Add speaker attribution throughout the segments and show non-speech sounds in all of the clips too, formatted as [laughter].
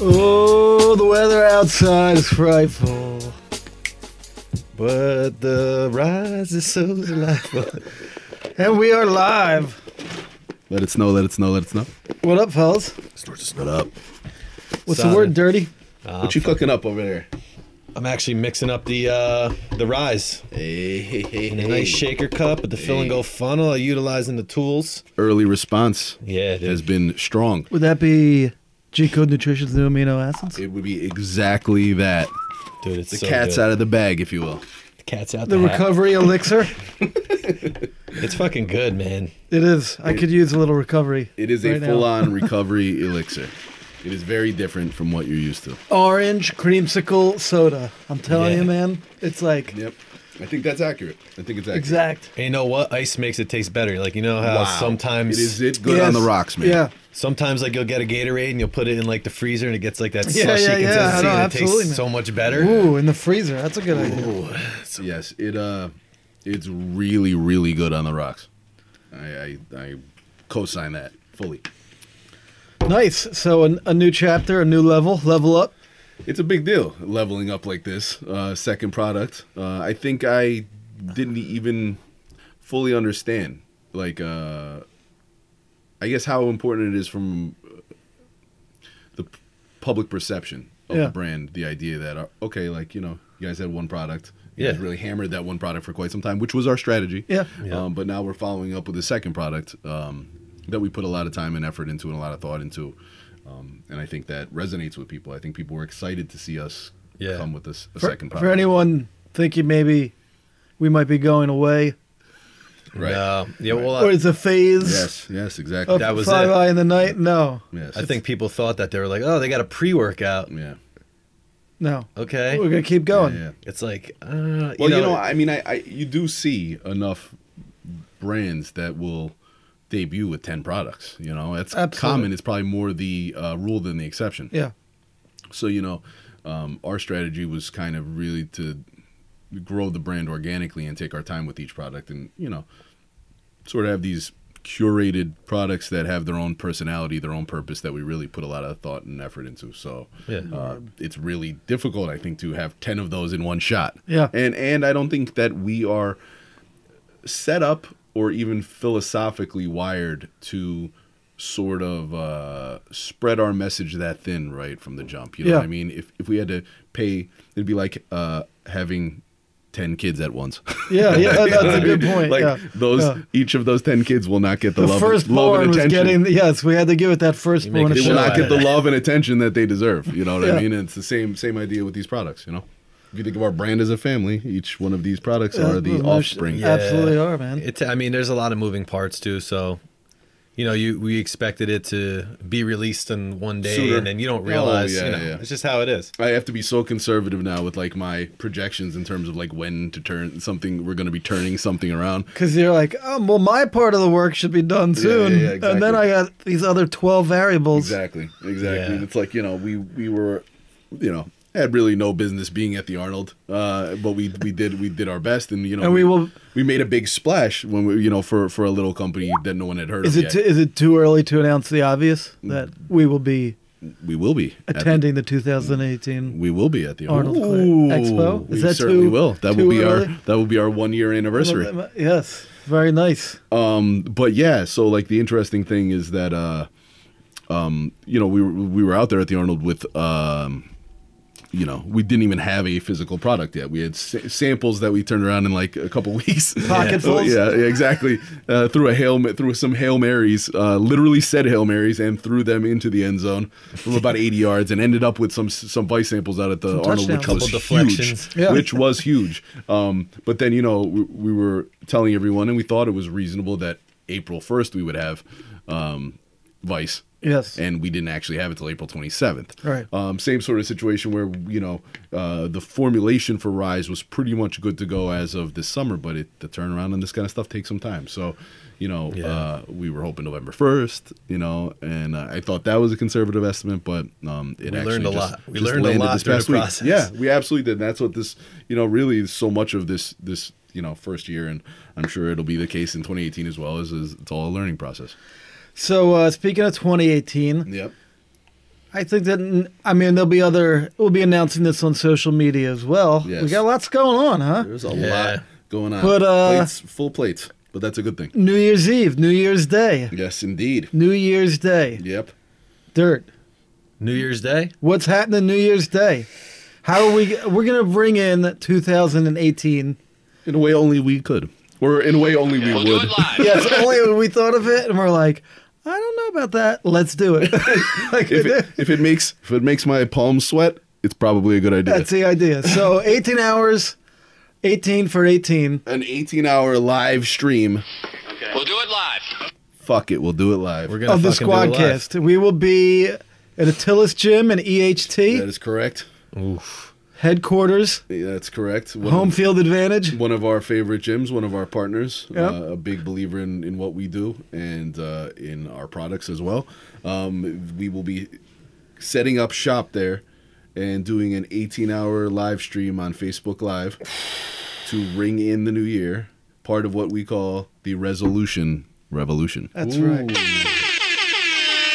Speaker 1: Oh, the weather outside is frightful, but the rise is so delightful. and we are live.
Speaker 2: Let it snow, let it snow, let it snow.
Speaker 1: What up, fellas?
Speaker 2: Snort just not up.
Speaker 1: What's
Speaker 3: Solid.
Speaker 1: the word, dirty?
Speaker 2: What you cooking up over there?
Speaker 3: I'm actually mixing up the uh, the rise
Speaker 2: Hey, hey, hey,
Speaker 3: in a
Speaker 2: hey.
Speaker 3: nice shaker cup with the fill and go funnel. I'm utilizing the tools.
Speaker 2: Early response
Speaker 3: Yeah, dude.
Speaker 2: has been strong.
Speaker 1: Would that be G Code Nutrition's new amino acids?
Speaker 2: It would be exactly that.
Speaker 3: dude it's
Speaker 2: The
Speaker 3: so
Speaker 2: cat's
Speaker 3: good.
Speaker 2: out of the bag, if you will.
Speaker 3: The cat's out.
Speaker 1: The
Speaker 3: The, hat.
Speaker 1: recovery elixir?
Speaker 3: It's fucking good, man.
Speaker 1: [laughs] It is. I could use a little recovery.
Speaker 2: It is
Speaker 1: right
Speaker 2: a
Speaker 1: now.
Speaker 2: full [laughs] on recovery elixir. It is very different from what you're used to.
Speaker 1: orange creamsicle soda. I'm telling
Speaker 3: Yeah.
Speaker 1: you, man. It's like
Speaker 2: Yep. I think that's accurate. I think it's accurate.
Speaker 1: exact.
Speaker 3: And you know what? Ice makes it taste better. Like you know how
Speaker 2: Wow.
Speaker 3: sometimes
Speaker 2: It is it good on
Speaker 1: Yes.
Speaker 2: the rocks, man.
Speaker 1: Yeah.
Speaker 3: sometimes like you'll get a Gatorade and you'll put it in like the freezer and it gets like that
Speaker 1: Yeah,
Speaker 3: slushy
Speaker 1: yeah, yeah. I know,
Speaker 3: consistency and it
Speaker 1: absolutely, man.
Speaker 3: tastes so much better.
Speaker 1: Ooh, in the freezer. That's a good idea.
Speaker 2: Yes, it uh, it's really really good on the rocks. I I, I co-sign that fully.
Speaker 1: Nice. So an, a new chapter, a new level, level up.
Speaker 2: It's a big deal leveling up like this. Uh, second product. Uh, I think I didn't even fully understand like uh, I guess how important it is from uh, the p- public perception of
Speaker 1: Yeah.
Speaker 2: the brand. The idea that uh, okay, like you know, you guys had one product. You guys
Speaker 3: Yeah.
Speaker 2: really hammered that one product for quite some time, which was our strategy.
Speaker 1: Yeah.
Speaker 3: Yeah.
Speaker 2: Um, but now we're following up with a second product um, that we put a lot of time and effort into and a lot of thought into. Um, and I think that resonates with people. I think people were excited to see us
Speaker 3: Yeah.
Speaker 2: come with this a
Speaker 1: For,
Speaker 2: second product.
Speaker 1: for anyone thinking maybe we might be going away,
Speaker 2: right?
Speaker 3: No. yeah. Well,
Speaker 1: or it's a phase
Speaker 2: Yes, yes, exactly.
Speaker 1: of
Speaker 3: That was
Speaker 1: Five
Speaker 3: it.
Speaker 1: Eye in the Night. No,
Speaker 2: yes.
Speaker 3: I, I think people thought that they were like, oh, they got a pre-workout.
Speaker 2: Yeah.
Speaker 1: no.
Speaker 3: Okay.
Speaker 1: We're gonna keep going.
Speaker 2: Yeah.
Speaker 3: It's like, uh, well,
Speaker 2: Well, you know, I mean, I, I you do see enough brands that will debut with ten products. You know, that's
Speaker 1: Absolutely.
Speaker 2: common. It's probably more the uh, rule than the exception.
Speaker 1: Yeah.
Speaker 2: So you know, um, our strategy was kind of really to grow the brand organically and take our time with each product, and you know, sort of have these curated products that have their own personality, their own purpose that we really put a lot of thought and effort into. So
Speaker 3: Yeah.
Speaker 2: uh, it's really difficult, I think, to have ten of those in one shot.
Speaker 1: Yeah.
Speaker 2: and and I don't think that we are set up or even philosophically wired to sort of uh, spread our message that thin right from the jump. You know
Speaker 1: Yeah.
Speaker 2: what I mean? If if we had to pay, it'd be like uh, having ten kids at once. [laughs]
Speaker 1: Yeah, yeah, that- that's a good point.
Speaker 2: like
Speaker 1: yeah.
Speaker 2: those,
Speaker 1: Yeah.
Speaker 2: each of those ten kids will not get the,
Speaker 1: The
Speaker 2: love,
Speaker 1: first
Speaker 2: love
Speaker 1: born
Speaker 2: and
Speaker 1: was
Speaker 2: attention.
Speaker 1: getting yes. We had to give it that first
Speaker 3: You
Speaker 1: born.
Speaker 3: make
Speaker 2: they
Speaker 3: it
Speaker 1: a
Speaker 2: will
Speaker 3: shot
Speaker 2: not
Speaker 1: shot.
Speaker 3: at
Speaker 2: get the
Speaker 3: it.
Speaker 2: love and attention that they deserve. You know what
Speaker 1: Yeah.
Speaker 2: I mean? And it's the same same idea with these products. You know, if you think of our brand as a family, each one of these products
Speaker 1: Yeah,
Speaker 2: are the
Speaker 1: well, no sh-
Speaker 2: offspring.
Speaker 1: yeah. Absolutely are, man.
Speaker 3: It, I mean, there's a lot of moving parts too. So, you know, you we expected it to be released in one day,
Speaker 2: Sooner.
Speaker 3: and then you don't
Speaker 2: Oh,
Speaker 3: realize.
Speaker 2: yeah,
Speaker 3: you know,
Speaker 2: yeah.
Speaker 3: it's just how it is.
Speaker 2: I have to be so conservative now with like my projections in terms of like when to turn something. We're going to be turning something around.
Speaker 1: Because you're like, oh, well, my part of the work should be done
Speaker 2: Yeah,
Speaker 1: soon,
Speaker 2: yeah, yeah,
Speaker 1: and then
Speaker 2: exactly.
Speaker 1: I got these other twelve variables.
Speaker 2: Exactly, exactly.
Speaker 3: Yeah.
Speaker 2: It's like you know we we were, you know, had really no business being at the Arnold, uh, but we we did we did our best, and you know,
Speaker 1: And we will-
Speaker 2: we made a big splash when we you know for for a little company that no one had heard
Speaker 1: Is
Speaker 2: of
Speaker 1: it
Speaker 2: yet.
Speaker 1: too, is it too early to announce the obvious
Speaker 2: Mm.
Speaker 1: that we will be
Speaker 2: we will be at the-
Speaker 1: attending the 2018?
Speaker 2: we will be at the
Speaker 1: Arnold
Speaker 2: Arnold,
Speaker 1: Clay Expo?
Speaker 2: We
Speaker 1: Is that
Speaker 2: certainly
Speaker 1: too-
Speaker 2: will. That
Speaker 1: too
Speaker 2: will be
Speaker 1: early?
Speaker 2: our that will be our one year anniversary.
Speaker 1: uh, Yes, very nice.
Speaker 2: Um, but yeah, so like the interesting thing is that uh, um, you know we were, we were out there at the Arnold with um, you know we didn't even have a physical product yet. We had sa- samples that we turned around in like a couple [laughs] weeks.
Speaker 1: Pocketfuls?
Speaker 2: yeah, yeah, exactly. Uh, through a hail Ma- through some hail marys, uh, literally said hail marys and threw them into the end zone from about eighty yards and ended up with some some vice samples out at the Arnold,
Speaker 1: touchdowns.
Speaker 2: which was
Speaker 3: Couple
Speaker 2: huge.
Speaker 3: deflections.
Speaker 1: Yeah.
Speaker 2: Which was huge. Um, but then you know we, we were telling everyone, and we thought it was reasonable that April first we would have um, Vice,
Speaker 1: Yes,
Speaker 2: and we didn't actually have it till April twenty seventh.
Speaker 1: Right.
Speaker 2: Um, same sort of situation where you know uh, the formulation for Rise was pretty much good to go as of this summer, but it, the turnaround on this kind of stuff takes some time. So. You know,
Speaker 3: Yeah.
Speaker 2: uh, we were hoping November first. You know, and uh, I thought that was a conservative estimate, but um, it
Speaker 3: We
Speaker 2: actually
Speaker 3: learned a
Speaker 2: just-
Speaker 3: lot. We
Speaker 2: just
Speaker 3: learned a
Speaker 2: landed
Speaker 3: lot
Speaker 2: this
Speaker 3: through the
Speaker 2: past week.
Speaker 3: process.
Speaker 2: Yeah, we absolutely did. And that's what this, you know, really is so much of this, this, you know, first year, and I'm sure it'll be the case in 2018 as well. Is, is it's all a learning process.
Speaker 1: So, uh, speaking of 2018,
Speaker 2: Yep.
Speaker 1: I think that I mean there'll be other. We'll be announcing this on social media as well. We
Speaker 2: Yes.
Speaker 1: got lots going on, huh?
Speaker 2: There's a
Speaker 3: Yeah.
Speaker 2: lot going on.
Speaker 1: But, uh,
Speaker 2: plates, full plates, but that's a good thing.
Speaker 1: New Year's Eve, New Year's Day,
Speaker 2: Yes, indeed.
Speaker 1: New Year's Day.
Speaker 2: Yep.
Speaker 1: Dirt.
Speaker 3: New Year's Day.
Speaker 1: What's happening New Year's Day? How are we? We're gonna bring in 2018.
Speaker 2: In a way only we could, or in a way only we
Speaker 4: We'll do
Speaker 2: would.
Speaker 4: it live.
Speaker 1: Yes, [laughs] only we thought of it, and we're like, I don't know about that. Let's do it. [laughs] like
Speaker 2: if, it, if it makes if it makes my palms sweat, it's probably a good idea.
Speaker 1: that's the idea. So 18 hours, 18 for 18.
Speaker 2: An 18 hour live stream.
Speaker 4: We'll do it live.
Speaker 2: Fuck it, we'll do it live.
Speaker 3: We're gonna
Speaker 1: of the
Speaker 3: fucking do it live.
Speaker 1: Squadcast. We will be at Attila's Gym E and
Speaker 2: That
Speaker 1: EHT
Speaker 2: is correct.
Speaker 3: Oof.
Speaker 1: headquarters,
Speaker 2: That's correct. One
Speaker 1: home
Speaker 2: of,
Speaker 1: field advantage.
Speaker 2: one of our favorite gyms, one of our partners,
Speaker 1: Yep.
Speaker 2: uh, a big believer in, in what we do and uh, in our products as well. Um, we will be setting up shop there and doing an 18 hour live stream on Facebook Live [sighs] to ring in the new year, part of what we call the resolution revolution.
Speaker 1: That's right.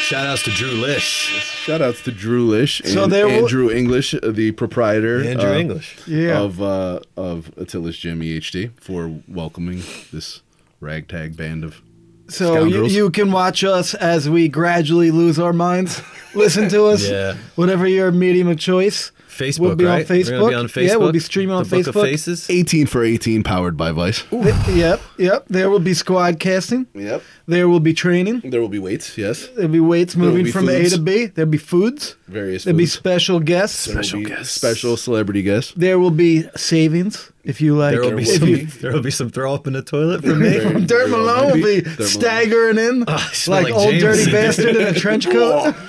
Speaker 3: Shout outs to Drew Lish.
Speaker 2: Shout outs to Drew Lish and
Speaker 1: So there will-
Speaker 2: Andrew English, uh, the proprietor
Speaker 3: Andrew
Speaker 2: uh,
Speaker 3: English.
Speaker 1: Yeah.
Speaker 2: of uh, of Attila's Gym EHD for welcoming this ragtag band of
Speaker 1: So you,
Speaker 2: Scoundrels.
Speaker 1: you can watch us as we gradually lose our minds. Listen to us,
Speaker 3: Yeah.
Speaker 1: whatever your medium of choice.
Speaker 3: Facebook.
Speaker 1: We'll be on
Speaker 3: right? We're gonna be
Speaker 1: Facebook.
Speaker 3: on Facebook.
Speaker 1: Yeah, we'll be streaming on
Speaker 3: the Book of
Speaker 1: Facebook.
Speaker 3: Faces.
Speaker 2: 18 for 18 powered by Vice.
Speaker 1: Th- Yep, yep. There will be squad casting.
Speaker 2: Yep.
Speaker 1: There will be training.
Speaker 2: There will be weights, yes.
Speaker 1: There'll be weights
Speaker 2: will
Speaker 1: moving
Speaker 2: be
Speaker 1: from
Speaker 2: foods.
Speaker 1: A to B. There'll be foods.
Speaker 2: Various
Speaker 1: There'll be
Speaker 2: foods.
Speaker 1: special guests.
Speaker 2: There will
Speaker 3: special
Speaker 2: be
Speaker 3: guests.
Speaker 2: Special celebrity guests.
Speaker 1: There will be savings if you like.
Speaker 3: There will be
Speaker 1: if [laughs]
Speaker 3: some.
Speaker 1: you-
Speaker 3: There will be some throw up in the toilet
Speaker 1: [laughs]
Speaker 3: for me.
Speaker 2: There-
Speaker 1: Dirt
Speaker 2: there will
Speaker 1: Malone
Speaker 2: be-
Speaker 1: will be
Speaker 2: there will-
Speaker 1: staggering in
Speaker 3: Ah, I smell
Speaker 1: like,
Speaker 3: like
Speaker 1: old dirty
Speaker 3: Jameson.
Speaker 1: bastard in a trench coat. [laughs]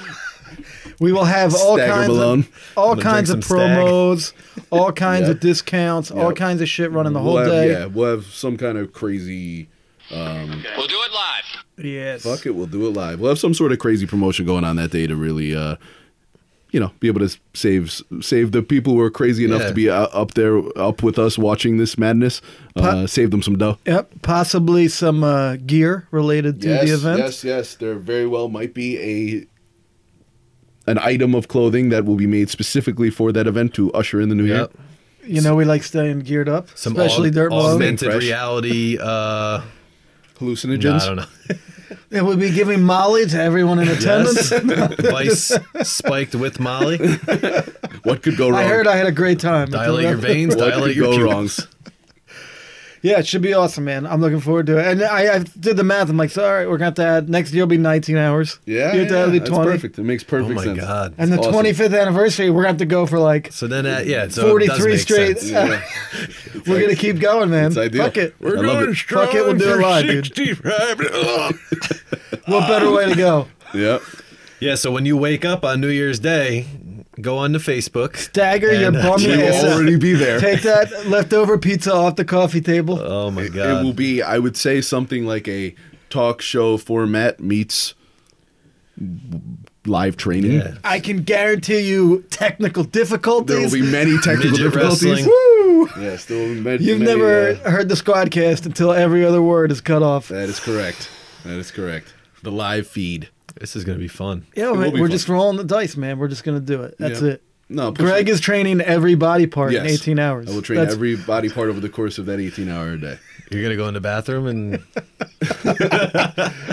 Speaker 1: we will have all
Speaker 2: Stagger
Speaker 1: kinds
Speaker 2: Malone.
Speaker 1: of all
Speaker 3: I'm gonna
Speaker 1: kinds of
Speaker 3: drink some stag.
Speaker 1: promos, all kinds
Speaker 2: Yep.
Speaker 1: of discounts, all
Speaker 2: Yep.
Speaker 1: kinds of shit running the whole
Speaker 2: we'll
Speaker 1: day.
Speaker 2: Have, yeah, we'll have some kind of crazy.
Speaker 4: We'll do it live.
Speaker 1: Yes.
Speaker 2: Fuck it, we'll do it live. We'll have some sort of crazy promotion going on that day to really, uh, you know, be able to s- save save the people who are crazy enough
Speaker 3: Yeah.
Speaker 2: to be uh, up there, up with us watching this madness. Uh, save them some dough.
Speaker 1: Yep. Possibly some uh, gear related to the event.
Speaker 2: Yes, yes. There very well might be a an item of clothing that will be made specifically for that event to usher in the new year.
Speaker 3: Yep.
Speaker 1: You know, we like staying geared up,
Speaker 3: Some
Speaker 1: especially
Speaker 3: aug-
Speaker 1: Dirt Malone.
Speaker 3: augmented
Speaker 2: Fresh.
Speaker 3: reality. Uh, no,
Speaker 2: Hallucinogens.
Speaker 3: I don't know.
Speaker 1: It would be giving Molly to everyone
Speaker 2: [laughs]
Speaker 1: in attendance.
Speaker 3: Yes.
Speaker 1: [laughs]
Speaker 3: Vice spiked with Molly.
Speaker 2: What could
Speaker 3: [laughs]
Speaker 2: go wrong?
Speaker 1: I heard I had a great time. at the
Speaker 3: Dilate your
Speaker 1: rep-
Speaker 3: veins.
Speaker 2: what could
Speaker 3: dilate your
Speaker 2: go
Speaker 3: pupils.
Speaker 2: wrong?
Speaker 1: [laughs] Yeah, it should be awesome, man. I'm looking forward to it. And I, I did the math. I'm like, so, all right, we're going to have to add next year will be 19 hours.
Speaker 2: Yeah,
Speaker 1: Year
Speaker 2: yeah,
Speaker 1: after that'll be
Speaker 2: that's
Speaker 1: 20.
Speaker 2: perfect. It makes perfect
Speaker 3: Oh my
Speaker 2: sense.
Speaker 3: god.
Speaker 1: And the
Speaker 2: Awesome.
Speaker 1: 25th anniversary, we're going to have to go for like,
Speaker 3: So then, uh, yeah, so it does
Speaker 1: 43
Speaker 3: make
Speaker 1: straight.
Speaker 3: sense.
Speaker 2: Yeah.
Speaker 1: we're going to keep going, man.
Speaker 3: [laughs]
Speaker 2: It's ideal.
Speaker 1: Fuck it.
Speaker 2: I love it.
Speaker 1: Fuck it, we'll do it live, dude. [laughs] What better way to
Speaker 2: [laughs]
Speaker 1: go?
Speaker 2: Yep.
Speaker 3: [laughs] Yeah, so when you wake up on New Year's Day, go onto Facebook.
Speaker 1: Dagger your
Speaker 3: And, uh,
Speaker 1: bummy
Speaker 3: you
Speaker 1: ass.
Speaker 2: We'll
Speaker 1: up. [laughs]
Speaker 2: already be there.
Speaker 1: Take that leftover pizza off the coffee table.
Speaker 2: Uh.
Speaker 3: Oh my
Speaker 2: It
Speaker 3: god.
Speaker 2: will be, I would say, something like a talk show format meets live training.
Speaker 3: yeah.
Speaker 1: I can guarantee you technical
Speaker 2: There will
Speaker 1: difficulties.
Speaker 2: be many technical
Speaker 3: Midget
Speaker 2: difficulties.
Speaker 3: wrestling.
Speaker 1: Woo!
Speaker 2: Yes, there will be many,
Speaker 1: You've
Speaker 2: many,
Speaker 1: never
Speaker 2: uh,
Speaker 1: heard the squadcast until every other word is cut off.
Speaker 2: That is correct. That is correct. The live feed.
Speaker 3: This is gonna be fun.
Speaker 1: Yeah,
Speaker 2: will
Speaker 1: man,
Speaker 2: be
Speaker 1: we're
Speaker 2: fun.
Speaker 1: just rolling the dice, man. We're just gonna do it. That's
Speaker 2: Yeah.
Speaker 1: it.
Speaker 2: No, push
Speaker 1: Greg
Speaker 2: it.
Speaker 1: is training every body part in
Speaker 2: Yes.
Speaker 1: 18 hours.
Speaker 2: I will train
Speaker 1: That's-
Speaker 2: every body part over the course of that 18 hour day.
Speaker 3: You're gonna go in the bathroom and
Speaker 1: [laughs]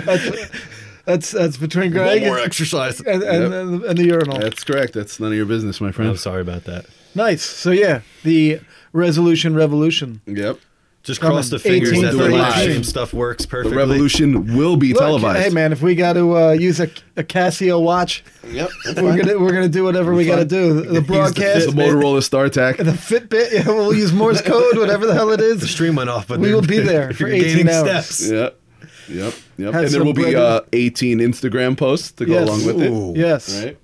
Speaker 1: That's that's between Greg and,
Speaker 3: exercise.
Speaker 1: and,
Speaker 2: Yep.
Speaker 1: and, and the urinal.
Speaker 2: That's correct. That's none of your business, my
Speaker 3: I'm
Speaker 2: friend.
Speaker 3: sorry about that.
Speaker 1: nice. So yeah, the resolution revolution.
Speaker 2: Yep.
Speaker 3: Just
Speaker 1: Coming.
Speaker 3: cross the fingers
Speaker 1: 18,
Speaker 3: that the
Speaker 2: 13.
Speaker 3: live stream stuff works
Speaker 2: The
Speaker 3: perfectly.
Speaker 2: revolution will be
Speaker 1: Look,
Speaker 2: televised.
Speaker 1: hey man, if we got to uh, use a, a Casio watch,
Speaker 2: Yep.
Speaker 1: we're gonna we're gonna do whatever we got to
Speaker 2: fine.
Speaker 1: do. The broadcast,
Speaker 2: the Motorola StarTAC.
Speaker 1: the Fitbit. [laughs] Yeah, we'll use Morse code, whatever the hell it
Speaker 3: The
Speaker 1: is.
Speaker 3: stream went off, but
Speaker 1: We
Speaker 3: they're-
Speaker 1: will
Speaker 3: [laughs]
Speaker 1: be there for
Speaker 3: you're gaining
Speaker 1: 18 hours.
Speaker 3: Steps.
Speaker 2: Yep. Yep. Yep.
Speaker 1: Have
Speaker 2: and there
Speaker 1: some
Speaker 2: will be
Speaker 1: regular-
Speaker 2: uh, 18 Instagram posts to go
Speaker 1: Yes.
Speaker 2: along with
Speaker 3: Ooh.
Speaker 1: Yes.
Speaker 2: it. Right.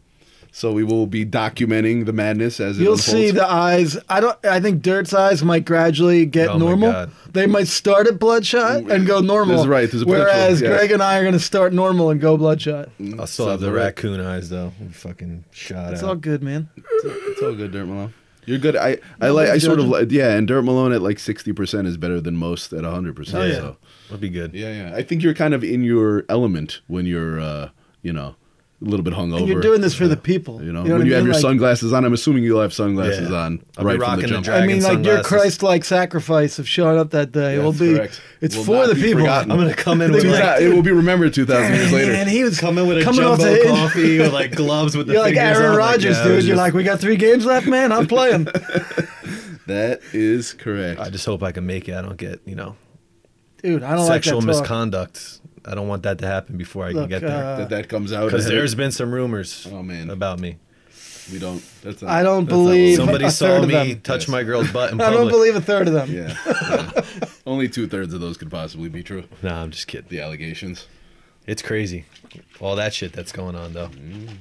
Speaker 2: So we will be documenting the madness as it
Speaker 1: You'll
Speaker 2: unfolds.
Speaker 1: see the eyes. I don't. I think Dirt's eyes might gradually get
Speaker 3: Oh my
Speaker 1: normal.
Speaker 3: God.
Speaker 1: They might start at bloodshot and go normal.
Speaker 2: That's right, there's a potential,
Speaker 1: Whereas
Speaker 2: yeah.
Speaker 1: Greg and I are going to start normal and go bloodshot.
Speaker 3: I still have
Speaker 2: Sounds
Speaker 3: the
Speaker 2: right.
Speaker 3: raccoon eyes though. I'm fucking shot
Speaker 1: It's
Speaker 3: out.
Speaker 1: all good, man.
Speaker 2: It's all good, Dirt Malone. You're good. I, I like I sort of like yeah, and Dirt Malone at like sixty percent is better than most at hundred
Speaker 3: yeah.
Speaker 2: percent. So
Speaker 3: That'll be good.
Speaker 2: yeah, yeah. I think you're kind of in your element when you're uh, you know, a little bit hungover.
Speaker 1: And you're doing this for the people.
Speaker 2: You know,
Speaker 1: what
Speaker 2: when
Speaker 1: I
Speaker 2: you have
Speaker 1: mean?
Speaker 2: your
Speaker 1: Like,
Speaker 2: sunglasses on, I'm assuming you'll have sunglasses
Speaker 3: Yeah.
Speaker 2: on
Speaker 3: I'll be
Speaker 2: right from the
Speaker 3: rocking the
Speaker 2: jump. [laughs]
Speaker 3: jacket.
Speaker 1: I mean, like your
Speaker 3: sunglasses.
Speaker 1: Christ-like sacrifice of showing up that day will
Speaker 2: That's
Speaker 1: be.
Speaker 2: correct.
Speaker 1: It's
Speaker 2: Will
Speaker 1: for
Speaker 2: not
Speaker 1: the
Speaker 2: be
Speaker 1: people.
Speaker 2: forgotten.
Speaker 3: I'm gonna come in with
Speaker 1: Dude,
Speaker 3: like,
Speaker 2: Yeah, it will be remembered 2,000 [laughs] years later.
Speaker 1: And he was
Speaker 3: come in with a
Speaker 1: coming
Speaker 3: jumbo
Speaker 1: off the hinge.
Speaker 3: coffee with like gloves with the
Speaker 1: You're like
Speaker 3: fingers
Speaker 1: Aaron
Speaker 3: on,
Speaker 1: Rodgers,
Speaker 3: yeah,
Speaker 1: dude.
Speaker 3: it was
Speaker 1: You're
Speaker 3: just-
Speaker 1: like, we got three games left, man. I'm
Speaker 2: [laughs]
Speaker 1: playing.
Speaker 2: That is correct.
Speaker 3: I just hope I can make it. I don't get you know
Speaker 1: Dude, I don't
Speaker 3: sexual
Speaker 1: like that talk.
Speaker 3: misconduct. I don't want that to happen before I
Speaker 1: Look,
Speaker 3: can get there.
Speaker 1: uh,
Speaker 2: that that comes out.
Speaker 3: [laughs] Because
Speaker 2: ahead.
Speaker 3: there's been some rumors
Speaker 2: Oh, man.
Speaker 3: about me.
Speaker 2: we don't. That's not,
Speaker 1: I don't
Speaker 2: that's not what
Speaker 1: believe-
Speaker 2: we-
Speaker 1: [laughs]
Speaker 3: Somebody
Speaker 1: a third
Speaker 3: saw
Speaker 1: of
Speaker 3: me
Speaker 1: them.
Speaker 3: touch
Speaker 2: Yes.
Speaker 3: my
Speaker 1: [laughs]
Speaker 3: girl's butt in
Speaker 1: I
Speaker 3: public.
Speaker 1: don't believe a third of them.
Speaker 2: Yeah. yeah. Only two thirds of those could possibly be true.
Speaker 3: Nah, I'm just kidding.
Speaker 2: The allegations.
Speaker 3: It's crazy. All that shit that's going on though.
Speaker 2: I mean,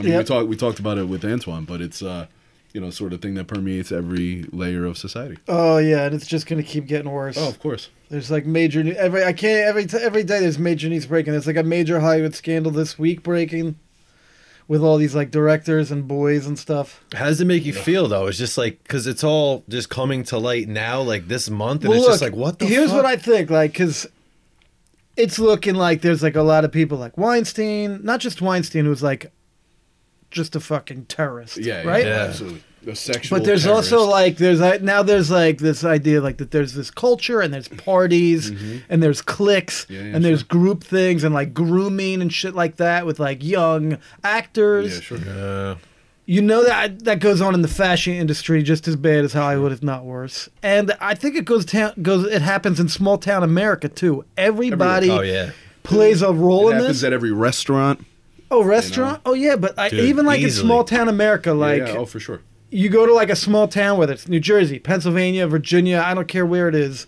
Speaker 2: we
Speaker 1: Yep.
Speaker 2: talked we talked about it with Antoine, but it's uh, you know, sort of thing that permeates every layer of society.
Speaker 1: Oh yeah, and it's just gonna keep getting worse.
Speaker 2: Oh, of course.
Speaker 1: There's like major new every I can't every t- every day there's major news breaking. There's like a major Hollywood scandal this week breaking, with all these like directors and boys and stuff.
Speaker 3: How does it make you feel though? It's just like because it's all just coming to light now, like this month, and it's just like what the.
Speaker 1: here's
Speaker 3: fuck?
Speaker 1: what I think, like, because it's looking like there's like a lot of people like Weinstein, not just Weinstein, who's like just a fucking terrorist,
Speaker 2: Yeah. yeah,
Speaker 1: right?
Speaker 2: yeah, Absolutely. The sexual.
Speaker 1: But there's
Speaker 2: terrorist.
Speaker 1: also like there's like, now there's like this idea like that there's this culture and there's parties and there's cliques
Speaker 2: Mm-hmm. Yeah, yeah,
Speaker 1: and there's
Speaker 2: sure.
Speaker 1: group things and like grooming and shit like that with like young actors.
Speaker 2: Yeah, sure.
Speaker 3: Uh,
Speaker 1: You know that that goes on in the fashion industry just as bad as Hollywood, if not worse. And I think it goes town goes it happens in small town America too. Everybody
Speaker 3: oh yeah.
Speaker 1: plays a role
Speaker 2: It
Speaker 1: in
Speaker 2: happens
Speaker 1: this.
Speaker 2: at every restaurant.
Speaker 1: oh, restaurant. Oh yeah, but I,
Speaker 3: Dude,
Speaker 1: even like in
Speaker 3: easily.
Speaker 1: small town America, like
Speaker 2: yeah, oh, for sure.
Speaker 1: you go to like a small town, whether it's New Jersey, Pennsylvania, Virginia, I don't care where it is.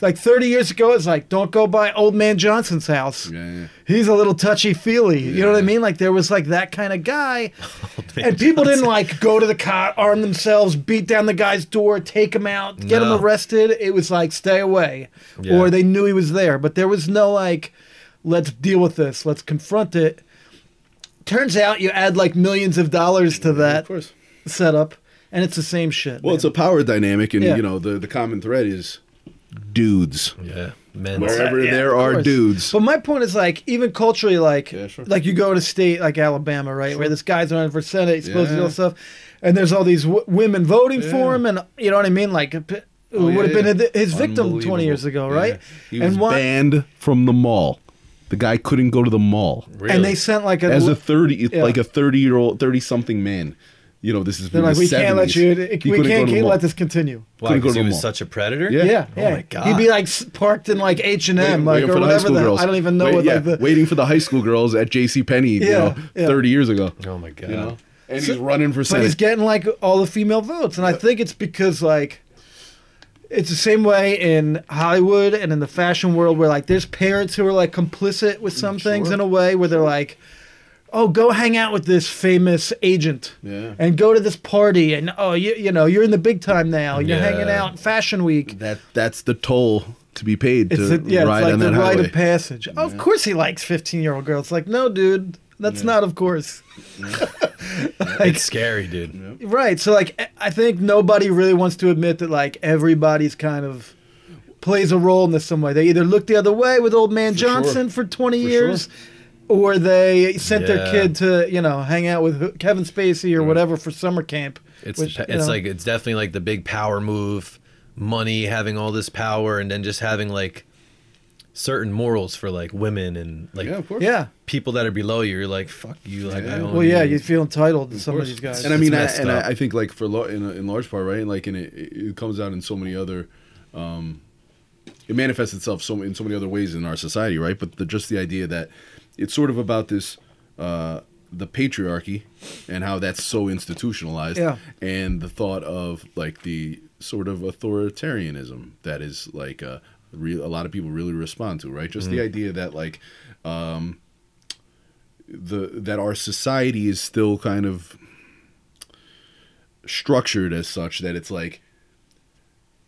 Speaker 1: Like 30 years ago, it's like, don't go by Old Man Johnson's house.
Speaker 2: Yeah, yeah.
Speaker 1: He's a little touchy feely. You know what I mean? Like there was like that kind of
Speaker 3: [laughs]
Speaker 1: guy. and people didn't like go to the car, arm themselves, beat down the guy's door, take him out, get
Speaker 3: No.
Speaker 1: him arrested. It was like, stay away.
Speaker 3: Yeah.
Speaker 1: Or they knew he was there. But there was no like, let's deal with this, let's confront it. Turns out you add like millions of dollars to that
Speaker 2: Of course.
Speaker 1: setup, and it's the same shit.
Speaker 2: Well,
Speaker 1: man.
Speaker 2: it's a power dynamic, and
Speaker 1: Yeah.
Speaker 2: you know the the common thread is dudes.
Speaker 3: Yeah, men.
Speaker 2: Wherever
Speaker 1: Yeah,
Speaker 2: there
Speaker 1: of
Speaker 2: are
Speaker 1: course.
Speaker 2: dudes,
Speaker 1: But my point is like even culturally, like
Speaker 2: Yeah, sure.
Speaker 1: like you go to state like Alabama, right, where this guy's running for senate, he's supposed to do
Speaker 2: Yeah.
Speaker 1: all stuff, and there's all these w- women voting for
Speaker 2: Yeah.
Speaker 1: him, and you know what I mean, like. a p-
Speaker 2: Oh,
Speaker 1: would
Speaker 2: yeah,
Speaker 1: have been
Speaker 2: yeah.
Speaker 1: a- his victim 20
Speaker 2: Unbelievable.
Speaker 1: years ago,
Speaker 2: Yeah.
Speaker 1: right?
Speaker 2: He was
Speaker 1: and why-
Speaker 2: banned from the mall. The guy couldn't go to the mall
Speaker 3: Really?
Speaker 1: and they sent like a,
Speaker 2: as a thirty,
Speaker 1: Yeah.
Speaker 2: like a thirty-year-old, thirty-something man. You know, this is
Speaker 1: they're
Speaker 2: from
Speaker 1: like
Speaker 2: the
Speaker 1: we can't let
Speaker 2: 70s.
Speaker 1: you
Speaker 2: He
Speaker 1: we
Speaker 2: couldn't go
Speaker 1: can't
Speaker 2: to the
Speaker 1: keep-
Speaker 2: mall.
Speaker 1: let this continue.
Speaker 3: Why?
Speaker 2: couldn't go
Speaker 3: Because
Speaker 2: to
Speaker 3: he
Speaker 2: the
Speaker 3: was
Speaker 2: mall.
Speaker 3: such a predator.
Speaker 2: Yeah.
Speaker 1: Yeah,
Speaker 3: Oh
Speaker 1: yeah.
Speaker 3: my God.
Speaker 1: He'd be like s- parked in like H and M,
Speaker 2: Waiting-
Speaker 1: like
Speaker 2: waiting
Speaker 1: or
Speaker 2: for the high
Speaker 1: whatever.
Speaker 2: school
Speaker 1: The,
Speaker 2: girls.
Speaker 1: I don't even know
Speaker 2: Wait-
Speaker 1: what
Speaker 2: yeah,
Speaker 1: like the
Speaker 2: waiting for the high school girls at J.C. Penney. you
Speaker 1: Yeah,
Speaker 2: know,
Speaker 1: yeah.
Speaker 2: thirty years ago.
Speaker 3: Oh my god.
Speaker 2: You know, and he's running for
Speaker 1: but he's
Speaker 2: senate.
Speaker 1: getting like all the female votes, and I think it's because like it's the same way in Hollywood and in the fashion world where like there's parents who are like complicit with some things
Speaker 2: Mm, Sure.
Speaker 1: in a way where they're like, oh, go hang out with this famous agent.
Speaker 2: Yeah.
Speaker 1: And go to this party, and oh, you, you know, you're in the big time now. You're hanging
Speaker 3: Yeah.
Speaker 1: out in Fashion Week.
Speaker 2: That that's the toll to be paid
Speaker 1: It's
Speaker 2: to
Speaker 1: a, yeah,
Speaker 2: ride
Speaker 1: it's like
Speaker 2: on
Speaker 1: the
Speaker 2: that
Speaker 1: rite
Speaker 2: highway.
Speaker 1: of passage. Of course, he likes fifteen-year-old girls. Like, no, dude, that's not of course.
Speaker 3: [laughs] it's scary, dude.
Speaker 1: Right. So like e, I- I think nobody really wants to admit that like everybody's kind of plays a role in this some way. They either look the other way with old man
Speaker 2: sure.
Speaker 1: Johnson for 20
Speaker 2: For
Speaker 1: years or they sent their
Speaker 3: Yeah. Mm.
Speaker 1: kid to, you know, hang out with who- Kevin Spacey or whatever for summer camp.
Speaker 3: It's
Speaker 1: which,
Speaker 3: the pa-
Speaker 1: you
Speaker 3: it's
Speaker 1: know,
Speaker 3: like it's definitely like the big power move, money, having all this power, and then just having like certain morals for like women and like
Speaker 2: Yeah, of course.
Speaker 1: Yeah.
Speaker 3: people that are below you. You're like fuck you, like I
Speaker 2: Yeah.
Speaker 3: own
Speaker 1: Well, yeah,
Speaker 3: you.
Speaker 1: you feel entitled to some of
Speaker 2: course.
Speaker 1: these guys.
Speaker 2: And I mean, I,
Speaker 3: messed
Speaker 2: and
Speaker 3: up.
Speaker 2: I, I think like for lo- in, in large part, right? Like, and it, it comes out in so many other, um, it manifests itself so in so many other ways in our society, right? But the, just the idea that it's sort of about this, uh, the patriarchy, and how that's so institutionalized,
Speaker 1: Yeah.
Speaker 2: and the thought of like the sort of authoritarianism that is like a, real a lot of people really respond to, right? Just
Speaker 1: Mm-hmm.
Speaker 2: the idea that like um, the that our society is still kind of structured as such that it's like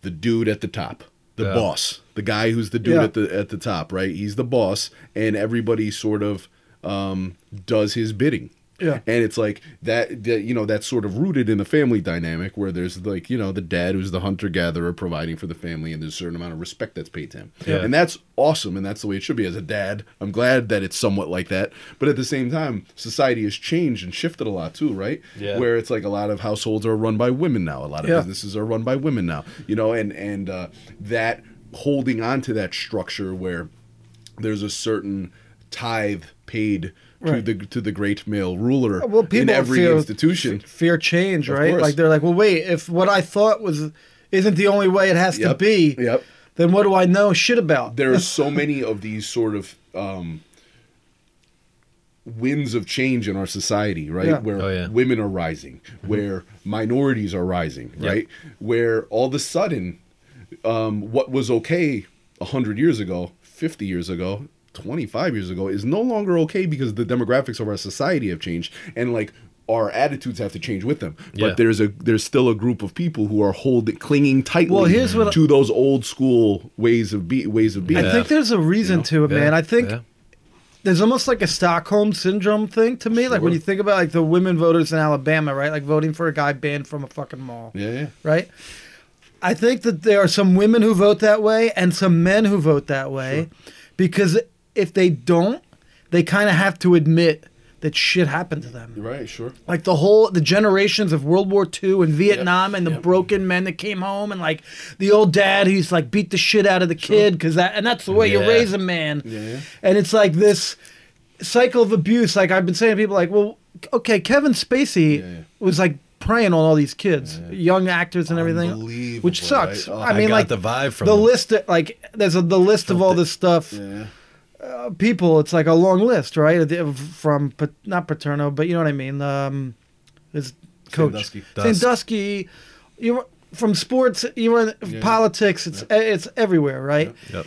Speaker 2: the dude at the top, the
Speaker 3: Yeah.
Speaker 2: boss, the guy who's the dude
Speaker 1: Yeah.
Speaker 2: at the at the top, right? He's the boss, and everybody sort of um, does his bidding.
Speaker 1: Yeah.
Speaker 2: and it's like that, that you know that's sort of rooted in the family dynamic where there's like you know the dad who's the hunter gatherer providing for the family and there's a certain amount of respect that's paid to him
Speaker 3: Yeah.
Speaker 2: and that's awesome and that's the way it should be as a dad i'm glad that it's somewhat like that but at the same time society has changed and shifted a lot too right
Speaker 3: Yeah.
Speaker 2: where it's like a lot of households are run by women now a lot of
Speaker 1: Yeah.
Speaker 2: businesses are run by women now you know and and uh, that holding on to that structure where there's a certain tithe paid to
Speaker 1: Right.
Speaker 2: the to the great male ruler
Speaker 1: Well, people
Speaker 2: in every
Speaker 1: fear,
Speaker 2: institution.
Speaker 1: f- fear change,
Speaker 2: Of
Speaker 1: right?
Speaker 2: course.
Speaker 1: Like they're like, well, wait, if what I thought was isn't the only way it has
Speaker 2: Yep,
Speaker 1: to be,
Speaker 2: yep.
Speaker 1: then what do I know shit about?
Speaker 2: [laughs] There are so many of these sort of um, winds of change in our society, right?
Speaker 1: Yeah.
Speaker 2: Where
Speaker 3: Oh, yeah. Mm-hmm.
Speaker 2: women are rising, where minorities are rising,
Speaker 3: Yep.
Speaker 2: right? Where all of a sudden, um, what was okay hundred years ago, fifty years ago. 25 years ago is no longer okay because the demographics of our society have changed and like our attitudes have to change with them but
Speaker 3: Yeah.
Speaker 2: there's a there's still a group of people who are holding clinging tightly
Speaker 1: Well, here's what-
Speaker 2: to those old school ways of be ways of being
Speaker 1: I think there's a reason to it,
Speaker 3: Yeah,
Speaker 1: man. I think
Speaker 3: yeah.
Speaker 1: there's almost like a Stockholm syndrome thing to me. Like when
Speaker 2: Sure.
Speaker 1: you think about like the women voters in Alabama, right? Like voting for a guy banned from a fucking mall,
Speaker 2: yeah yeah
Speaker 1: right? I think that there are some women who vote that way and some men who vote that way because if they don't, they kind of have to admit that shit happened to them.
Speaker 2: right sure
Speaker 1: like the whole the generations of World War II and Vietnam and the
Speaker 2: yep.
Speaker 1: broken men that came home and like the old dad who's like beat the shit out of the kid because that and that's the way you
Speaker 3: Yeah.
Speaker 1: raise a man.
Speaker 2: Yeah.
Speaker 1: And it's like this cycle of abuse. Like I've been saying to people, like, well, okay, Kevin Spacey
Speaker 2: Yeah, yeah.
Speaker 1: was like preying on all these kids, young actors and everything,
Speaker 2: Unbelievable,
Speaker 1: which sucks.
Speaker 2: right? Oh,
Speaker 1: I mean,
Speaker 3: got
Speaker 1: like
Speaker 3: the vibe from
Speaker 1: the
Speaker 3: it.
Speaker 1: list, that, like there's a, the list of all this stuff
Speaker 2: yeah
Speaker 1: people, it's like a long list, right? Of- From Pat- not Paterno, but you know what I mean. Um, his coach
Speaker 2: Sandusky.
Speaker 1: Sandusky. You were- from sports, you were in
Speaker 2: Yeah.
Speaker 1: politics. It's e, it's everywhere, right?
Speaker 3: Yep.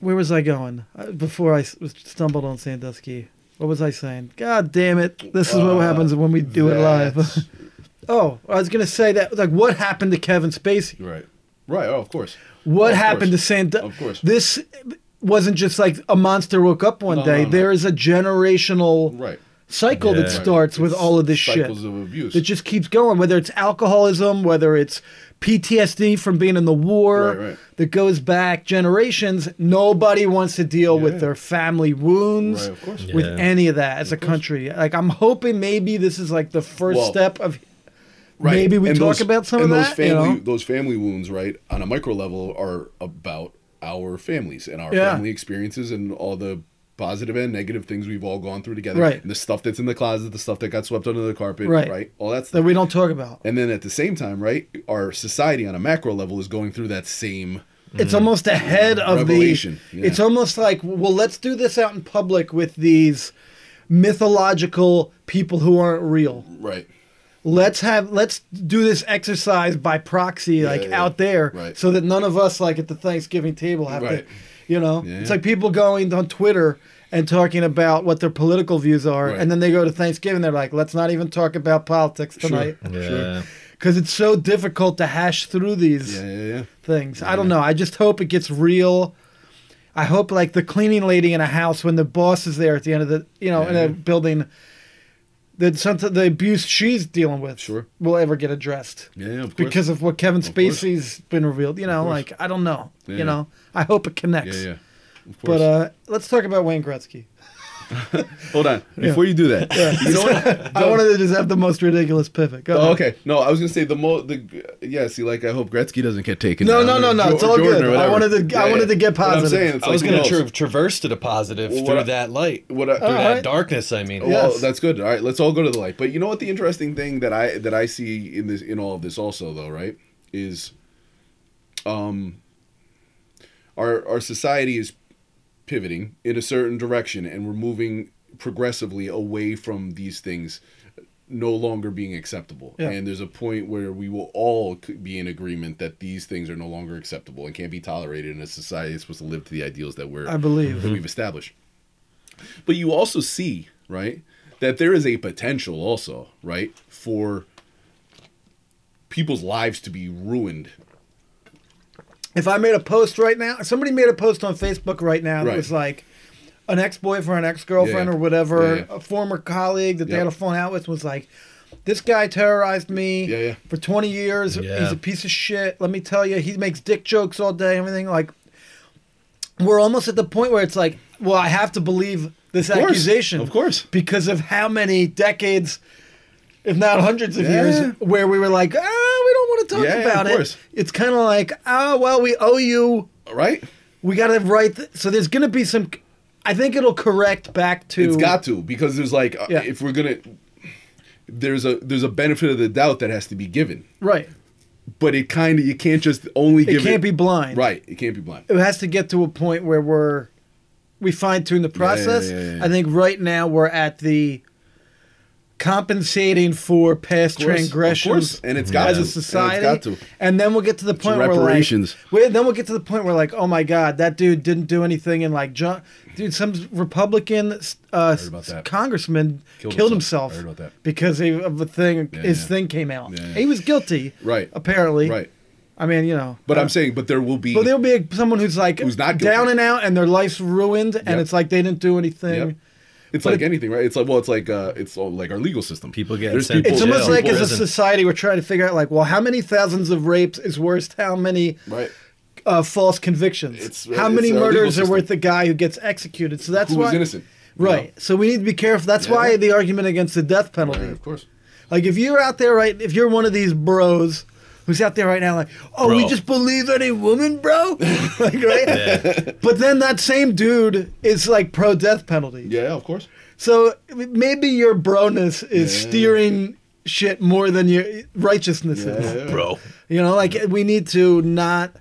Speaker 1: Where was I going Uh, before I s- was- stumbled on Sandusky? What was I saying? God damn it! This is what
Speaker 2: Uh,
Speaker 1: happens when we do it
Speaker 2: that's-
Speaker 1: live. [laughs] oh, I was gonna say that. Like, what happened to Kevin Spacey?
Speaker 2: right right oh of cocourse
Speaker 1: What
Speaker 2: Of
Speaker 1: happened
Speaker 2: course.
Speaker 1: to Santa?
Speaker 2: Of course.
Speaker 1: This wasn't just like a monster woke up one
Speaker 2: No,
Speaker 1: day.
Speaker 2: no, no.
Speaker 1: There is a generational
Speaker 2: right
Speaker 1: cycle that
Speaker 3: Yeah.
Speaker 1: starts with
Speaker 2: It's
Speaker 1: all of this shit.
Speaker 2: cycles of abuse
Speaker 1: It just keeps going, whether it's alcoholism, whether it's PTSD from being in the war
Speaker 2: Right, right.
Speaker 1: that goes back generations. Nobody wants to deal
Speaker 2: Yeah.
Speaker 1: with their family wounds,
Speaker 2: Right, of course.
Speaker 1: with
Speaker 3: Yeah.
Speaker 1: any of that as a country. Like, I'm hoping maybe this is like the first
Speaker 2: Well,
Speaker 1: step of
Speaker 2: right.
Speaker 1: maybe we
Speaker 2: and
Speaker 1: talk
Speaker 2: those-
Speaker 1: about some
Speaker 2: and
Speaker 1: of
Speaker 2: those
Speaker 1: that. you
Speaker 2: Family,
Speaker 1: know?
Speaker 2: Those family wounds, right, on a micro level, are about our families and our
Speaker 1: Yeah.
Speaker 2: family experiences and all the positive and negative things we've all gone through together.
Speaker 1: Right.
Speaker 2: And the stuff that's in the closet, the stuff that got swept under the carpet,
Speaker 1: Right.
Speaker 2: right, all that
Speaker 1: That
Speaker 2: stuff.
Speaker 1: we don't talk about.
Speaker 2: and then at the same time, right, our society on a macro level is going through that same.
Speaker 1: it's almost ahead of
Speaker 2: Revelation,
Speaker 1: the
Speaker 2: yeah.
Speaker 1: it's almost like well let's do this out in public with these mythological people who aren't real
Speaker 2: Right.
Speaker 1: let's have let's do this exercise by proxy like
Speaker 2: yeah.
Speaker 1: out there
Speaker 2: Right.
Speaker 1: so that none of us like at the thanksgiving table have
Speaker 2: Right.
Speaker 1: to you know
Speaker 2: Yeah,
Speaker 1: it's
Speaker 2: yeah.
Speaker 1: like people going on twitter and talking about what their political views are
Speaker 2: Right.
Speaker 1: and then they go to thanksgiving they're like let's not even talk about politics tonight
Speaker 3: Yeah.
Speaker 1: because it's so difficult to hash through these
Speaker 2: Yeah, yeah, yeah.
Speaker 1: things. I don't know. I just hope it gets real. I hope like the cleaning lady in a house when the boss is there at the end of the you know in
Speaker 2: Yeah.
Speaker 1: a building that sometimes the abuse she's dealing with
Speaker 2: Sure.
Speaker 1: will ever get addressed
Speaker 2: Yeah, yeah, of course.
Speaker 1: because of what Kevin
Speaker 2: course.
Speaker 1: Spacey's been revealed. You know, like I don't know.
Speaker 2: Yeah.
Speaker 1: You know, I hope it
Speaker 2: Yeah,
Speaker 1: connects.
Speaker 2: yeah. Of course.
Speaker 1: But uh, let's talk about Wayne
Speaker 2: [laughs]
Speaker 1: Gretzky.
Speaker 2: Hold on. Before you do that, you know
Speaker 1: [laughs]
Speaker 2: what?
Speaker 1: I wanted to just have the most ridiculous pivot. Go
Speaker 2: Oh,
Speaker 1: ahead.
Speaker 2: okay. No, I was gonna say the mo the yeah. See, like I hope Gretzky doesn't get taken.
Speaker 1: No,
Speaker 2: down,
Speaker 1: no,
Speaker 2: or
Speaker 1: no, no,
Speaker 2: Jo-
Speaker 1: it's all
Speaker 2: Jordan
Speaker 1: good.
Speaker 2: or
Speaker 1: I
Speaker 2: whatever.
Speaker 1: wanted to- I wanted to get
Speaker 2: What I'm
Speaker 1: positive.
Speaker 2: saying, it's
Speaker 3: I was
Speaker 2: like,
Speaker 3: going to
Speaker 2: who knows?
Speaker 3: tra- traverse to the positive
Speaker 2: Well, what
Speaker 3: through
Speaker 2: I-
Speaker 3: that light, through
Speaker 2: What I,
Speaker 1: Uh,
Speaker 3: that
Speaker 1: Alright.
Speaker 3: darkness. I mean,
Speaker 1: Yeah.
Speaker 2: well,
Speaker 1: Yes.
Speaker 2: that's good. All right, let's all go to the light. But you know what? The interesting thing that I that I see in this in all of this also though, right, is, um, our our society is pivoting in a certain direction, and we're moving progressively away from these things no longer being acceptable.
Speaker 1: Yeah.
Speaker 2: And there's a point where we will all c- be in agreement that these things are no longer acceptable and can't be tolerated in a society that's supposed to live to the ideals that we're
Speaker 1: I believe.
Speaker 2: that we've established. But you also see, right, that there is a potential also, right, for people's lives to be ruined.
Speaker 1: if I made a post right now, somebody made a post on Facebook right now that
Speaker 2: Right.
Speaker 1: was like, an ex boyfriend, ex girlfriend,
Speaker 2: Yeah.
Speaker 1: or whatever,
Speaker 2: Yeah, yeah.
Speaker 1: a former colleague that they
Speaker 2: Yeah.
Speaker 1: had a phone out with was like, this guy terrorized me
Speaker 2: Yeah, yeah.
Speaker 1: for 20 years. He's
Speaker 3: Yeah.
Speaker 1: a piece of shit. Let me tell you, he makes dick jokes all day, and everything. Like, we're almost at the point where it's like, well, I have to believe this
Speaker 2: course,
Speaker 1: accusation.
Speaker 2: of course.
Speaker 1: Because of how many decades, if not hundreds of
Speaker 2: Yeah.
Speaker 1: years, where we were like, ah, we don't want to talk
Speaker 2: Yeah, yeah,
Speaker 1: about
Speaker 2: of
Speaker 1: it.
Speaker 2: course.
Speaker 1: It's kind of like, ah, well, we owe you
Speaker 2: right?
Speaker 1: we got to write. Th- so there's going to be some. I think it'll correct back to.
Speaker 2: It's got to because there's like uh,
Speaker 1: Yeah.
Speaker 2: if we're gonna there's a there's a benefit of the doubt that has to be given,
Speaker 1: right.
Speaker 2: but it kind of you can't just only
Speaker 1: It
Speaker 2: give
Speaker 1: can't be blind.
Speaker 2: right. It can't be blind.
Speaker 1: It has to get to a point where we're we fine tune the
Speaker 2: yeah, yeah,
Speaker 1: process.
Speaker 2: yeah, yeah.
Speaker 1: I think right now we're at the compensating for past
Speaker 2: Of course, of
Speaker 1: transgressions
Speaker 2: course, and it's got
Speaker 1: as
Speaker 2: to
Speaker 1: a society,
Speaker 2: And it's got to.
Speaker 1: And then we'll get to the point where
Speaker 2: reparations.
Speaker 1: like, we- then we'll get to the point where like, oh my god, that dude didn't do anything, and like, John, dude, some Republican uh,
Speaker 2: about that.
Speaker 1: congressman
Speaker 2: Killed
Speaker 1: killed, himself,
Speaker 2: himself. I heard about that.
Speaker 1: because he, of a thing,
Speaker 2: Yeah,
Speaker 1: his
Speaker 2: yeah.
Speaker 1: thing came out.
Speaker 2: Yeah, yeah.
Speaker 1: He was guilty,
Speaker 2: Right.
Speaker 1: Apparently,
Speaker 2: Right.
Speaker 1: I mean, you know,
Speaker 2: But
Speaker 1: uh,
Speaker 2: I'm saying, but there will be.
Speaker 1: but there'll be a, someone who's like
Speaker 2: Who's not guilty.
Speaker 1: down and out, and their life's ruined, and
Speaker 2: Yep.
Speaker 1: it's like they didn't do anything.
Speaker 2: Yep. It's
Speaker 1: but
Speaker 2: like
Speaker 1: it-
Speaker 2: anything, right? It's like well, it's like uh, it's all like our legal system.
Speaker 3: People get
Speaker 2: There's
Speaker 3: sent to
Speaker 1: It's
Speaker 3: Well,
Speaker 1: almost
Speaker 3: yeah.
Speaker 1: like as a
Speaker 3: Prison.
Speaker 1: society, we're trying to figure out like, well, how many thousands of rapes is worth how many
Speaker 2: right.
Speaker 1: uh, false convictions?
Speaker 2: It's-
Speaker 1: how
Speaker 2: it's
Speaker 1: many
Speaker 2: our legal
Speaker 1: murders are
Speaker 2: system.
Speaker 1: worth the guy who gets executed? So that's
Speaker 2: Who
Speaker 1: why
Speaker 2: was innocent? you
Speaker 1: Right. So we need to be careful. That's
Speaker 2: Yeah.
Speaker 1: why the argument against the death penalty.
Speaker 2: know? Yeah, of course.
Speaker 1: Like if you're out there right, if you're one of these bros who's out there right now, like, oh, we
Speaker 3: Bro.
Speaker 1: just believe any woman, bro.
Speaker 2: [laughs]
Speaker 1: like, right? But then that same dude is like pro death penalty.
Speaker 2: Yeah, of course.
Speaker 1: So maybe your broness is
Speaker 2: Yeah.
Speaker 1: steering shit more than your righteousness is.
Speaker 2: Yeah.
Speaker 3: bro.
Speaker 1: You know, like we need to not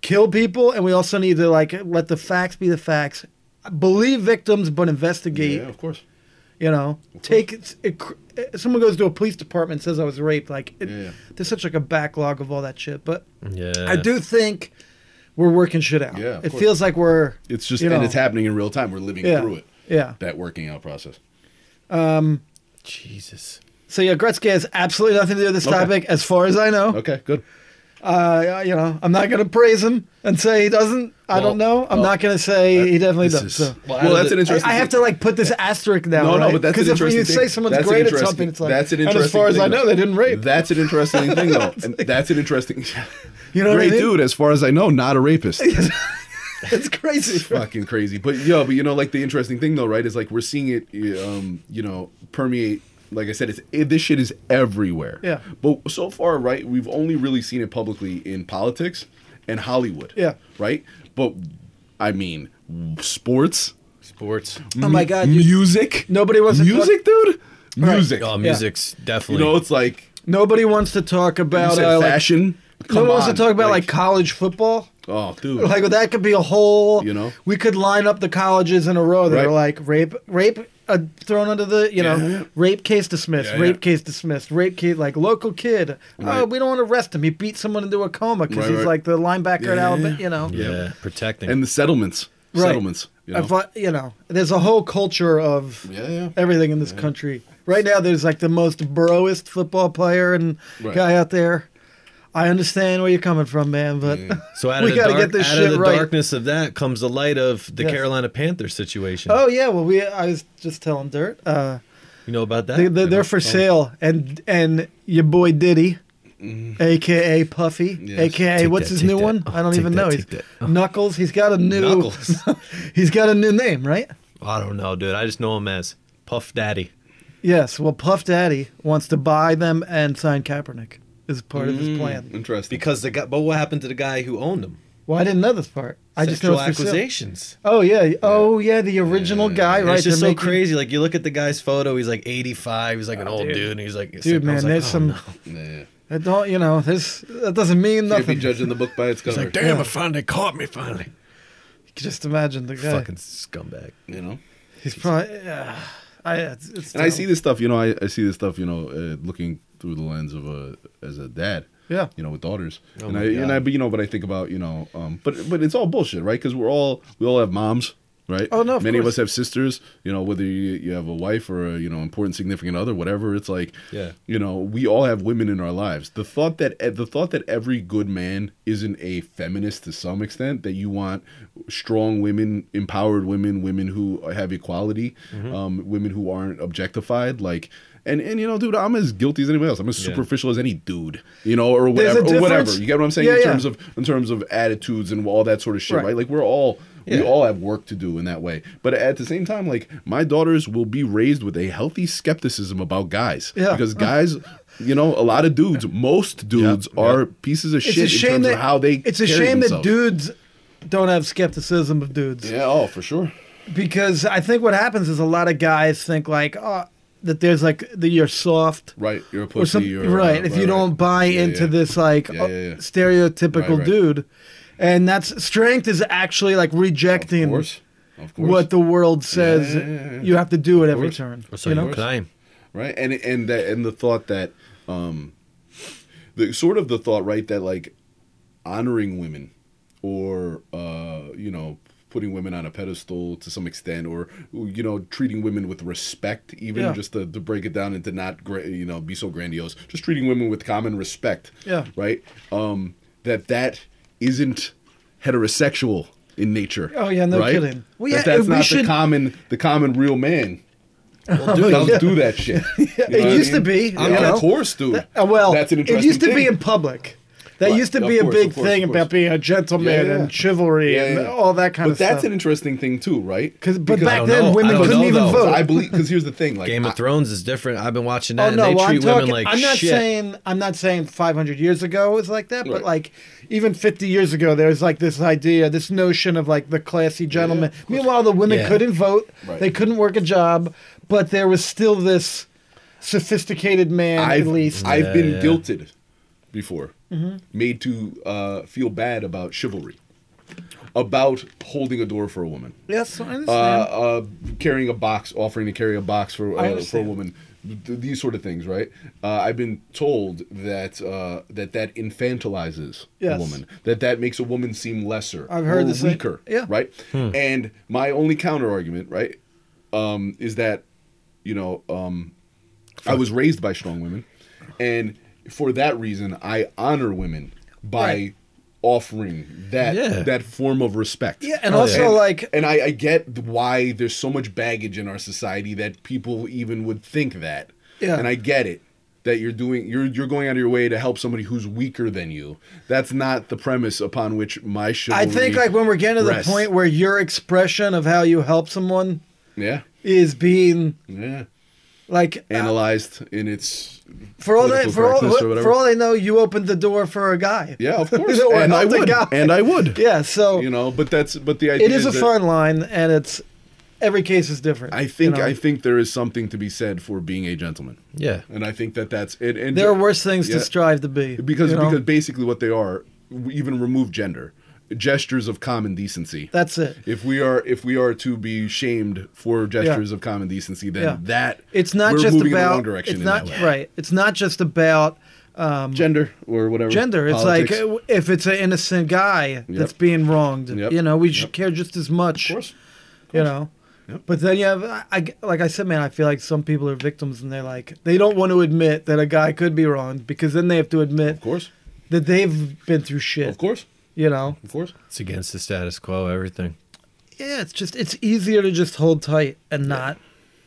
Speaker 1: kill people, and we also need to like let the facts be the facts. Believe victims, but investigate.
Speaker 2: Yeah, of course.
Speaker 1: You know, take it, it, someone goes to a police department and says I was raped. Like it,
Speaker 2: Yeah.
Speaker 1: there's such like a backlog of all that shit. But
Speaker 3: Yeah.
Speaker 1: I do think we're working shit out.
Speaker 2: Yeah, of
Speaker 1: it
Speaker 2: course.
Speaker 1: feels like we're
Speaker 2: It's just
Speaker 1: You
Speaker 2: and
Speaker 1: know.
Speaker 2: it's happening in real time. We're living
Speaker 1: yeah,
Speaker 2: through it.
Speaker 1: yeah.
Speaker 2: That working out process.
Speaker 3: Jesus.
Speaker 1: So yeah, Gretzky has absolutely nothing to do with this
Speaker 2: Okay.
Speaker 1: topic, as far as I know.
Speaker 2: Okay, good.
Speaker 1: Uh, you know, I'm not gonna praise him and say he doesn't. I don't know. I'm not gonna say he definitely
Speaker 2: This
Speaker 1: does.
Speaker 2: is-
Speaker 1: so.
Speaker 2: well, that's an interesting.
Speaker 1: I, I have to
Speaker 2: thing.
Speaker 1: like put this asterisk now.
Speaker 2: No, no,
Speaker 1: right?
Speaker 2: but that's an
Speaker 1: 'Cause if
Speaker 2: interesting
Speaker 1: you
Speaker 2: thing.
Speaker 1: say someone's
Speaker 2: That's an
Speaker 1: great at
Speaker 2: interesting-
Speaker 1: something, it's like
Speaker 2: that's an
Speaker 1: And as
Speaker 2: interesting
Speaker 1: far as
Speaker 2: thing,
Speaker 1: I know,
Speaker 2: though.
Speaker 1: they didn't rape.
Speaker 2: That's an interesting
Speaker 1: [laughs]
Speaker 2: thing, though. and that's an interesting. [laughs]
Speaker 1: You know what I
Speaker 2: great
Speaker 1: mean?
Speaker 2: dude, as far as I know, not a
Speaker 1: [laughs] [laughs]
Speaker 2: rapist.
Speaker 1: it's crazy.
Speaker 2: [laughs]
Speaker 1: right?
Speaker 2: fucking crazy. But yo, but you know, like the interesting thing though, right? Is like we're seeing it, um, you know, permeate. Like I said, it's it, this shit is everywhere.
Speaker 1: Yeah.
Speaker 2: But so far, right, we've only really seen it publicly in politics and Hollywood.
Speaker 1: Yeah.
Speaker 2: Right. But I mean, sports.
Speaker 3: Sports.
Speaker 1: Oh my
Speaker 2: mu-
Speaker 1: God, you-
Speaker 2: Music.
Speaker 1: Nobody wasn't talk-
Speaker 2: music, dude.
Speaker 1: Right.
Speaker 2: Music.
Speaker 3: Oh, music's
Speaker 2: You
Speaker 3: definitely.
Speaker 2: know, it's like
Speaker 1: Nobody wants to talk
Speaker 2: you
Speaker 1: about
Speaker 2: said
Speaker 1: uh, like-
Speaker 2: fashion.
Speaker 1: No
Speaker 2: Come
Speaker 1: one wants to
Speaker 2: on,
Speaker 1: talk about like, college football.
Speaker 2: oh,
Speaker 1: [laughs]
Speaker 2: dude.
Speaker 1: Like that could be a whole.
Speaker 2: You know?
Speaker 1: we could line up the colleges in a row that
Speaker 2: Right.
Speaker 1: are like rape, rape uh, thrown under the you know
Speaker 2: Yeah.
Speaker 1: rape case dismissed,
Speaker 2: Yeah,
Speaker 1: rape
Speaker 2: yeah.
Speaker 1: case dismissed, rape case like local kid.
Speaker 2: Right.
Speaker 1: Oh, we don't want to arrest him. He beat someone into a coma because
Speaker 2: Right,
Speaker 1: he's
Speaker 2: right.
Speaker 1: like the linebacker at
Speaker 2: Yeah,
Speaker 1: Alabama.
Speaker 2: yeah.
Speaker 1: You know,
Speaker 3: yeah. Protecting.
Speaker 2: and the settlements.
Speaker 1: Right.
Speaker 2: Settlements. You know?
Speaker 1: If I- you know, there's a whole culture of
Speaker 2: yeah, yeah.
Speaker 1: everything in this country. Right now, there's like the most broest football player and
Speaker 2: Right.
Speaker 1: guy out there. I understand where you're coming from, man, but
Speaker 3: so out
Speaker 1: we
Speaker 3: of the,
Speaker 1: gotta
Speaker 3: dark,
Speaker 1: get this
Speaker 3: out of
Speaker 1: shit
Speaker 3: the
Speaker 1: right.
Speaker 3: darkness of that comes the light of the
Speaker 1: Yes.
Speaker 3: Carolina Panther situation.
Speaker 1: [laughs] oh yeah, well, we I was just telling Dirt, uh,
Speaker 3: You know about that?
Speaker 1: they, they, they're for sale, and and your boy Diddy, aka Puffy,
Speaker 2: Yes.
Speaker 1: aka
Speaker 3: Mm. Take
Speaker 1: what's
Speaker 3: that,
Speaker 1: his
Speaker 3: take
Speaker 1: new
Speaker 3: that.
Speaker 1: one?
Speaker 3: Oh,
Speaker 1: I don't
Speaker 3: take
Speaker 1: even
Speaker 3: that,
Speaker 1: know.
Speaker 3: take
Speaker 1: He's,
Speaker 3: that. Oh.
Speaker 1: [laughs] Knuckles. He's got a new.
Speaker 3: Knuckles.
Speaker 1: [laughs]
Speaker 3: [laughs]
Speaker 1: he's got a new name, right?
Speaker 3: I don't know, dude. I just know him as Puff Daddy.
Speaker 1: Yes. Well, Puff Daddy wants to buy them and sign Kaepernick is part
Speaker 3: Mm.
Speaker 1: of his plan.
Speaker 2: Hmm, Interesting.
Speaker 3: Because the guy, but what happened to the guy who owned him?
Speaker 1: Well, I didn't know this part. I just know
Speaker 3: Sexual
Speaker 1: it's for sale.
Speaker 3: accusations.
Speaker 1: Oh yeah. Oh yeah. The original guy,
Speaker 3: And
Speaker 1: right?
Speaker 3: it's just so
Speaker 1: they're making-
Speaker 3: crazy. Like you look at the guy's photo, he's like 85. He's like an old Oh, dude. and he's like,
Speaker 1: Dude,
Speaker 3: I
Speaker 1: man,
Speaker 3: was like,
Speaker 1: there's
Speaker 3: oh,
Speaker 1: some.
Speaker 3: no.
Speaker 2: Yeah.
Speaker 1: [laughs] That don't, you know, there's that doesn't mean
Speaker 2: Can't be
Speaker 1: nothing.
Speaker 2: judging the book by [laughs] its cover.
Speaker 3: Like, damn, I finally caught me. Finally,
Speaker 1: Just imagine the guy.
Speaker 3: fucking scumbag.
Speaker 2: you know.
Speaker 1: He's probably. Yeah. I, it's, it's
Speaker 2: And I
Speaker 1: terrible.
Speaker 2: see this stuff, you know. I, I see this stuff, you know, uh, looking through the lens of a as a dad.
Speaker 1: Yeah.
Speaker 2: You know, with daughters.
Speaker 3: Oh
Speaker 2: and
Speaker 3: my
Speaker 2: I and
Speaker 3: God.
Speaker 2: I, but you know, but I think about you know, um, but but it's all bullshit, right? Because we're all we all have moms. right?
Speaker 1: Oh, no, of
Speaker 2: Many of
Speaker 1: course.
Speaker 2: us have sisters. You know, whether you, you have a wife or a you know important significant other, whatever. It's like,
Speaker 3: Yeah.
Speaker 2: you know, we all have women in our lives. The thought that eh, the thought that every good man isn't a feminist to some extent, that you want strong women, empowered women, women who have equality,
Speaker 1: Mm-hmm.
Speaker 2: um, women who aren't objectified, like. And, and you know, dude, I'm as guilty as anybody else. I'm as
Speaker 3: Yeah.
Speaker 2: superficial as any dude, you know, or
Speaker 1: There's a
Speaker 2: whatever, or whatever.
Speaker 1: difference.
Speaker 2: You get what I'm saying
Speaker 1: Yeah,
Speaker 2: in
Speaker 1: yeah.
Speaker 2: terms of in terms of attitudes and all that sort of shit,
Speaker 1: Right.
Speaker 2: right? Like we're all we
Speaker 3: Yeah.
Speaker 2: all have work to do in that way. But at the same time, like my daughters will be raised with a healthy skepticism about guys,
Speaker 1: Yeah. Uh-huh.
Speaker 2: because guys. You know, a lot of dudes, most dudes, are pieces of shit in terms of how they.
Speaker 1: it's a
Speaker 2: carry
Speaker 1: shame that
Speaker 2: themselves.
Speaker 1: dudes don't have skepticism of dudes
Speaker 2: Yeah, oh, for sure.
Speaker 1: because I think what happens is a lot of guys think like oh that there's like that you're soft
Speaker 2: Right, you're a pussy.
Speaker 1: or some,
Speaker 2: you're,
Speaker 1: right, if you don't buy
Speaker 2: Yeah,
Speaker 1: into
Speaker 2: yeah.
Speaker 1: this like uh,
Speaker 2: Yeah, yeah, yeah.
Speaker 1: stereotypical
Speaker 2: Right, right.
Speaker 1: dude and that's strength is actually like
Speaker 2: of
Speaker 1: rejecting
Speaker 2: course, of course,
Speaker 1: what the world says
Speaker 2: Yeah, yeah, yeah.
Speaker 1: you have to do at every
Speaker 2: course.
Speaker 1: turn
Speaker 3: So
Speaker 1: you
Speaker 3: you
Speaker 1: know
Speaker 3: climb.
Speaker 2: right and and that and the thought that um the sort of the thought right that like honoring women or uh you know putting women on a pedestal to some extent or you know treating women with respect even
Speaker 1: Yeah.
Speaker 2: just to, to break it down and to not gra- you know be so grandiose just treating women with common respect
Speaker 1: Yeah.
Speaker 2: right um that that isn't heterosexual in nature
Speaker 1: Oh, yeah, no
Speaker 2: right?
Speaker 1: kidding. Well, yeah,
Speaker 2: that that's
Speaker 1: we
Speaker 2: not
Speaker 1: should-
Speaker 2: the common the common real man
Speaker 1: Well,
Speaker 2: do
Speaker 1: dude,
Speaker 2: not
Speaker 1: Oh, yeah.
Speaker 2: do
Speaker 1: [laughs]
Speaker 2: that shit.
Speaker 1: it used to be,
Speaker 2: i
Speaker 1: you know?
Speaker 2: of course, dude.
Speaker 1: That- uh, well,
Speaker 2: that's an
Speaker 1: it
Speaker 2: interesting
Speaker 1: used to be
Speaker 2: thing.
Speaker 1: in public. That
Speaker 2: Right.
Speaker 1: used to
Speaker 2: Of
Speaker 1: be
Speaker 2: course,
Speaker 1: a big
Speaker 2: of course,
Speaker 1: thing
Speaker 2: of course.
Speaker 1: about being a gentleman
Speaker 2: Yeah, yeah.
Speaker 1: and chivalry
Speaker 2: Yeah,
Speaker 1: and
Speaker 2: yeah.
Speaker 1: all that kind
Speaker 2: but
Speaker 1: of
Speaker 2: that's
Speaker 1: stuff.
Speaker 2: an interesting thing too, right?
Speaker 1: 'Cause- but
Speaker 2: Because-
Speaker 1: back
Speaker 3: don't
Speaker 1: then,
Speaker 3: know. I
Speaker 1: women
Speaker 3: don't
Speaker 1: couldn't
Speaker 3: know,
Speaker 1: even
Speaker 3: though.
Speaker 1: vote.
Speaker 2: I
Speaker 1: [laughs]
Speaker 2: believe because here's the thing, like
Speaker 3: Game
Speaker 2: I,
Speaker 3: of Thrones is different. I've been watching that,
Speaker 1: oh
Speaker 3: and
Speaker 1: no,
Speaker 3: they
Speaker 1: well, I'm
Speaker 3: treat
Speaker 1: talking.
Speaker 3: women like
Speaker 1: I'm not
Speaker 3: shit.
Speaker 1: saying I'm not saying 500 years ago it was like that,
Speaker 2: Right.
Speaker 1: but like even 50 years ago, there was like this idea, this notion of like the classy gentleman. Meanwhile, the women
Speaker 3: Yeah.
Speaker 1: couldn't vote,
Speaker 2: Right.
Speaker 1: they couldn't work a job, but there was still this sophisticated man
Speaker 2: I've,
Speaker 1: at least.
Speaker 2: I've
Speaker 3: Yeah,
Speaker 2: been
Speaker 3: yeah.
Speaker 2: guilted before,
Speaker 1: Mm-hmm.
Speaker 2: made to uh, feel bad about chivalry, about holding a door for a woman.
Speaker 1: yes, I understand.
Speaker 2: uh, uh, carrying a box, offering to carry a box
Speaker 1: I
Speaker 2: for uh, for a
Speaker 1: understand.
Speaker 2: woman, th- these sort of things, right? Uh, I've been told that uh, that that infantilizes
Speaker 1: Yes.
Speaker 2: a woman, that that makes a woman seem lesser,
Speaker 1: I've heard
Speaker 2: or
Speaker 1: the same-
Speaker 2: weaker,
Speaker 1: yeah.
Speaker 2: right? And my only counter argument, right, um, is that you know um, I was raised by strong women, and for that reason, I honor women by.
Speaker 1: Right.
Speaker 2: Offering that
Speaker 3: Yeah.
Speaker 2: that form of respect,
Speaker 1: yeah, and
Speaker 3: Oh, yeah.
Speaker 1: also
Speaker 2: and,
Speaker 1: like
Speaker 2: and I, I get th- why there's so much baggage in our society that people even would think that.
Speaker 1: Yeah.
Speaker 2: And I get it that you're doing you're you're going out of your way to help somebody who's weaker than you. That's not the premise upon which my
Speaker 1: I
Speaker 2: chivalry.
Speaker 1: think like when we're getting to
Speaker 2: rests.
Speaker 1: the point where your expression of how you help someone
Speaker 2: yeah
Speaker 1: is being
Speaker 2: yeah
Speaker 1: like uh,
Speaker 2: analyzed in its
Speaker 1: for all that
Speaker 2: political
Speaker 1: for all
Speaker 2: correctness or whatever.
Speaker 1: for all they know you opened the door for a guy.
Speaker 2: yeah
Speaker 1: [laughs]
Speaker 2: of course
Speaker 1: Or
Speaker 2: and I
Speaker 1: helped a
Speaker 2: would
Speaker 1: guy.
Speaker 2: and I
Speaker 1: [laughs]
Speaker 2: would
Speaker 1: Yeah, so
Speaker 2: you know but that's but the idea
Speaker 1: it is a
Speaker 2: that-
Speaker 1: fine line and it's every case is different.
Speaker 2: I
Speaker 1: you
Speaker 2: think
Speaker 1: know?
Speaker 2: I think there is something to be said for being a gentleman.
Speaker 3: Yeah.
Speaker 2: And I think that that's it. And
Speaker 1: there are worse things
Speaker 2: Yeah.
Speaker 1: to strive to be.
Speaker 2: because
Speaker 1: you know?
Speaker 2: because basically what they are we even remove gender gestures of common decency
Speaker 1: that's it.
Speaker 2: if we are if we are to be shamed for gestures of common decency then
Speaker 1: Yeah.
Speaker 2: that
Speaker 1: It's not
Speaker 2: we're
Speaker 1: just
Speaker 2: moving in the
Speaker 1: about
Speaker 2: wrong direction
Speaker 1: it's
Speaker 2: in
Speaker 1: not
Speaker 2: that way.
Speaker 1: right. It's not just about
Speaker 2: Um, gender or whatever
Speaker 1: gender. It's
Speaker 2: politics.
Speaker 1: like uh, if it's an innocent guy that's being wronged,
Speaker 2: Yep.
Speaker 1: you know, we should
Speaker 2: Yep.
Speaker 1: care just as much.
Speaker 2: of course
Speaker 1: you know. But then you have, I, I- like I said, man, I feel like some people are victims and they're like, they don't want to admit that a guy could be wronged because then they have to admit
Speaker 2: of course
Speaker 1: that they've been through shit.
Speaker 2: of course
Speaker 1: You know?
Speaker 2: of course
Speaker 3: It's against the status quo. Everything.
Speaker 1: Yeah, it's just, it's easier to just hold tight and not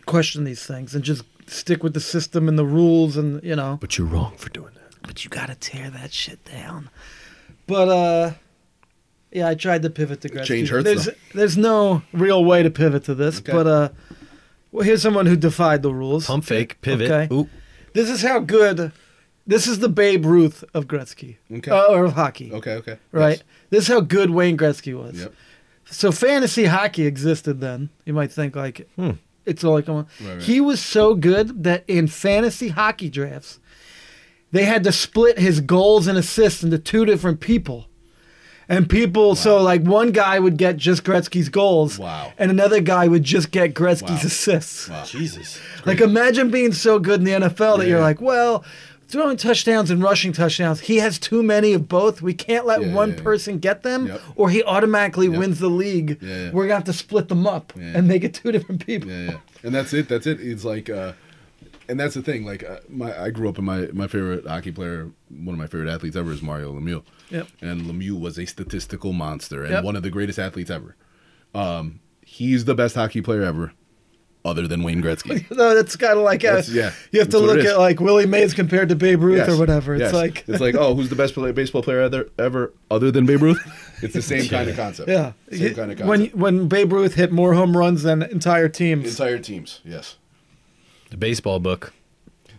Speaker 1: question these things and just stick with the system and the rules and, you know.
Speaker 3: But you're wrong for doing that.
Speaker 1: But you got to tear that shit down. But, uh, yeah, I tried to pivot to Gretzky.
Speaker 2: Change hurts,
Speaker 1: there's,
Speaker 2: though.
Speaker 1: there's no real way to pivot to this,
Speaker 2: Okay.
Speaker 1: but, uh, well, here's someone who defied the rules.
Speaker 3: Pump fake. Pivot.
Speaker 1: Okay.
Speaker 3: Ooh.
Speaker 1: This is how good. This is the Babe Ruth of Gretzky
Speaker 2: Okay.
Speaker 1: Uh, or of hockey,
Speaker 2: okay okay
Speaker 1: right? This is how good Wayne Gretzky was.
Speaker 2: Yes. yep
Speaker 1: So fantasy hockey existed then. You might think like it's all like come on.
Speaker 2: Hmm. Right, right.
Speaker 1: He was so good that in fantasy hockey drafts, they had to split his goals and assists into two different people. And people, so like one guy would get just Gretzky's goals,
Speaker 2: Wow.
Speaker 1: and another guy would just get Gretzky's
Speaker 2: Wow.
Speaker 1: assists.
Speaker 2: wow
Speaker 3: Jesus.
Speaker 1: Like imagine being so good in the NFL that
Speaker 2: Yeah,
Speaker 1: you're
Speaker 2: yeah.
Speaker 1: like, well, throwing touchdowns and rushing touchdowns. He has too many of both. We can't let
Speaker 2: Yeah,
Speaker 1: one
Speaker 2: yeah, yeah.
Speaker 1: person get them,
Speaker 2: Yep.
Speaker 1: or he automatically
Speaker 2: Yep.
Speaker 1: wins the league.
Speaker 2: Yeah, yeah.
Speaker 1: We're gonna have to split them up
Speaker 2: Yeah.
Speaker 1: and make it two different people.
Speaker 2: Yeah,
Speaker 1: [laughs]
Speaker 2: yeah. And that's it. That's it. It's like, uh, and that's the thing. Like, uh, my I grew up and my my favorite hockey player, one of my favorite athletes ever, is Mario Lemieux.
Speaker 1: Yep.
Speaker 2: And Lemieux was a statistical monster and
Speaker 1: Yep.
Speaker 2: one of the greatest athletes ever. Um, he's the best hockey player ever, other than Wayne Gretzky.
Speaker 1: No, that's kind of like a,
Speaker 2: That's- yeah,
Speaker 1: you have to
Speaker 2: that's what it
Speaker 1: look
Speaker 2: is.
Speaker 1: at like Willie Mays compared to Babe Ruth
Speaker 2: Yes,
Speaker 1: or whatever. It's
Speaker 2: yes.
Speaker 1: like
Speaker 2: it's like oh, who's the best play, baseball player other, ever other than Babe Ruth? It's
Speaker 1: [laughs]
Speaker 2: the same kind of concept.
Speaker 1: yeah,
Speaker 2: same kind of concept.
Speaker 1: when when Babe Ruth hit more home runs than entire teams.
Speaker 2: entire teams, yes.
Speaker 3: The baseball book.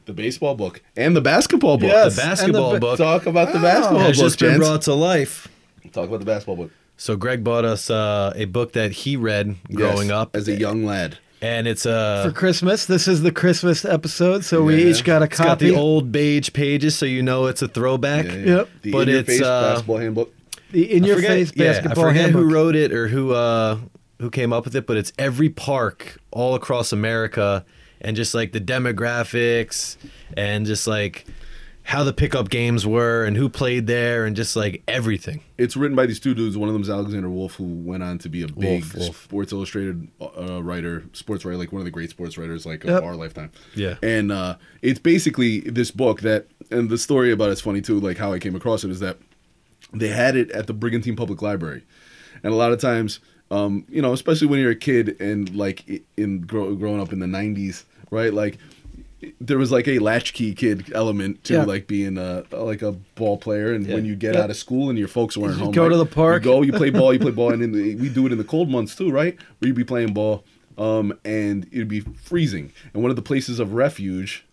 Speaker 2: The baseball book and the basketball book. Ah.
Speaker 1: Yes,
Speaker 3: the
Speaker 1: and the
Speaker 3: basketball
Speaker 1: ba-
Speaker 3: book
Speaker 2: Talk about the basketball book,
Speaker 3: has just been
Speaker 2: gents.
Speaker 3: brought to life.
Speaker 2: Talk about the basketball book.
Speaker 3: So Greg bought us uh, a book that he read growing
Speaker 2: Yes,
Speaker 3: up,
Speaker 2: as a young lad.
Speaker 3: and it's
Speaker 1: for
Speaker 3: a.
Speaker 1: Christmas. This is the Christmas episode, so we
Speaker 2: uh, Yeah.
Speaker 1: each got a
Speaker 3: It's got
Speaker 1: copy.
Speaker 3: the old beige pages, so you know it's a throwback.
Speaker 2: Yeah, yeah.
Speaker 1: Yep.
Speaker 2: The
Speaker 3: But
Speaker 2: in your
Speaker 3: it's,
Speaker 2: face
Speaker 3: uh,
Speaker 2: basketball handbook.
Speaker 1: The in
Speaker 3: I
Speaker 1: your
Speaker 3: forget-
Speaker 1: face
Speaker 3: yeah,
Speaker 1: basketball
Speaker 3: I forget
Speaker 1: handbook.
Speaker 3: who wrote it or who uh, who came up with it, but it's every park all across America, and just like the demographics, and just like how the pickup games were, and who played there, and just like everything.
Speaker 2: It's written by these two dudes. One of them's Alexander Wolf, who went on to be a big
Speaker 3: Wolf, Wolf.
Speaker 2: Sports Illustrated uh, writer, sports writer, like one of the great sports writers like
Speaker 1: Yep.
Speaker 2: of our lifetime.
Speaker 3: Yeah.
Speaker 2: and uh, it's basically this book that, and the story about it's funny too. Like how I came across it is that they had it at the Brigantine Public Library, and a lot of times, um, you know, especially when you're a kid and like i- in grow, growing up in the '90s, right? Like there was like a latchkey kid element to
Speaker 1: Yeah.
Speaker 2: like being a like a ball player, and when you get
Speaker 1: Yeah.
Speaker 2: out of school and your folks weren't home,
Speaker 1: go
Speaker 2: like,
Speaker 1: to the park.
Speaker 2: you go, you play ball, you play ball, and
Speaker 1: [laughs]
Speaker 2: then the, we do it in the cold months too, right? Where you'd be playing ball, um, and it'd be freezing, and one of the places of refuge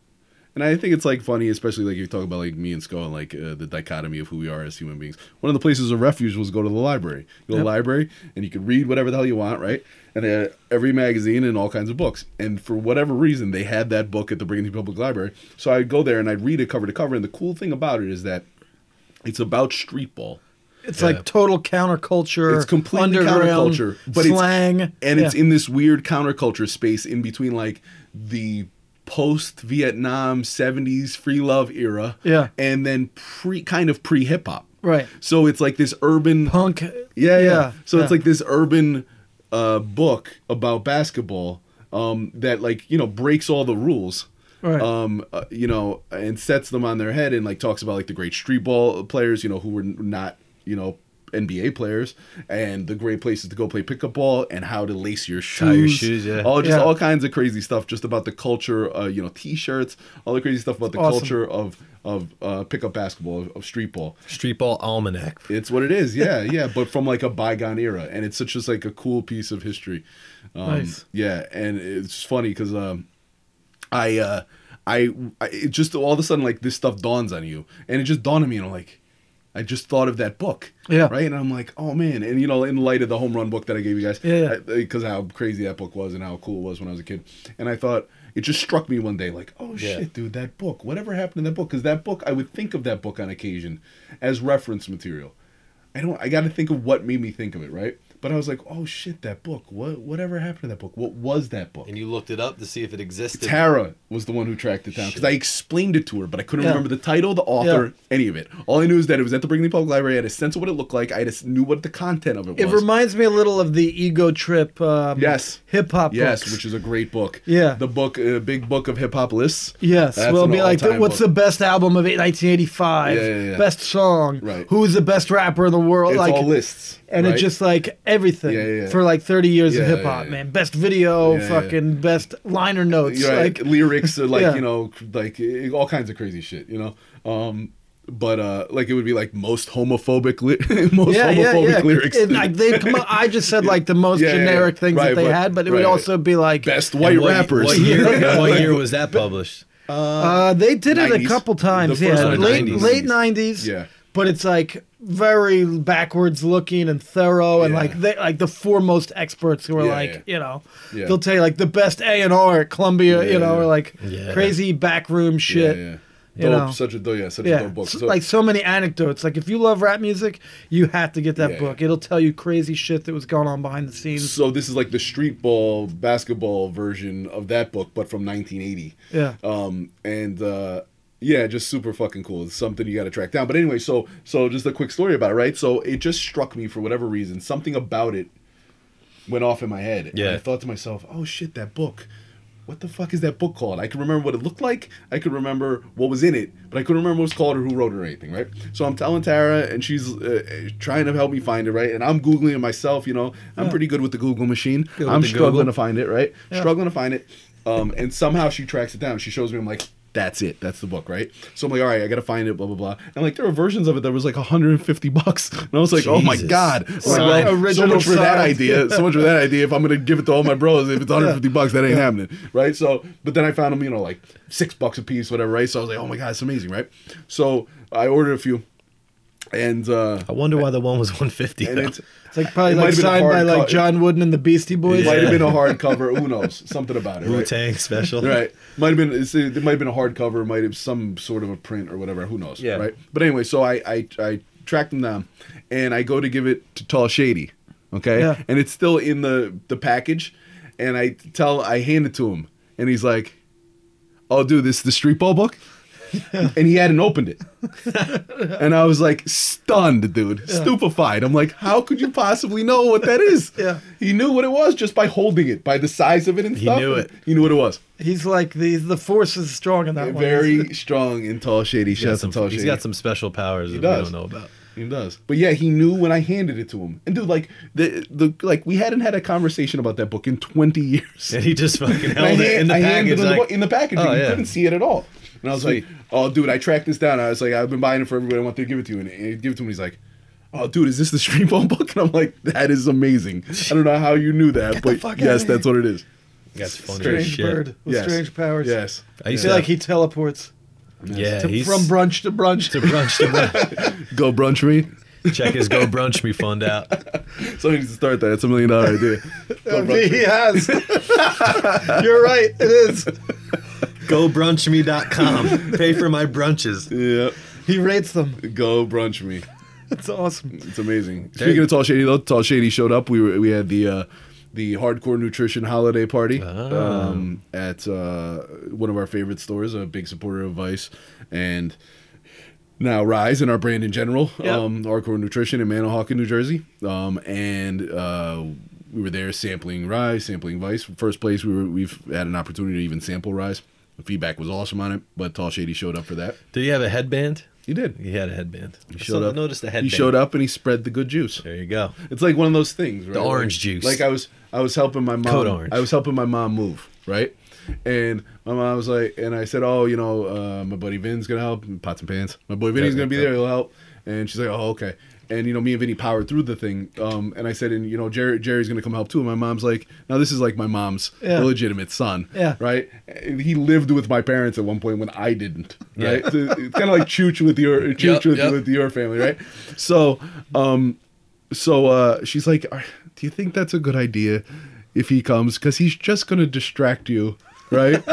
Speaker 2: and I think it's like funny, especially like you talk about like me and Skull and like uh, the dichotomy of who we are as human beings. One of the places of refuge was go to the library. Go to the library and you could read whatever the hell you want, right? And they had every magazine and all kinds of books. And for whatever reason, they had that book at the Brigantine Public Library. So I'd go there and I'd read it cover to cover. And the cool thing about it is that it's about street ball.
Speaker 1: It's
Speaker 3: Yeah.
Speaker 1: like total counterculture.
Speaker 2: It's completely
Speaker 1: underground
Speaker 2: counterculture, but it's-
Speaker 1: slang,
Speaker 2: and it's
Speaker 1: Yeah.
Speaker 2: in this weird counterculture space in between like the post Vietnam 70s free love era
Speaker 1: Yeah.
Speaker 2: and then pre kind of pre hip hop.
Speaker 1: Right.
Speaker 2: So it's like this urban
Speaker 1: punk.
Speaker 2: yeah, yeah. So
Speaker 1: yeah.
Speaker 2: it's like this urban uh, book about basketball um, that like you know breaks all the rules.
Speaker 1: Right.
Speaker 2: Um, uh, you know, and sets them on their head and like talks about like the great street ball players, you know, who were n- not, you know, NBA players and the great places to go play pickup ball and how to lace your shoes.
Speaker 3: Tie your shoes, yeah.
Speaker 2: All just
Speaker 1: Yeah.
Speaker 2: all kinds of crazy stuff just about the culture, uh, you know, t-shirts, all the crazy stuff about the
Speaker 1: awesome.
Speaker 2: culture of of uh, pickup basketball, of, of street ball.
Speaker 3: Street Ball Almanac.
Speaker 2: It's what it is, yeah, yeah. But from like a bygone era, and it's such just like a cool piece of history. Um,
Speaker 1: Nice.
Speaker 2: Yeah, and it's funny because um, I, uh, I, I, it just all of a sudden like this stuff dawns on you, and it just dawned on me, and I'm like, I just thought of that book,
Speaker 1: Yeah.
Speaker 2: right. And I'm like, oh man, and you know, in light of the home run book that I gave you guys,
Speaker 1: Yeah, yeah.
Speaker 2: because how crazy that book was and how cool it was when I was a kid, and I thought. It just struck me one day, like, oh
Speaker 3: Yeah.
Speaker 2: shit, dude, that book. Whatever happened to that book? Because that book, I would think of that book on occasion as reference material. I don't. I got to think of what made me think of it, right? But I was like, oh shit, that book. What? Whatever happened to that book? What was that book?
Speaker 3: you looked it up to see if it
Speaker 2: [laughs]
Speaker 3: existed.
Speaker 2: Tara was the one who tracked it down because I explained it to her, but I couldn't
Speaker 1: Yeah.
Speaker 2: remember the title, the author, any of it. All I knew is that it was at the Brigney Public Library. I had a sense of what it looked like. I just knew what the content of it,
Speaker 1: It
Speaker 2: was.
Speaker 1: reminds me a little of the Ego Trip. Um,
Speaker 2: Yes.
Speaker 1: Hip hop.
Speaker 2: yes,
Speaker 1: books.
Speaker 2: which is a great book.
Speaker 1: Yeah.
Speaker 2: the book, uh, big book of hip hop lists.
Speaker 1: Yes,
Speaker 2: That's
Speaker 1: we'll
Speaker 2: an
Speaker 1: be like,
Speaker 2: all-time
Speaker 1: what's the
Speaker 2: book.
Speaker 1: best album of 1985?
Speaker 2: Yeah, yeah, yeah.
Speaker 1: Best song?
Speaker 2: Right.
Speaker 1: Who's the best rapper in the world?
Speaker 2: It's
Speaker 1: like
Speaker 2: all lists,
Speaker 1: and
Speaker 2: right?
Speaker 1: it's just like everything
Speaker 2: Yeah, yeah, yeah.
Speaker 1: for like 30 years
Speaker 2: Yeah,
Speaker 1: of
Speaker 2: yeah,
Speaker 1: hip hop,
Speaker 2: yeah.
Speaker 1: man. Best video,
Speaker 2: Yeah, yeah.
Speaker 1: fucking best liner notes.
Speaker 2: You're right.
Speaker 1: Like,
Speaker 2: lyrics are like
Speaker 1: Yeah.
Speaker 2: you know cr- like eh, all kinds of crazy shit you know um but uh like it would be like most homophobic li- [laughs] most
Speaker 1: yeah, yeah,
Speaker 2: homophobic
Speaker 1: yeah.
Speaker 2: lyrics
Speaker 1: And, like they come up, I just
Speaker 2: [laughs]
Speaker 1: said like the most
Speaker 2: Yeah, yeah, yeah.
Speaker 1: generic things
Speaker 2: Right,
Speaker 1: that they
Speaker 2: but-
Speaker 1: had, but it would
Speaker 2: right.
Speaker 1: also be like
Speaker 2: best white
Speaker 3: what,
Speaker 2: rappers
Speaker 3: What
Speaker 2: [laughs]
Speaker 3: year, what year was that published?
Speaker 1: Uh, they did it a
Speaker 2: 90s.
Speaker 1: couple times,
Speaker 2: The
Speaker 1: yeah,
Speaker 2: first
Speaker 3: one,
Speaker 1: late
Speaker 3: 90s.
Speaker 1: late nineties.
Speaker 2: Yeah.
Speaker 1: but it's like very backwards looking and thorough, and
Speaker 2: Yeah.
Speaker 1: like they like the foremost experts who are
Speaker 2: Yeah,
Speaker 1: like
Speaker 2: yeah.
Speaker 1: you know
Speaker 2: Yeah.
Speaker 1: they'll tell you like the best A and R at Columbia,
Speaker 2: Yeah,
Speaker 1: you know,
Speaker 2: yeah.
Speaker 1: or like
Speaker 3: Yeah.
Speaker 1: crazy backroom shit.
Speaker 2: yeah, yeah.
Speaker 1: you
Speaker 2: Dope,
Speaker 1: know.
Speaker 2: such a dope yeah such a
Speaker 1: Yeah,
Speaker 2: dope book
Speaker 1: s-
Speaker 2: So-
Speaker 1: like so many anecdotes. Like if you love rap music, you have to get that
Speaker 2: Yeah.
Speaker 1: book. It'll tell you crazy shit that was going on behind the scenes.
Speaker 2: So this is like the street ball basketball version of that book, but from 1980.
Speaker 1: Yeah.
Speaker 2: Um, and uh, Yeah, just super fucking cool. It's something you got to track down. But anyway, so so just a quick story about it, right? So it just struck me for whatever reason, something about it went off in my head. And
Speaker 3: Yeah.
Speaker 2: I thought to myself, "Oh shit, that book. What the fuck is that book called?" I can remember what it looked like. I could remember what was in it, but I couldn't remember what it was called or who wrote it or anything, right? So I'm telling Tara, and she's uh, trying to help me find it, right? And I'm googling it myself. You know, I'm pretty good with the Google machine.
Speaker 3: with
Speaker 2: I'm
Speaker 3: the
Speaker 2: struggling
Speaker 3: Google.
Speaker 2: to find it, right? Struggling to find it. Um, and somehow she tracks it down. She shows me. I'm like, that's it. That's the book, right? So I'm like, all right, I gotta find it. Blah blah blah. And like, there were versions of it that was like 150 bucks, and I was like, oh my
Speaker 3: Jesus.
Speaker 2: god, I'm
Speaker 3: So
Speaker 2: like,
Speaker 1: that
Speaker 2: so
Speaker 1: original
Speaker 2: much for that
Speaker 1: size.
Speaker 2: idea. So much for that idea. If I'm gonna give it to all my bros, if it's 150 bucks, that ain't happening, right? So, but then I found them, you know, like six bucks a piece, whatever, right? So I was like, oh my god, it's amazing, right? So I ordered a few, and uh
Speaker 3: I wonder why the one was 150.
Speaker 2: and
Speaker 3: though.
Speaker 2: it's.
Speaker 1: It's like probably
Speaker 2: It might
Speaker 1: like
Speaker 2: have been a
Speaker 1: signed
Speaker 2: hard
Speaker 1: by like
Speaker 2: cut.
Speaker 1: John Wooden and the Beastie Boys.
Speaker 2: It might have been a hardcover. Who knows? Something about it.
Speaker 3: Wu
Speaker 2: right?
Speaker 3: Tang
Speaker 2: [laughs]
Speaker 3: special.
Speaker 2: right. Might have been it's, it might have been a hardcover, might have some sort of a print or whatever. Who knows?
Speaker 3: Yeah.
Speaker 2: Right. But anyway, so I I, I tracked them down, and I go to give it to Tall Shady, okay,
Speaker 1: Yeah.
Speaker 2: and it's still in the the package, and I tell I hand it to him, and he's like, "Oh, dude, this is the street
Speaker 1: [laughs]
Speaker 2: ball book." and he hadn't opened it. and I was like stunned, dude, stupefied. I'm like, how could you possibly know what that is?
Speaker 1: Yeah.
Speaker 2: He knew what it was just by holding it, by the size of it and
Speaker 3: He
Speaker 2: stuff.
Speaker 3: knew it.
Speaker 2: He knew what it was.
Speaker 1: He's like the the force is strong in that one.
Speaker 2: Very strong and tall shady.
Speaker 3: He's got,
Speaker 2: Shout out
Speaker 3: some,
Speaker 2: to tall
Speaker 3: he's
Speaker 2: shady.
Speaker 3: got some special powers that we
Speaker 2: does.
Speaker 3: don't know about. [laughs]
Speaker 2: He does. But yeah, he knew when I handed it to him. And dude, like the the like we hadn't had a conversation about that book in twenty years.
Speaker 3: And he just fucking
Speaker 2: [laughs] And I
Speaker 3: held it
Speaker 2: hand-
Speaker 3: in the
Speaker 2: I handed
Speaker 3: package.
Speaker 2: him the
Speaker 3: Like,
Speaker 2: book in the packaging.
Speaker 3: Oh,
Speaker 2: you
Speaker 3: yeah.
Speaker 2: couldn't see it at all. And I was
Speaker 3: [laughs] Sweet.
Speaker 2: like, "Oh, dude, I tracked this down." I was like, "I've been buying it for everybody. I want to give it to you." And he give it to him. He's like, "Oh, dude, is this the [laughs] Streamboat book?" And I'm like, "That is amazing. I don't know how you knew that,
Speaker 1: the fuck
Speaker 2: but
Speaker 1: outta
Speaker 2: yes,
Speaker 1: here.
Speaker 2: that's what it is."
Speaker 3: that's funny as
Speaker 1: strange
Speaker 3: shit.
Speaker 1: bird with
Speaker 2: Yes.
Speaker 1: strange powers.
Speaker 2: Yes.
Speaker 3: I
Speaker 1: I
Speaker 3: used
Speaker 1: feel
Speaker 3: to
Speaker 1: like he teleports
Speaker 3: yeah,
Speaker 1: to-
Speaker 3: he's
Speaker 1: from brunch to brunch.
Speaker 3: to [laughs] brunch to
Speaker 2: [laughs]
Speaker 3: brunch.
Speaker 2: Go brunch me.
Speaker 3: Check his go brunch me fund
Speaker 2: [laughs]
Speaker 3: out.
Speaker 2: Somebody needs to start that. It's a million dollar idea.
Speaker 3: Oh,
Speaker 2: Go brunch me.
Speaker 1: he [laughs] has. You're right. It is.
Speaker 2: [laughs]
Speaker 3: GoBrunchMe.com. Pay for my brunches.
Speaker 2: Yeah.
Speaker 1: He rates them.
Speaker 2: Go brunch me.
Speaker 1: It's awesome.
Speaker 2: It's amazing. Speaking of Tall Shady, though, Tall Shady showed up. We were, we had the uh, the hardcore nutrition holiday party
Speaker 3: Ah.
Speaker 2: um, at uh, one of our favorite stores. A big supporter of Vice and now Rise and our brand in general.
Speaker 1: Yeah.
Speaker 2: Um, hardcore nutrition in Manahawkin, New Jersey. Um, and uh, we were there sampling Rise, sampling Vice. First place we were we've had an opportunity to even sample Rise. The feedback was awesome on it, but Tall Shady showed up for that.
Speaker 3: Did he have a headband?
Speaker 2: He did.
Speaker 3: He had a headband.
Speaker 2: He
Speaker 3: I
Speaker 2: showed
Speaker 3: saw-
Speaker 2: up.
Speaker 3: Noticed the
Speaker 2: He
Speaker 3: headband.
Speaker 2: showed up and he spread the good juice.
Speaker 3: There you go.
Speaker 2: It's like one of those things, right?
Speaker 3: The orange
Speaker 2: Like-
Speaker 3: juice.
Speaker 2: Like I was I was helping my mom
Speaker 3: Code orange.
Speaker 2: I was helping my mom move, right? And my mom was like and I said, Oh, you know, uh, my buddy Vin's gonna help, pots and pans. My boy Vinny's gonna be there, he'll help. And she's like, Oh, okay. And you know, me and Vinny powered through the thing. Um, and I said, and you know, Jerry Jerry's gonna come help too. And my mom's like, now this is like my mom's
Speaker 1: Yeah.
Speaker 2: illegitimate son.
Speaker 1: Yeah.
Speaker 2: Right? And He lived with my parents at one point when I didn't.
Speaker 3: Yeah.
Speaker 2: Right. So it's kinda like chooch with your chooch
Speaker 3: Yep,
Speaker 2: with,
Speaker 3: yep.
Speaker 2: with your family, right? So um so uh, she's like, "Are- "Do you think that's a good idea if he comes? Because he's just gonna distract you,
Speaker 1: [laughs]
Speaker 2: right?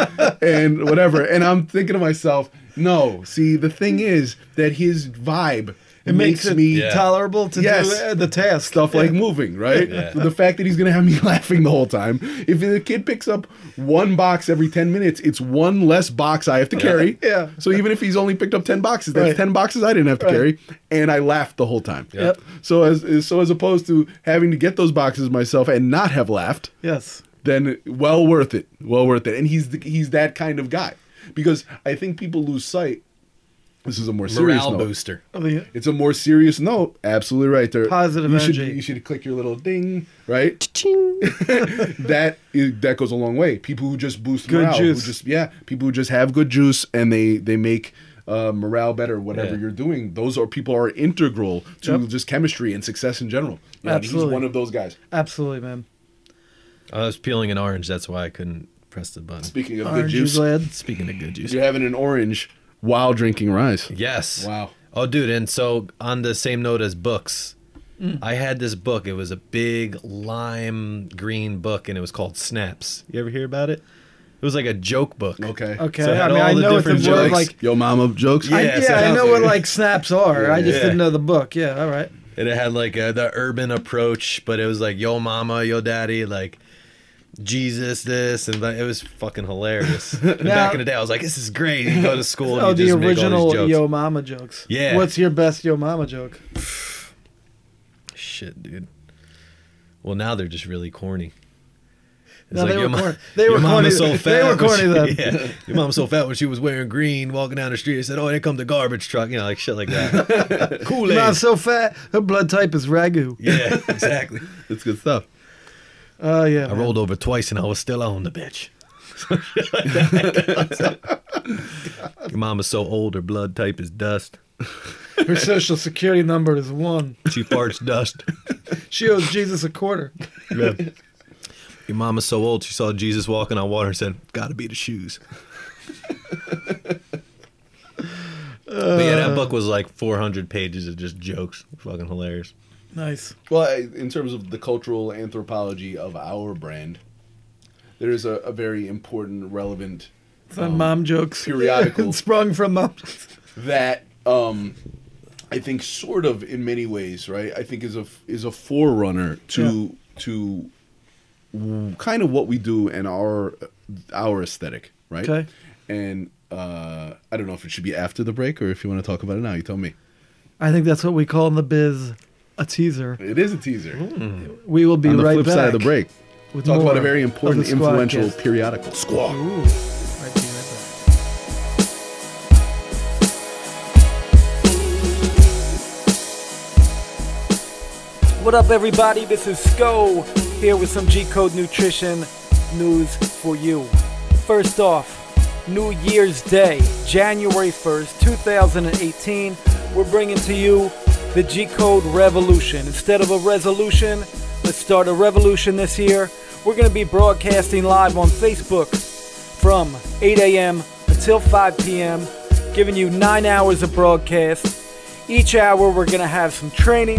Speaker 2: and whatever." And I'm thinking to myself, "No, see, the thing is that his vibe
Speaker 1: It makes, it
Speaker 2: me
Speaker 3: Yeah.
Speaker 1: tolerable to
Speaker 2: Yes.
Speaker 1: do uh, the task.
Speaker 2: stuff like moving, right?
Speaker 3: Yeah.
Speaker 2: The fact that he's gonna have me [laughs] laughing the whole time. If the kid picks up one box every ten minutes, it's one less box I have to carry.
Speaker 1: [laughs] Yeah.
Speaker 2: So even if he's only picked up ten boxes, that's
Speaker 1: Right.
Speaker 2: ten boxes I didn't have to carry, and I laughed the whole time.
Speaker 1: Yep.
Speaker 2: So as so as opposed to having to get those boxes myself and not have laughed,
Speaker 1: yes.
Speaker 2: then well worth it. Well worth it. And he's the, he's that kind of guy because I think people lose sight. This is a more serious
Speaker 3: Morale
Speaker 2: note.
Speaker 3: booster.
Speaker 1: I mean,
Speaker 2: It's a more serious note. Absolutely right there.
Speaker 1: Positive
Speaker 2: you Should,
Speaker 1: energy.
Speaker 2: you should click your little ding, right? [laughs] that is, that goes a long way. People who just boost
Speaker 1: Good
Speaker 2: morale,
Speaker 1: juice.
Speaker 2: who just yeah, people who just have good juice and they they make uh, morale better. Whatever
Speaker 3: Yeah.
Speaker 2: you're doing, those are people are integral to
Speaker 1: Yep.
Speaker 2: just chemistry and success in general. You know, and he's
Speaker 1: Absolutely.
Speaker 2: one of those guys.
Speaker 1: absolutely, man.
Speaker 3: I was peeling an orange. That's why I couldn't press the button.
Speaker 2: Speaking of good
Speaker 1: Orange
Speaker 2: juice,
Speaker 1: is lead.
Speaker 3: Speaking of good juice.
Speaker 2: you're having an orange while drinking rice.
Speaker 3: Yes.
Speaker 2: Wow.
Speaker 3: Oh, dude. And so, on the same note as books, I had this book. It was a big lime green book, and it was called Snaps. You ever hear about it? It was like a joke book.
Speaker 2: Okay.
Speaker 1: Okay.
Speaker 3: So it
Speaker 1: I
Speaker 3: had
Speaker 1: mean,
Speaker 3: all
Speaker 1: I
Speaker 3: the
Speaker 1: know it's a
Speaker 3: different
Speaker 1: word
Speaker 3: jokes.
Speaker 1: like.
Speaker 2: Yo, mama jokes.
Speaker 1: I,
Speaker 3: Yeah,
Speaker 1: yeah,
Speaker 3: so
Speaker 1: I
Speaker 3: how's
Speaker 1: know
Speaker 3: it?
Speaker 1: what like snaps are. I just
Speaker 3: Yeah.
Speaker 1: didn't know the book. Yeah, all right.
Speaker 3: And it had like a, the urban approach, but it was like, yo, mama, yo, daddy, like Jesus this and that. it was fucking hilarious.
Speaker 5: Now-
Speaker 3: Back in the day, I was like, this is great. You go to school and
Speaker 5: oh,
Speaker 3: you
Speaker 5: the
Speaker 3: just make all these
Speaker 5: original
Speaker 3: jokes.
Speaker 5: Yo Mama jokes.
Speaker 3: Yeah.
Speaker 5: What's your best Yo Mama joke?
Speaker 3: Shit, dude. Well, now they're just really corny. It's
Speaker 5: No, they
Speaker 3: your
Speaker 5: were
Speaker 3: ma- [laughs]
Speaker 5: corny- they
Speaker 3: your
Speaker 5: were
Speaker 3: mama's
Speaker 5: corny-
Speaker 3: So
Speaker 5: [laughs] they
Speaker 3: fat
Speaker 5: were
Speaker 3: when she-
Speaker 5: corny then.
Speaker 3: [laughs] yeah. Your mom's so fat when she was wearing green, walking down the street. I said, "Oh, here come the garbage truck," you know, like shit like
Speaker 5: [laughs]
Speaker 3: that. Kool
Speaker 5: Your
Speaker 3: Aid.
Speaker 5: mom's so fat, her blood type is ragu.
Speaker 3: [laughs] yeah, exactly.
Speaker 2: It's good stuff.
Speaker 1: Uh,
Speaker 5: Oh yeah.
Speaker 3: I rolled over twice and I was still on the
Speaker 5: [laughs]
Speaker 3: bitch. [laughs] Your mama's so old, her blood type is dust.
Speaker 5: Her social security number is one.
Speaker 3: She farts dust.
Speaker 5: She owes Jesus a quarter.
Speaker 3: [laughs] Your mama's so old, she saw Jesus walking on water and said, "Gotta be the shoes." but yeah, that book was like 400 pages of just jokes. Fucking hilarious.
Speaker 5: Nice.
Speaker 2: Well, I- in terms of the cultural anthropology of our brand, there's a, a very important, relevant
Speaker 5: It's on mom jokes.
Speaker 2: Oh. periodical.
Speaker 5: [laughs] Sprung from mom.
Speaker 2: that um, I think sort of in many ways, right? I think is a is a forerunner to to kind of what we do and our our aesthetic, right?
Speaker 5: Okay.
Speaker 2: And uh, I don't know if it should be after the break or if you want to talk about it now. You tell me.
Speaker 5: I think that's what we call in the biz a teaser.
Speaker 2: It is a teaser.
Speaker 5: We will Mm-hmm. be
Speaker 2: On the
Speaker 5: right
Speaker 2: flip
Speaker 5: back.
Speaker 2: side of the break,
Speaker 5: with
Speaker 2: talk
Speaker 5: more
Speaker 2: about a very
Speaker 5: of
Speaker 2: important,
Speaker 5: the Squadcast.
Speaker 2: influential periodical. Squawk.
Speaker 5: Ooh. Right, be right back. What up, everybody? This is Sko here with some G Code Nutrition news for you. First off, New Year's Day, January 1st, 2018, we're bringing to you the G Code Revolution. Instead of a resolution, let's start a revolution this year. We're going to be broadcasting live on Facebook from 8 a.m. until 5 p.m., giving you nine hours of broadcast. Each hour, we're going to have some training.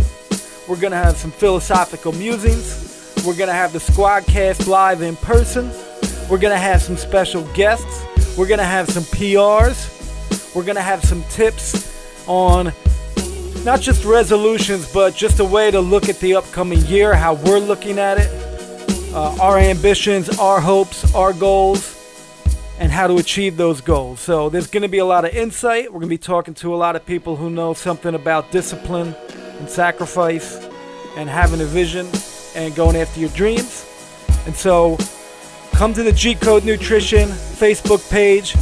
Speaker 5: We're going to have some philosophical musings. We're going to have the Squadcast live in person. We're going to have some special guests. We're going to have some PRs. We're going to have some tips on not just resolutions, but just a way to look at the upcoming year, how we're looking at it, uh, our ambitions, our hopes, our goals and how to achieve those goals. So there's going to be a lot of insight. We're going to be talking to a lot of people who know something about discipline and sacrifice and having a vision and going after your dreams. And so come to the G Code Nutrition Facebook page.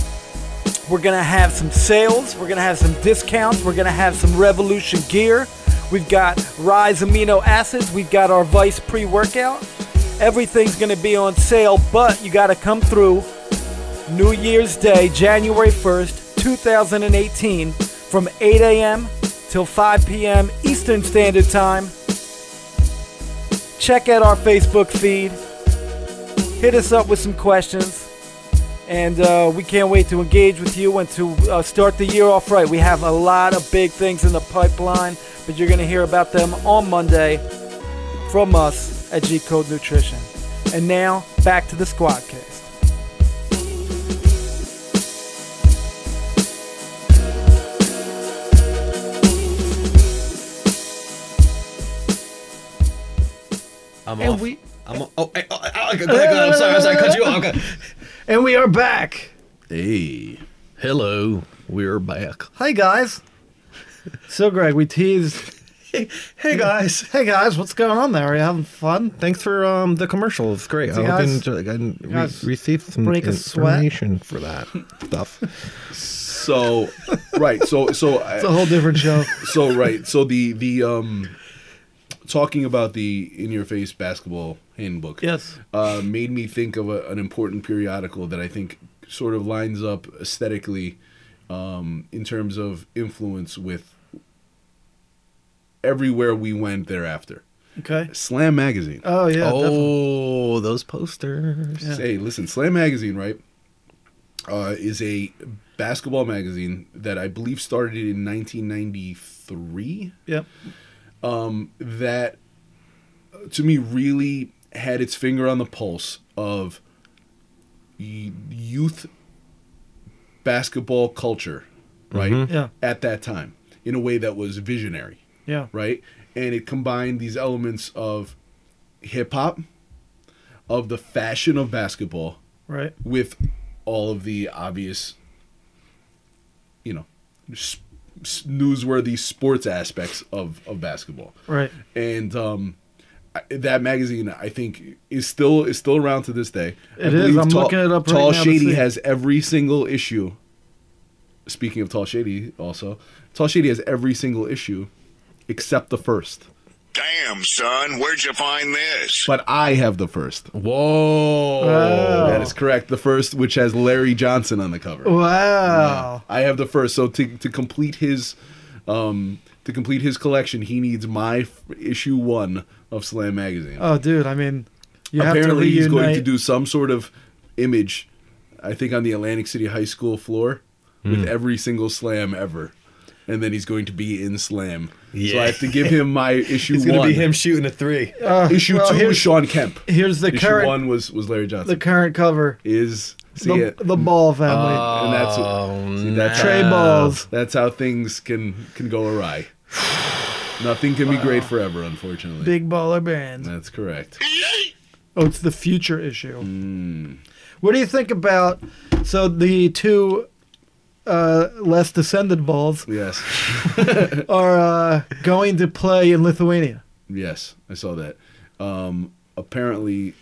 Speaker 5: We're going to have some sales, we're going to have some discounts, we're going to have some revolution gear. We've got Rise amino acids, we've got our Vice pre workout. Everything's going to be on sale, but you got to come through New Year's Day, January 1st, 2018, from 8 a.m. till 5 p.m. Eastern Standard Time. Check out our Facebook feed. Hit us up with some questions. And uh, we can't wait to engage with you and to uh, start the year off right. We have a lot of big things in the pipeline, but you're going to hear about them on Monday from us at G Code Nutrition. And now, back to the Squadcast.
Speaker 3: I'm
Speaker 5: And
Speaker 3: off.
Speaker 5: we-
Speaker 3: I'm o- oh, hey, oh, oh, oh, go ahead, go [laughs] ahead. I'm sorry. I'm sorry. I cut you off. Okay.
Speaker 5: And we are back.
Speaker 2: Hey.
Speaker 3: Hello, we're back.
Speaker 5: Hey guys. So Greg, we teased.
Speaker 3: Hey guys.
Speaker 5: Hey guys, what's going on there? Are you having fun?
Speaker 3: Thanks for um, the commercial. It's great. I
Speaker 5: You
Speaker 3: hope you
Speaker 5: guys-
Speaker 3: enjoy- I didn't re-
Speaker 5: guys
Speaker 3: received some
Speaker 5: break a sweat?
Speaker 3: information for that [laughs] stuff.
Speaker 2: So, right. So, so I-
Speaker 5: It's a whole different show.
Speaker 2: so right so the the um talking about the in your face basketball handbook
Speaker 5: Yes.
Speaker 2: uh made me think of a, an important periodical that i think sort of lines up aesthetically um in terms of influence with everywhere we went thereafter
Speaker 5: Okay.
Speaker 2: slam magazine
Speaker 5: Oh yeah.
Speaker 3: oh, [laughs]
Speaker 5: definitely.
Speaker 3: those posters.
Speaker 5: Yeah.
Speaker 2: Hey, listen, Slam Magazine, right? Uh, is a basketball magazine that I believe started in 1993.
Speaker 5: Yep.
Speaker 2: Um, that uh, to me really had its finger on the pulse of y- youth basketball culture, right?
Speaker 1: Mm-hmm.
Speaker 5: Yeah.
Speaker 2: At that time, in a way that was visionary
Speaker 5: Yeah.
Speaker 2: right? And it combined these elements of hip hop, of the fashion of basketball
Speaker 1: Right.
Speaker 2: with all of the obvious, you know, s- s- newsworthy sports aspects of, of basketball.
Speaker 1: Right.
Speaker 2: And um, I- that magazine, I think, is still is still around to this day. I
Speaker 1: It is.
Speaker 2: believe
Speaker 1: I'm
Speaker 2: Tall,
Speaker 1: looking it up right
Speaker 2: Tall
Speaker 1: now to
Speaker 2: Shady
Speaker 1: see.
Speaker 2: has every single issue. Speaking of Tall Shady, also, Tall Shady has every single issue except the first.
Speaker 6: Damn, son, where'd you find this?
Speaker 2: But I have the first.
Speaker 3: Whoa.
Speaker 1: Wow.
Speaker 2: That is correct. The first, which has Larry Johnson on the cover.
Speaker 1: Wow.
Speaker 2: I have the first. So to to complete his um to complete his collection, he needs my f- issue one of Slam magazine.
Speaker 1: Oh, dude. I mean, you
Speaker 2: Apparently,
Speaker 1: have to
Speaker 2: he's
Speaker 1: reunite.
Speaker 2: going to do some sort of image. I think on the Atlantic City High School floor
Speaker 3: Hmm.
Speaker 2: with every single Slam ever. And then he's going to be in Slam. So
Speaker 3: Yeah.
Speaker 2: I have to give him my issue
Speaker 3: [laughs] It's
Speaker 2: one.
Speaker 3: gonna be him shooting a three.
Speaker 2: Issue
Speaker 1: Well,
Speaker 2: two was
Speaker 1: here's-
Speaker 2: Sean Kemp.
Speaker 1: Here's the
Speaker 2: issue
Speaker 1: current
Speaker 2: one was, was Larry Johnson.
Speaker 1: the current cover.
Speaker 2: is see
Speaker 1: The,
Speaker 2: it. Uh,
Speaker 1: the Ball family.
Speaker 2: and that's
Speaker 3: Oh,
Speaker 2: see, that's
Speaker 1: Trey
Speaker 3: nah.
Speaker 1: Balls.
Speaker 2: That's how things can can go awry. Nothing can be great forever, unfortunately.
Speaker 1: Big Baller Bands.
Speaker 2: That's correct.
Speaker 1: Oh, it's the future issue.
Speaker 2: Mm.
Speaker 1: What do you think about so the two uh, less descended balls
Speaker 2: Yes,
Speaker 1: are uh, going to play in Lithuania?
Speaker 2: yes, I saw that. Um, apparently,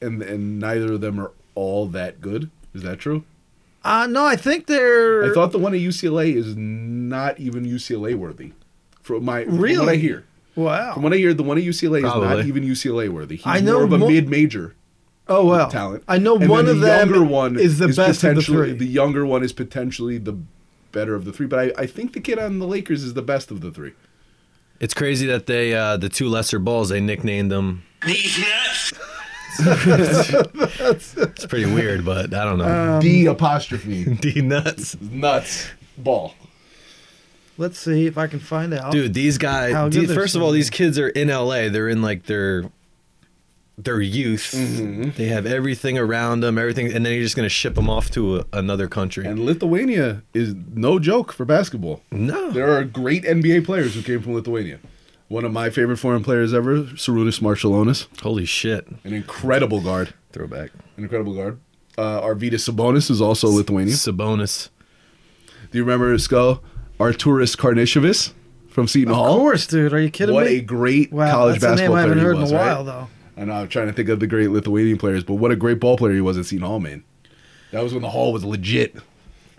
Speaker 2: and and neither of them are all that good. Is that true?
Speaker 1: Uh, no, I think they're.
Speaker 2: I thought the one at UCLA is not even UCLA worthy. From my from what I
Speaker 1: Really?
Speaker 2: hear, from
Speaker 1: wow.
Speaker 2: what I hear, the one at UCLA is not
Speaker 3: Probably.
Speaker 2: even UCLA worthy. He's
Speaker 1: I know
Speaker 2: more of a
Speaker 1: mo-
Speaker 2: mid major.
Speaker 1: Oh well.
Speaker 2: talent.
Speaker 1: I know
Speaker 2: And
Speaker 1: one
Speaker 2: then
Speaker 1: of
Speaker 2: the
Speaker 1: them
Speaker 2: younger one
Speaker 1: is the best of the
Speaker 2: potentially-
Speaker 1: three.
Speaker 2: The younger one is potentially the better of the three, but I, I think the kid on the Lakers is the best of the three.
Speaker 3: It's crazy that they uh, the two lesser balls they nicknamed them.
Speaker 4: These nuts.
Speaker 3: [laughs] It's pretty weird, but I don't know.
Speaker 1: Uh,
Speaker 3: [laughs]
Speaker 1: Um,
Speaker 2: D apostrophe
Speaker 3: D
Speaker 2: [laughs]
Speaker 3: nuts,
Speaker 2: nuts ball.
Speaker 1: Let's see if I can find out.
Speaker 3: dude. These
Speaker 1: How
Speaker 3: guys.
Speaker 1: good
Speaker 3: the-
Speaker 1: they're
Speaker 3: first of all,
Speaker 1: supposed to
Speaker 3: these kids are in LA. They're in like their their youth. They have everything around them, everything, and then you're just gonna ship them off to a, another country.
Speaker 2: And Lithuania is no joke for basketball.
Speaker 1: Mm.
Speaker 3: no,
Speaker 2: There are great NBA players who came from Lithuania. One of my favorite foreign players ever, Sarunas Marshalonis,
Speaker 3: holy shit,
Speaker 2: an incredible guard,
Speaker 3: throwback.
Speaker 2: an incredible guard. Uh, Arvydas Sabonis is also Lithuanian.
Speaker 3: Sabonis.
Speaker 2: Do you remember Skull Arturis Karnishevis from Seton
Speaker 1: of
Speaker 2: Hall?
Speaker 1: course, dude. Are you kidding
Speaker 2: what
Speaker 1: me?
Speaker 2: a great
Speaker 1: wow,
Speaker 2: college
Speaker 1: that's
Speaker 2: basketball
Speaker 1: a name I haven't
Speaker 2: player
Speaker 1: heard
Speaker 2: he was,
Speaker 1: in a
Speaker 2: right?
Speaker 1: while though.
Speaker 2: And I'm trying to think of the great Lithuanian players, but what a great ball player he was at Seton Hall, man. That was when the Hall was legit.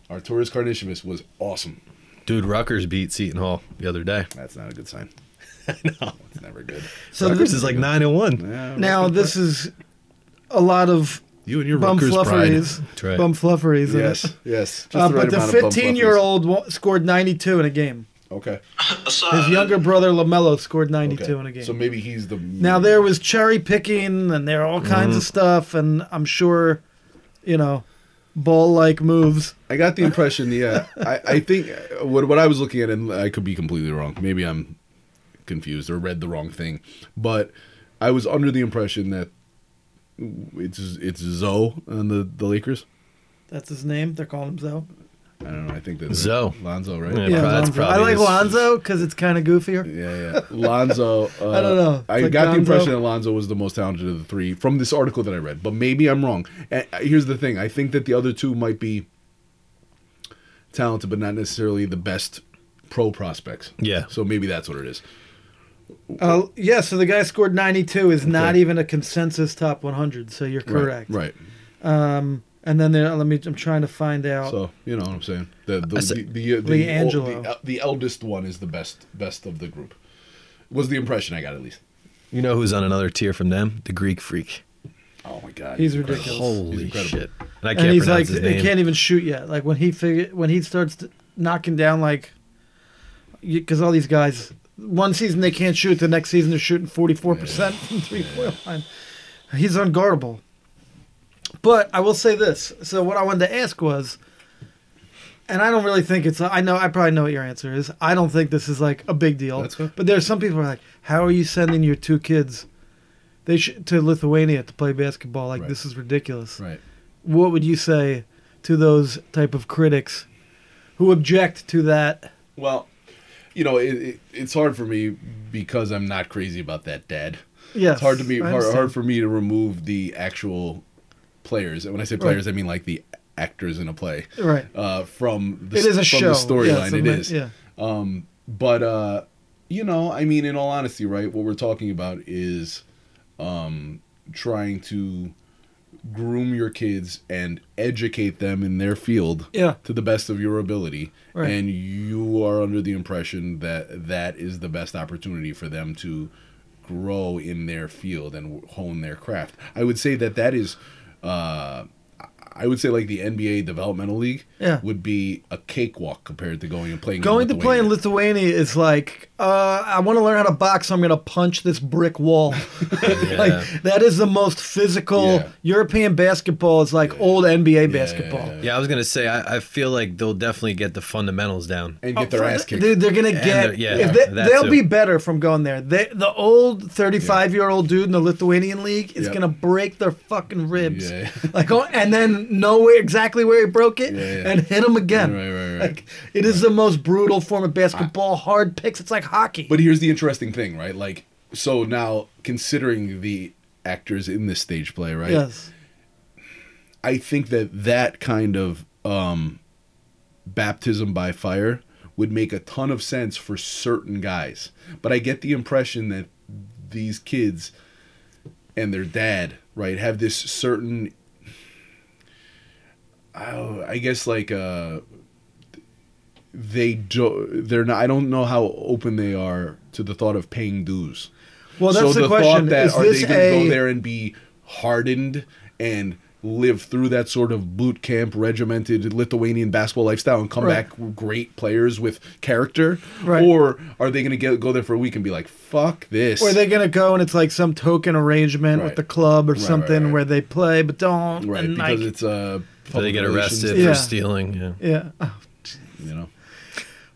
Speaker 2: Arturis Karnishevis was awesome.
Speaker 3: Dude, Rutgers beat Seton Hall the other day.
Speaker 2: That's not a
Speaker 1: [laughs]
Speaker 2: good sign. no, it's never good.
Speaker 1: So
Speaker 3: Rutgers
Speaker 1: this-
Speaker 3: is like nine and one.
Speaker 2: Yeah,
Speaker 1: now
Speaker 2: Rutgers-
Speaker 1: this is a lot of
Speaker 2: you and your
Speaker 1: bum
Speaker 2: Rutgers pride.
Speaker 1: flufferys.
Speaker 3: That's right.
Speaker 1: Bum flufferys. in it.
Speaker 2: Yes, yes. Just
Speaker 1: Uh,
Speaker 2: the right
Speaker 1: but the
Speaker 2: amount of bum
Speaker 1: 15 year old wa- scored 92 in a game.
Speaker 2: fluffers. Okay.
Speaker 1: His younger brother Lamelo scored 92
Speaker 2: Ah. okay.
Speaker 1: in a game.
Speaker 2: So maybe Mm-hmm. he's the
Speaker 1: now there was cherry picking and there are all kinds of stuff, and I'm sure, you know, ball like moves.
Speaker 2: I got the impression, yeah. I, I think uh, what what I was looking at, and I could be completely wrong. Maybe I'm confused or read the wrong thing, but I was under the impression that it's it's Zoe on the the Lakers.
Speaker 1: That's his name. They're calling him Zo.
Speaker 2: I don't know. I think that's
Speaker 3: Zoe.
Speaker 2: Lonzo, right?
Speaker 3: Yeah. that's
Speaker 1: Lonzo.
Speaker 3: probably
Speaker 1: I like
Speaker 3: his-
Speaker 1: Lonzo because it's kind of goofier.
Speaker 2: Yeah, yeah. Lonzo.
Speaker 1: [laughs]
Speaker 2: Uh,
Speaker 1: I don't know.
Speaker 2: I
Speaker 1: Like
Speaker 2: got the
Speaker 1: Lonzo?
Speaker 2: impression that Lonzo was the most talented of the three from this article that I read, but maybe I'm wrong. And uh, here's the thing: I think that the other two might be talented, but not necessarily the best pro prospects.
Speaker 3: Yeah.
Speaker 2: So maybe that's what it is.
Speaker 1: Uh, yeah, so the guy scored 92 is not
Speaker 2: Okay.
Speaker 1: even a consensus top 100, so you're
Speaker 2: Right,
Speaker 1: correct.
Speaker 2: Right.
Speaker 1: And then there, let me, I'm trying to find out.
Speaker 2: So you know what I'm saying. The the
Speaker 3: I
Speaker 2: the,
Speaker 3: see.
Speaker 2: the, uh, the,
Speaker 1: Lee
Speaker 2: the-
Speaker 1: Angelo.
Speaker 2: the, the eldest one is the best best of the group. Was the impression I got at least.
Speaker 3: You know who's on another tier from them? The Greek Freak.
Speaker 2: Oh my god.
Speaker 1: He's
Speaker 2: incredible.
Speaker 1: ridiculous.
Speaker 2: He's
Speaker 3: Holy
Speaker 2: incredible.
Speaker 3: shit! And I can't
Speaker 1: and he's like
Speaker 3: pronounce his
Speaker 1: he
Speaker 3: name.
Speaker 1: can't even shoot yet. Like when he figure when he starts t- knocking down like because all these guys one season they can't shoot, the next season they're shooting forty four percent from three point line. He's unguardable. But I will say this. So what I wanted to ask was, and I don't really think it's. I know I probably know what your answer is. I don't think this is like a big deal.
Speaker 2: That's good.
Speaker 1: But there's some people who are like, how are you sending your two kids? They should to Lithuania to play basketball. Like
Speaker 2: Right.
Speaker 1: this is ridiculous
Speaker 2: Right.
Speaker 1: what would you say to those type of critics who object to that?
Speaker 2: Well, you know, it, it, it's hard for me because I'm not crazy about that dad.
Speaker 1: Yes,
Speaker 2: It's hard to be
Speaker 1: I
Speaker 2: hard, hard
Speaker 1: understand.
Speaker 2: for me to remove the actual players. And when I say players, I mean like the actors in a play.
Speaker 1: Right.
Speaker 2: Uh, from the,
Speaker 1: It is a show.
Speaker 2: from the
Speaker 1: Yeah,
Speaker 2: storyline.
Speaker 1: it's a
Speaker 2: it
Speaker 1: ma-
Speaker 2: is.
Speaker 1: Yeah.
Speaker 2: But uh, you know, I mean, in all honesty, right? What we're talking about is um, trying to groom your kids and educate them in their field
Speaker 1: Yeah.
Speaker 2: to the best of your ability
Speaker 1: Right.
Speaker 2: and you are under the impression that that is the best opportunity for them to grow in their field and hone their craft i would say that that is uh, i would say like the nba developmental league
Speaker 1: Yeah.
Speaker 2: would be a cakewalk compared to going and playing in
Speaker 1: Going to play in
Speaker 2: Lithuania.
Speaker 1: Lithuania is like, uh, I want to learn how to box, so I'm going to punch this brick
Speaker 2: [laughs]
Speaker 1: wall. [laughs] like, that is the most physical
Speaker 2: Yeah.
Speaker 1: European basketball. Is like old NBA basketball.
Speaker 2: yeah,
Speaker 3: Yeah, I was gonna say I, I feel like they'll definitely get the fundamentals down.
Speaker 2: and get their ass kicked
Speaker 1: Oh,
Speaker 2: uh,
Speaker 1: Dude, they're gonna
Speaker 3: they're-
Speaker 1: get.
Speaker 3: yeah,
Speaker 1: if they,
Speaker 3: that
Speaker 1: they'll
Speaker 3: too.
Speaker 1: be better from going there. They, the old thirty-five-year-old dude in the Lithuanian league is
Speaker 2: Yep.
Speaker 1: gonna break their fucking ribs.
Speaker 2: Yeah.
Speaker 1: [laughs] Like, oh, and then know where, exactly where he broke it,
Speaker 2: Yeah, yeah.
Speaker 1: and hit him again.
Speaker 2: Right, right, right.
Speaker 1: Like, it is the most brutal form of basketball. hard picks. It's like hockey.
Speaker 2: But here's the interesting thing, right? Like, so now considering the actors in this stage play, right?
Speaker 1: yes.
Speaker 2: I think that that kind of um, baptism by fire would make a ton of sense for certain guys. But I get the impression that these kids and their dad, right, have this certain, oh, I guess like uh, they do. They're not. I don't know how open they are to the thought of paying dues
Speaker 1: Well, that's
Speaker 2: so
Speaker 1: the,
Speaker 2: the,
Speaker 1: question.
Speaker 2: thought that
Speaker 1: is
Speaker 2: are
Speaker 1: this
Speaker 2: they going to
Speaker 1: a
Speaker 2: go there and be hardened and live through that sort of boot camp regimented Lithuanian basketball lifestyle and come
Speaker 1: Right.
Speaker 2: back great players with character,
Speaker 1: Right.
Speaker 2: or are they going to go there for a week and be like, "Fuck this"?
Speaker 1: Or are they gonna go and it's like some token arrangement with
Speaker 2: Right.
Speaker 1: the club or
Speaker 2: Right, right,
Speaker 1: something
Speaker 2: right.
Speaker 1: where they play but don't
Speaker 2: right
Speaker 1: and
Speaker 2: because
Speaker 1: like
Speaker 2: it's uh,
Speaker 3: So they
Speaker 2: public
Speaker 3: get
Speaker 2: relations,
Speaker 3: arrested
Speaker 1: Yeah.
Speaker 3: for stealing. Yeah.
Speaker 1: yeah. Oh,
Speaker 2: You know,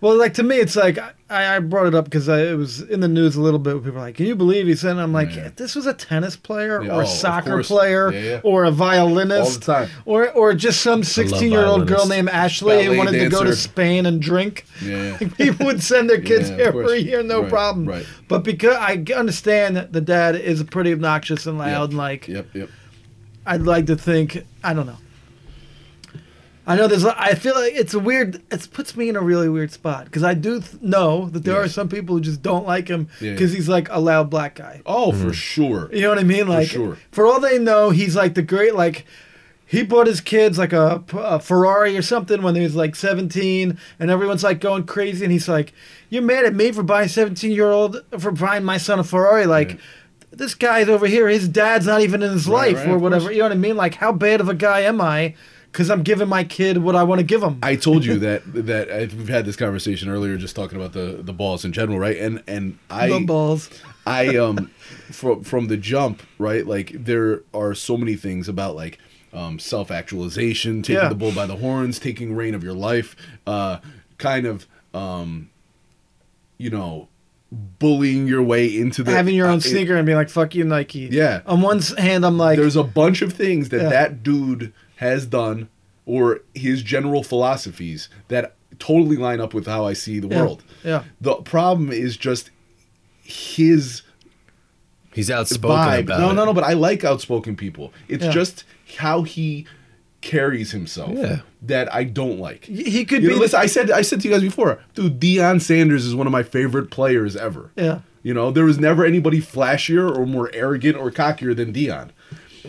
Speaker 1: Well, like to me, it's like I, I brought it up because it was in the news a little bit. People were like, "Can you believe he said?" I'm like,
Speaker 2: Yeah.
Speaker 1: "If this was a tennis player
Speaker 2: Yeah,
Speaker 1: or
Speaker 2: oh,
Speaker 1: a
Speaker 2: of
Speaker 1: soccer
Speaker 2: course.
Speaker 1: player
Speaker 2: Yeah, yeah.
Speaker 1: or a violinist
Speaker 2: All the time.
Speaker 1: or or just some 16 year old girl
Speaker 3: violinists.
Speaker 1: named Ashley who
Speaker 2: Ballet
Speaker 1: wanted to go to
Speaker 2: dancer.
Speaker 1: Spain and drink, [laughs]
Speaker 2: yeah, yeah.
Speaker 1: like, people would send
Speaker 2: [laughs]
Speaker 1: their kids
Speaker 2: Yeah, of
Speaker 1: there for a
Speaker 2: course.
Speaker 1: year, no
Speaker 2: Right,
Speaker 1: problem.
Speaker 2: right.
Speaker 1: But because I g- understand that the dad is pretty obnoxious and loud, and like
Speaker 2: yep, yep.
Speaker 1: I'd like to think I don't know. I know there's. I feel like it's a weird. It puts me in a really weird spot because I do th- know that there
Speaker 2: Yeah.
Speaker 1: are some people who just don't like him
Speaker 2: Yeah,
Speaker 1: because
Speaker 2: yeah.
Speaker 1: he's like a loud black guy.
Speaker 2: Oh,
Speaker 3: Mm-hmm.
Speaker 2: for sure.
Speaker 1: You know what I mean? Like
Speaker 2: sure.
Speaker 1: for all they know, he's like the great like. He bought his kids like a, a Ferrari or something when he was like 17, and everyone's like going crazy, and he's like, "You're mad at me for buying 17 year old for buying my son a Ferrari?" Like,
Speaker 2: Right.
Speaker 1: this guy's over here. His dad's not even in his
Speaker 2: Right,
Speaker 1: life
Speaker 2: right,
Speaker 1: or
Speaker 2: of
Speaker 1: whatever.
Speaker 2: course.
Speaker 1: You know what I mean? Like, how bad of a guy am I? Because I'm giving my kid what I want to give him.
Speaker 2: I told you that that I, we've had this conversation earlier, just talking about the the balls in general, right? And and I
Speaker 1: the balls.
Speaker 2: I um from from the jump, right? Like there are so many things about like um self actualization, taking
Speaker 1: Yeah.
Speaker 2: the bull by the horns, taking reign of your life, uh kind of um you know bullying your way into the
Speaker 1: Having your
Speaker 2: uh,
Speaker 1: own
Speaker 2: it-
Speaker 1: sneaker and being like, "Fuck you, Nike."
Speaker 2: Yeah.
Speaker 1: On one s- hand, I'm like,
Speaker 2: there's a bunch of things that
Speaker 1: Yeah.
Speaker 2: that dude has done or his general philosophies that totally line up with how I see the
Speaker 1: Yeah.
Speaker 2: world.
Speaker 1: Yeah.
Speaker 2: The problem is just his
Speaker 3: He's outspoken
Speaker 2: vibe.
Speaker 3: about
Speaker 2: no,
Speaker 3: it.
Speaker 2: no, no. But I like outspoken people. It's
Speaker 1: Yeah.
Speaker 2: just how he carries himself
Speaker 3: Yeah.
Speaker 2: that I don't like.
Speaker 1: Y- he could
Speaker 2: You
Speaker 1: be
Speaker 2: know,
Speaker 1: the-
Speaker 2: listen, I said I said to you guys before, dude. Deion Sanders is one of my favorite players ever.
Speaker 1: Yeah.
Speaker 2: You know, there was never anybody flashier or more arrogant or cockier than Dion.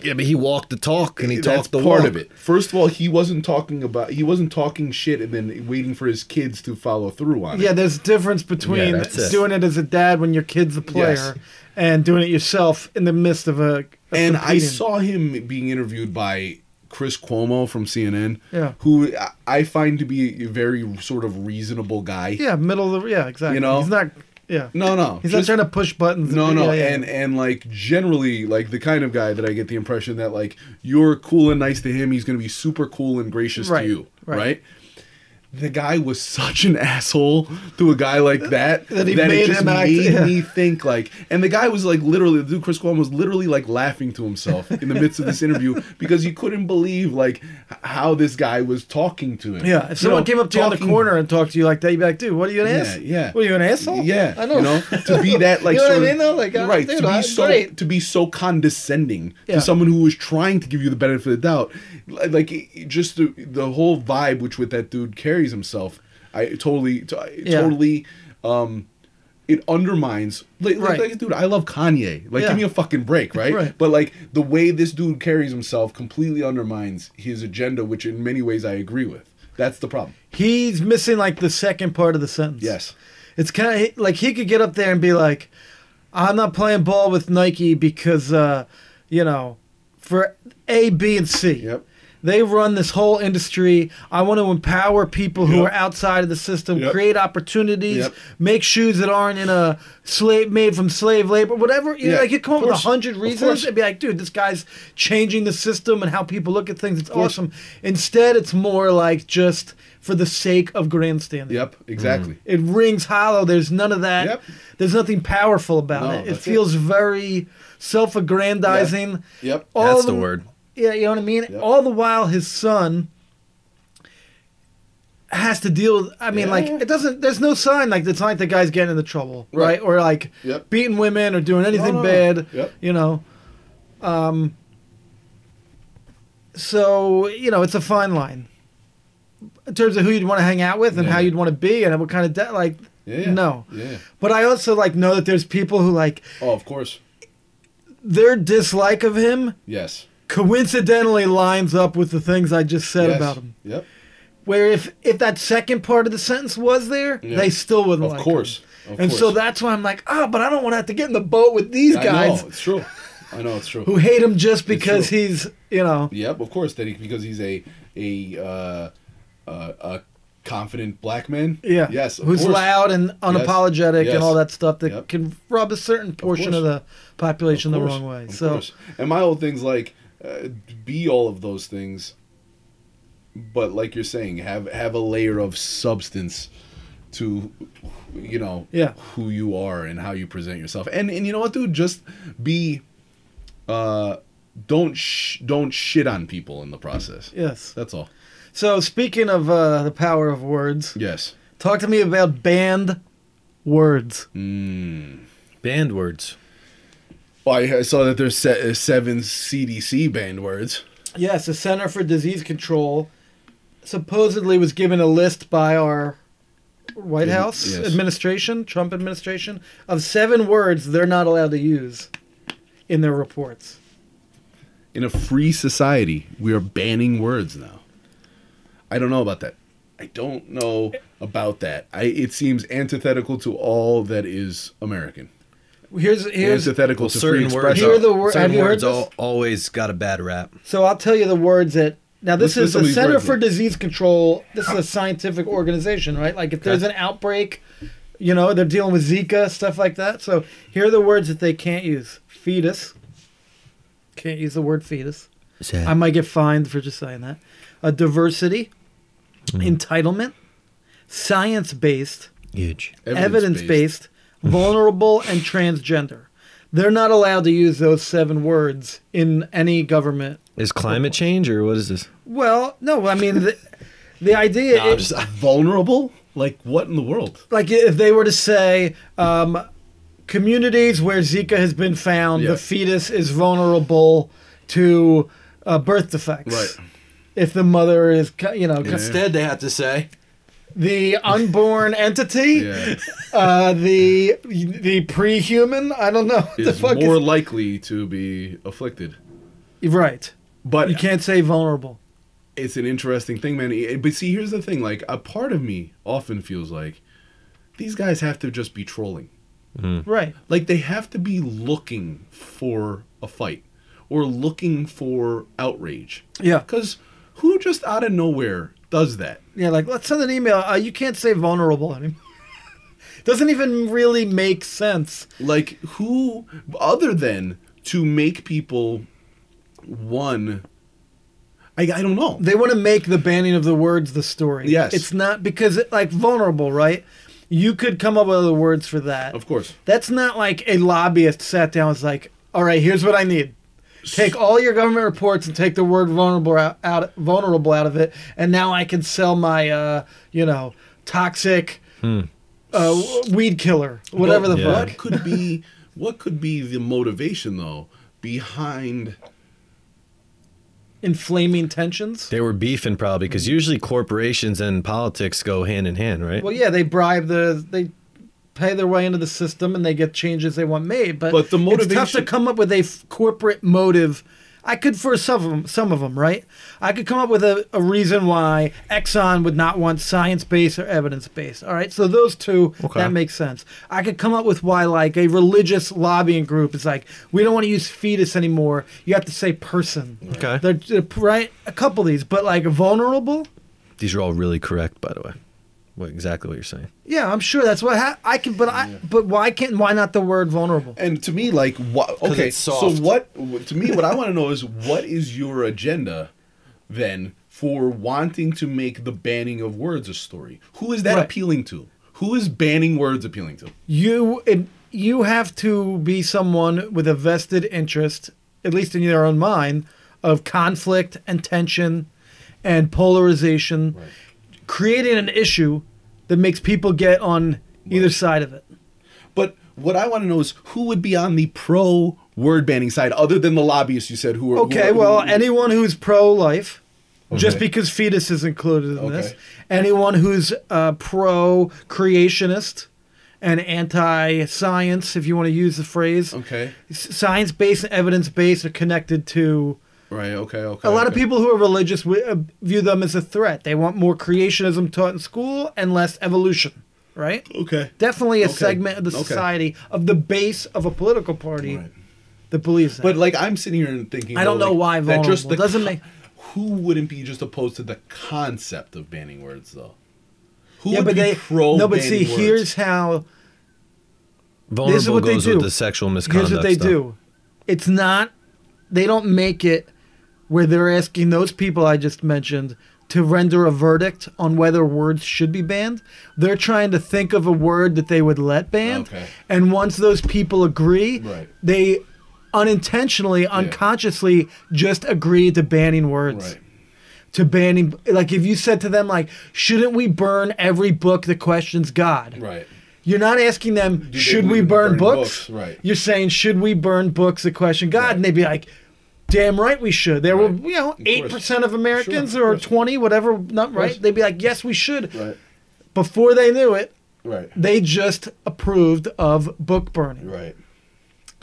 Speaker 3: Yeah, but he walked the talk and he
Speaker 2: That's
Speaker 3: talked the
Speaker 2: part
Speaker 3: walk.
Speaker 2: of it. First of all, he wasn't talking about he wasn't talking shit and then waiting for his kids to follow through on it.
Speaker 1: Yeah, there's a difference between
Speaker 3: that's it.
Speaker 1: doing it as a dad when your kid's a player
Speaker 2: Yes.
Speaker 1: and doing it yourself in the midst of a. of
Speaker 2: and I
Speaker 1: competing.
Speaker 2: saw him being interviewed by Chris Cuomo from CNN,
Speaker 1: Yeah.
Speaker 2: who I- I find to be a very sort of reasonable guy.
Speaker 1: Yeah, middle of the. Yeah, exactly.
Speaker 2: You know?
Speaker 1: He's not. Yeah.
Speaker 2: No, no.
Speaker 1: He's
Speaker 2: just-
Speaker 1: not trying to push buttons.
Speaker 2: No, no,
Speaker 1: Yeah, yeah.
Speaker 2: and and like generally, like the kind of guy that I get the impression that like you're cool and nice to him, he's going to be super cool and gracious
Speaker 1: Right,
Speaker 2: to you,
Speaker 1: right.
Speaker 2: right. the guy was such an asshole to a guy like that
Speaker 1: [laughs] That he
Speaker 2: it
Speaker 1: made
Speaker 2: just
Speaker 1: him act-
Speaker 2: made
Speaker 1: yeah.
Speaker 2: me think like, and the guy was like literally, the dude Chris Cuomo was literally like laughing to himself in the midst of
Speaker 1: [laughs]
Speaker 2: this interview because you couldn't believe like h- how this guy was talking to him.
Speaker 1: Yeah, if someone came up to you on the corner and talked to you like that, you'd be like, "Dude, what are you an
Speaker 2: Yeah,
Speaker 1: ass?
Speaker 2: yeah.
Speaker 1: what are you an asshole?
Speaker 2: Yeah,
Speaker 1: I know.
Speaker 2: you know, to
Speaker 1: [laughs]
Speaker 2: be that like
Speaker 1: You know what I
Speaker 2: sort of-
Speaker 1: mean, though? Like,
Speaker 2: you're
Speaker 1: uh,
Speaker 2: right
Speaker 1: dude,
Speaker 2: to be
Speaker 1: I'm
Speaker 2: so
Speaker 1: great.
Speaker 2: to be so condescending
Speaker 1: Yeah.
Speaker 2: to someone who was trying to give you the benefit of the doubt, Li- like it- it- just the the whole vibe which with that dude carries himself, I totally t- I
Speaker 1: Yeah.
Speaker 2: totally. um it undermines, like, like-
Speaker 1: Right.
Speaker 2: like, dude. I love Kanye. Like,
Speaker 1: Yeah.
Speaker 2: give me a fucking break, right?
Speaker 1: Right.
Speaker 2: But like the way this dude carries himself completely undermines his agenda, which in many ways I agree with. That's the problem.
Speaker 1: He's missing like the second part of the sentence.
Speaker 2: Yes.
Speaker 1: It's kind of like he could get up there and be like, "I'm not playing ball with Nike because, uh, you know, for A, B, and C.
Speaker 2: Yep.
Speaker 1: They run this whole industry. I want to empower people who
Speaker 2: Yep.
Speaker 1: are outside of the system,
Speaker 2: Yep.
Speaker 1: create opportunities,
Speaker 2: Yep.
Speaker 1: make shoes that aren't in a slave made from slave labor, whatever. You know,
Speaker 2: Yeah,
Speaker 1: like you come up
Speaker 2: of
Speaker 1: with a
Speaker 2: course.
Speaker 1: hundred
Speaker 2: Of
Speaker 1: reasons
Speaker 2: course.
Speaker 1: and be like, dude, this guy's changing the system and how people look at things. It's awesome. Instead, it's more like just for the sake of grandstanding.
Speaker 2: Yep. Exactly.
Speaker 1: It rings hollow. There's none of that.
Speaker 2: Yep.
Speaker 1: There's nothing powerful about
Speaker 2: No,
Speaker 1: it. It
Speaker 2: that's it.
Speaker 1: feels very self-aggrandizing.
Speaker 2: Yep.
Speaker 1: All
Speaker 3: That's
Speaker 1: the-
Speaker 3: the word.
Speaker 1: Yeah, you know what I mean.
Speaker 2: Yep.
Speaker 1: All the while, his son has to deal with. I mean,
Speaker 2: Yeah.
Speaker 1: like it doesn't. There's no sign like it's not like the guy's getting into trouble, right?
Speaker 2: Right.
Speaker 1: Or like
Speaker 2: Yep.
Speaker 1: beating women or doing anything
Speaker 2: no, no.
Speaker 1: bad.
Speaker 2: Yep.
Speaker 1: You know. Um. So you know, it's a fine line in terms of who you'd want to hang out with and
Speaker 2: Yeah.
Speaker 1: how you'd want to be and what kind of de- like.
Speaker 2: Yeah, yeah.
Speaker 1: No.
Speaker 2: Yeah.
Speaker 1: But I also like know that there's people who like
Speaker 2: Oh, of course.
Speaker 1: their dislike of him
Speaker 2: Yes.
Speaker 1: coincidentally lines up with the things I just said
Speaker 2: yes.
Speaker 1: about him.
Speaker 2: Yep.
Speaker 1: Where if if that second part of the sentence was there,
Speaker 2: Yeah.
Speaker 1: they still wouldn't
Speaker 2: Of
Speaker 1: like
Speaker 2: course.
Speaker 1: him.
Speaker 2: Of
Speaker 1: and
Speaker 2: course.
Speaker 1: so that's why I'm like, oh, but I don't want to have to get in the boat with these guys
Speaker 2: I know, it's true. I know it's true.
Speaker 1: who hate him just because
Speaker 2: true.
Speaker 1: he's, you know,
Speaker 2: Yep, of course. That he because he's a a uh, uh, a confident black man.
Speaker 1: yeah,
Speaker 2: Yes. of
Speaker 1: who's
Speaker 2: course.
Speaker 1: loud and unapologetic
Speaker 2: Yes.
Speaker 1: and all that stuff that
Speaker 2: Yep.
Speaker 1: can rub a certain portion
Speaker 2: course.
Speaker 1: of, the population the
Speaker 2: course,
Speaker 1: wrong way.
Speaker 2: of
Speaker 1: so
Speaker 2: course. and my whole thing's like, uh, be all of those things, but like you're saying, have have a layer of substance to, you know,
Speaker 1: Yeah.
Speaker 2: who you are and how you present yourself. And and you know what, dude, just be, uh, don't sh- don't shit on people in the process.
Speaker 1: yes.
Speaker 2: That's all.
Speaker 1: So speaking of uh, the power of words,
Speaker 2: Yes.
Speaker 1: talk to me about banned words.
Speaker 3: Banned words.
Speaker 2: Well, I I saw that there's se- uh, seven CDC banned words.
Speaker 1: Yes, the Center for Disease Control supposedly was given a list by our White
Speaker 2: Yeah,
Speaker 1: House
Speaker 2: yes.
Speaker 1: administration, Trump administration, of seven words they're not allowed to use in their reports.
Speaker 2: In a free society, we are banning words now. I don't know about that. I don't know about that. I it seems antithetical to all that is American.
Speaker 1: Here's here's
Speaker 2: antithetical to free
Speaker 3: Certain words.
Speaker 2: expression.
Speaker 1: Here are the wor-
Speaker 3: certain
Speaker 1: have you heard
Speaker 3: words
Speaker 1: this?
Speaker 3: al- always got a bad rap.
Speaker 1: so I'll tell you the words that now this
Speaker 2: Listen to
Speaker 1: is
Speaker 2: some of
Speaker 1: the
Speaker 2: these
Speaker 1: Center
Speaker 2: words,
Speaker 1: for
Speaker 2: yeah.
Speaker 1: Disease Control. This is a scientific organization, right? Like if there's an outbreak, you know, they're dealing with Zika stuff like that. So here are the words that they can't use. Fetus. Can't use the word fetus. I might get fined for just saying that. Uh, diversity,
Speaker 2: Mm.
Speaker 1: entitlement, science based,
Speaker 3: Huge.
Speaker 1: evidence based, vulnerable, and transgender. They're not allowed to use those seven words in any government.
Speaker 3: Is climate change or what is this?
Speaker 1: Well, no, I mean,
Speaker 2: [laughs]
Speaker 1: the, the idea
Speaker 3: Nah, I'm
Speaker 1: is
Speaker 3: just-
Speaker 2: vulnerable. Like what in the world?
Speaker 1: like if they were to say, um, communities where Zika has been found,
Speaker 2: Yeah.
Speaker 1: the fetus is vulnerable to uh, birth defects.
Speaker 2: Right.
Speaker 1: If the mother is, co- you know, co-
Speaker 3: Instead, they had to say
Speaker 1: the
Speaker 2: [laughs]
Speaker 1: unborn entity,
Speaker 2: Yeah,
Speaker 1: uh, the the pre-human. I don't know what the
Speaker 2: is
Speaker 1: fuck
Speaker 2: more likely to be afflicted.
Speaker 1: is right.
Speaker 2: But
Speaker 1: You can't say vulnerable.
Speaker 2: it's an interesting thing, man. It- But see, here's the thing: like a part of me often feels like these guys have to just be trolling.
Speaker 1: Right.
Speaker 2: Like they have to be looking for a fight or looking for outrage.
Speaker 1: Yeah.
Speaker 2: Because who just out of nowhere does that?
Speaker 1: Yeah. Like let's send an email. Uh, you can't say vulnerable anymore. [laughs] Doesn't even really make sense.
Speaker 2: Like who other than to make people one I, I don't know.
Speaker 1: They want to make the banning of the words the story.
Speaker 2: Yes.
Speaker 1: It's not because it, like vulnerable, right? You could come up with other words for that.
Speaker 2: Of course.
Speaker 1: That's not like a lobbyist sat down and was like, "All right, here's what I need. Take all your government reports and take the word vulnerable out, out vulnerable out of it, and now I can sell my uh, you know, toxic uh, weed killer, whatever the
Speaker 2: But
Speaker 3: yeah.
Speaker 1: fuck."
Speaker 2: What could be what could be the motivation though behind
Speaker 1: Inflaming tensions.
Speaker 3: They were beefing probably because usually corporations and politics go hand in hand, right?
Speaker 1: Well, yeah, they bribe the they pay their way into the system and they get changes they want made. But,
Speaker 2: But the
Speaker 1: it's tough to
Speaker 2: motivation-
Speaker 1: come up with a f- corporate motive. I could for some of them, some of them, right? I could come up with a, a reason why Exxon would not want science based or evidence based. All right, so those two
Speaker 3: Okay.
Speaker 1: that makes sense. I could come up with why like a religious lobbying group is like we don't want to use fetus anymore. You have to say person.
Speaker 3: Okay.
Speaker 1: They're, they're- right. A couple of these, but like vulnerable.
Speaker 3: These are all really correct, by the way. What exactly what you're saying?
Speaker 1: Yeah, I'm sure that's what ha- I can. But I, but why can't? Why not the word vulnerable?
Speaker 2: and to me like what okay
Speaker 3: it's
Speaker 2: so
Speaker 3: soft.
Speaker 2: what to me what I want to know is what is your agenda then for wanting to make the banning of words a story? Who is that
Speaker 1: Right.
Speaker 2: appealing to? Who is banning words appealing to?
Speaker 1: You it, you have to be someone with a vested interest, at least in your own mind, of conflict and tension, and polarization, creating an issue that makes people get on either side of it.
Speaker 2: But what I want to know is who would be on the pro word banning side other than the lobbyists you said who are who
Speaker 1: Okay,
Speaker 2: are- who-
Speaker 1: well, anyone who's pro-life, just
Speaker 2: Okay.
Speaker 1: because fetus is included in this,
Speaker 2: Okay.
Speaker 1: anyone who's uh, pro-creationist and anti-science, if you want to use the phrase,
Speaker 2: okay
Speaker 1: S- science-based and evidence-based are connected to.
Speaker 2: right okay okay
Speaker 1: A lot of
Speaker 2: okay.
Speaker 1: people who are religious wi- uh, view them as a threat. They want more creationism taught in school and less evolution, right?
Speaker 2: okay
Speaker 1: Definitely a
Speaker 2: Okay.
Speaker 1: segment of the
Speaker 2: Okay.
Speaker 1: society of the base of a political party
Speaker 2: Right.
Speaker 1: that believes that.
Speaker 2: But like I'm sitting here and thinking,
Speaker 1: I don't
Speaker 2: though,
Speaker 1: know
Speaker 2: like,
Speaker 1: why vulnerable
Speaker 2: the
Speaker 1: doesn't
Speaker 2: co-
Speaker 1: make.
Speaker 2: Who wouldn't be just opposed to the concept of banning words though? Who
Speaker 1: Yeah,
Speaker 2: would
Speaker 1: but
Speaker 2: be
Speaker 1: they
Speaker 2: pro
Speaker 1: no, but see,
Speaker 2: banning words?
Speaker 1: here's how
Speaker 3: Vulnerable
Speaker 1: is what they
Speaker 3: goes
Speaker 1: do.
Speaker 3: with the sexual misconduct.
Speaker 1: here's what they
Speaker 3: stuff.
Speaker 1: do. It's not they don't make it where they're asking those people I just mentioned to render a verdict on whether words should be banned. They're trying to think of a word that they would let banned,
Speaker 2: Okay.
Speaker 1: and once those people agree,
Speaker 2: Right.
Speaker 1: they unintentionally, unconsciously just agree to banning words.
Speaker 2: right.
Speaker 1: to banning like if you said to them like shouldn't we burn every book that questions god
Speaker 2: Right.
Speaker 1: you're not asking them
Speaker 2: they
Speaker 1: should we
Speaker 2: believe in
Speaker 1: burn
Speaker 2: burning
Speaker 1: books?
Speaker 2: books? Right.
Speaker 1: you're saying should we burn books that question god and they'd be like damn right we should there
Speaker 2: Right.
Speaker 1: were you know
Speaker 2: Of
Speaker 1: 8% of
Speaker 2: course.
Speaker 1: americans
Speaker 2: Sure, of
Speaker 1: or
Speaker 2: course.
Speaker 1: 20 whatever not right
Speaker 2: course.
Speaker 1: they'd be like yes we should
Speaker 2: Right.
Speaker 1: before they knew it
Speaker 2: Right.
Speaker 1: they just approved of book burning
Speaker 2: Right.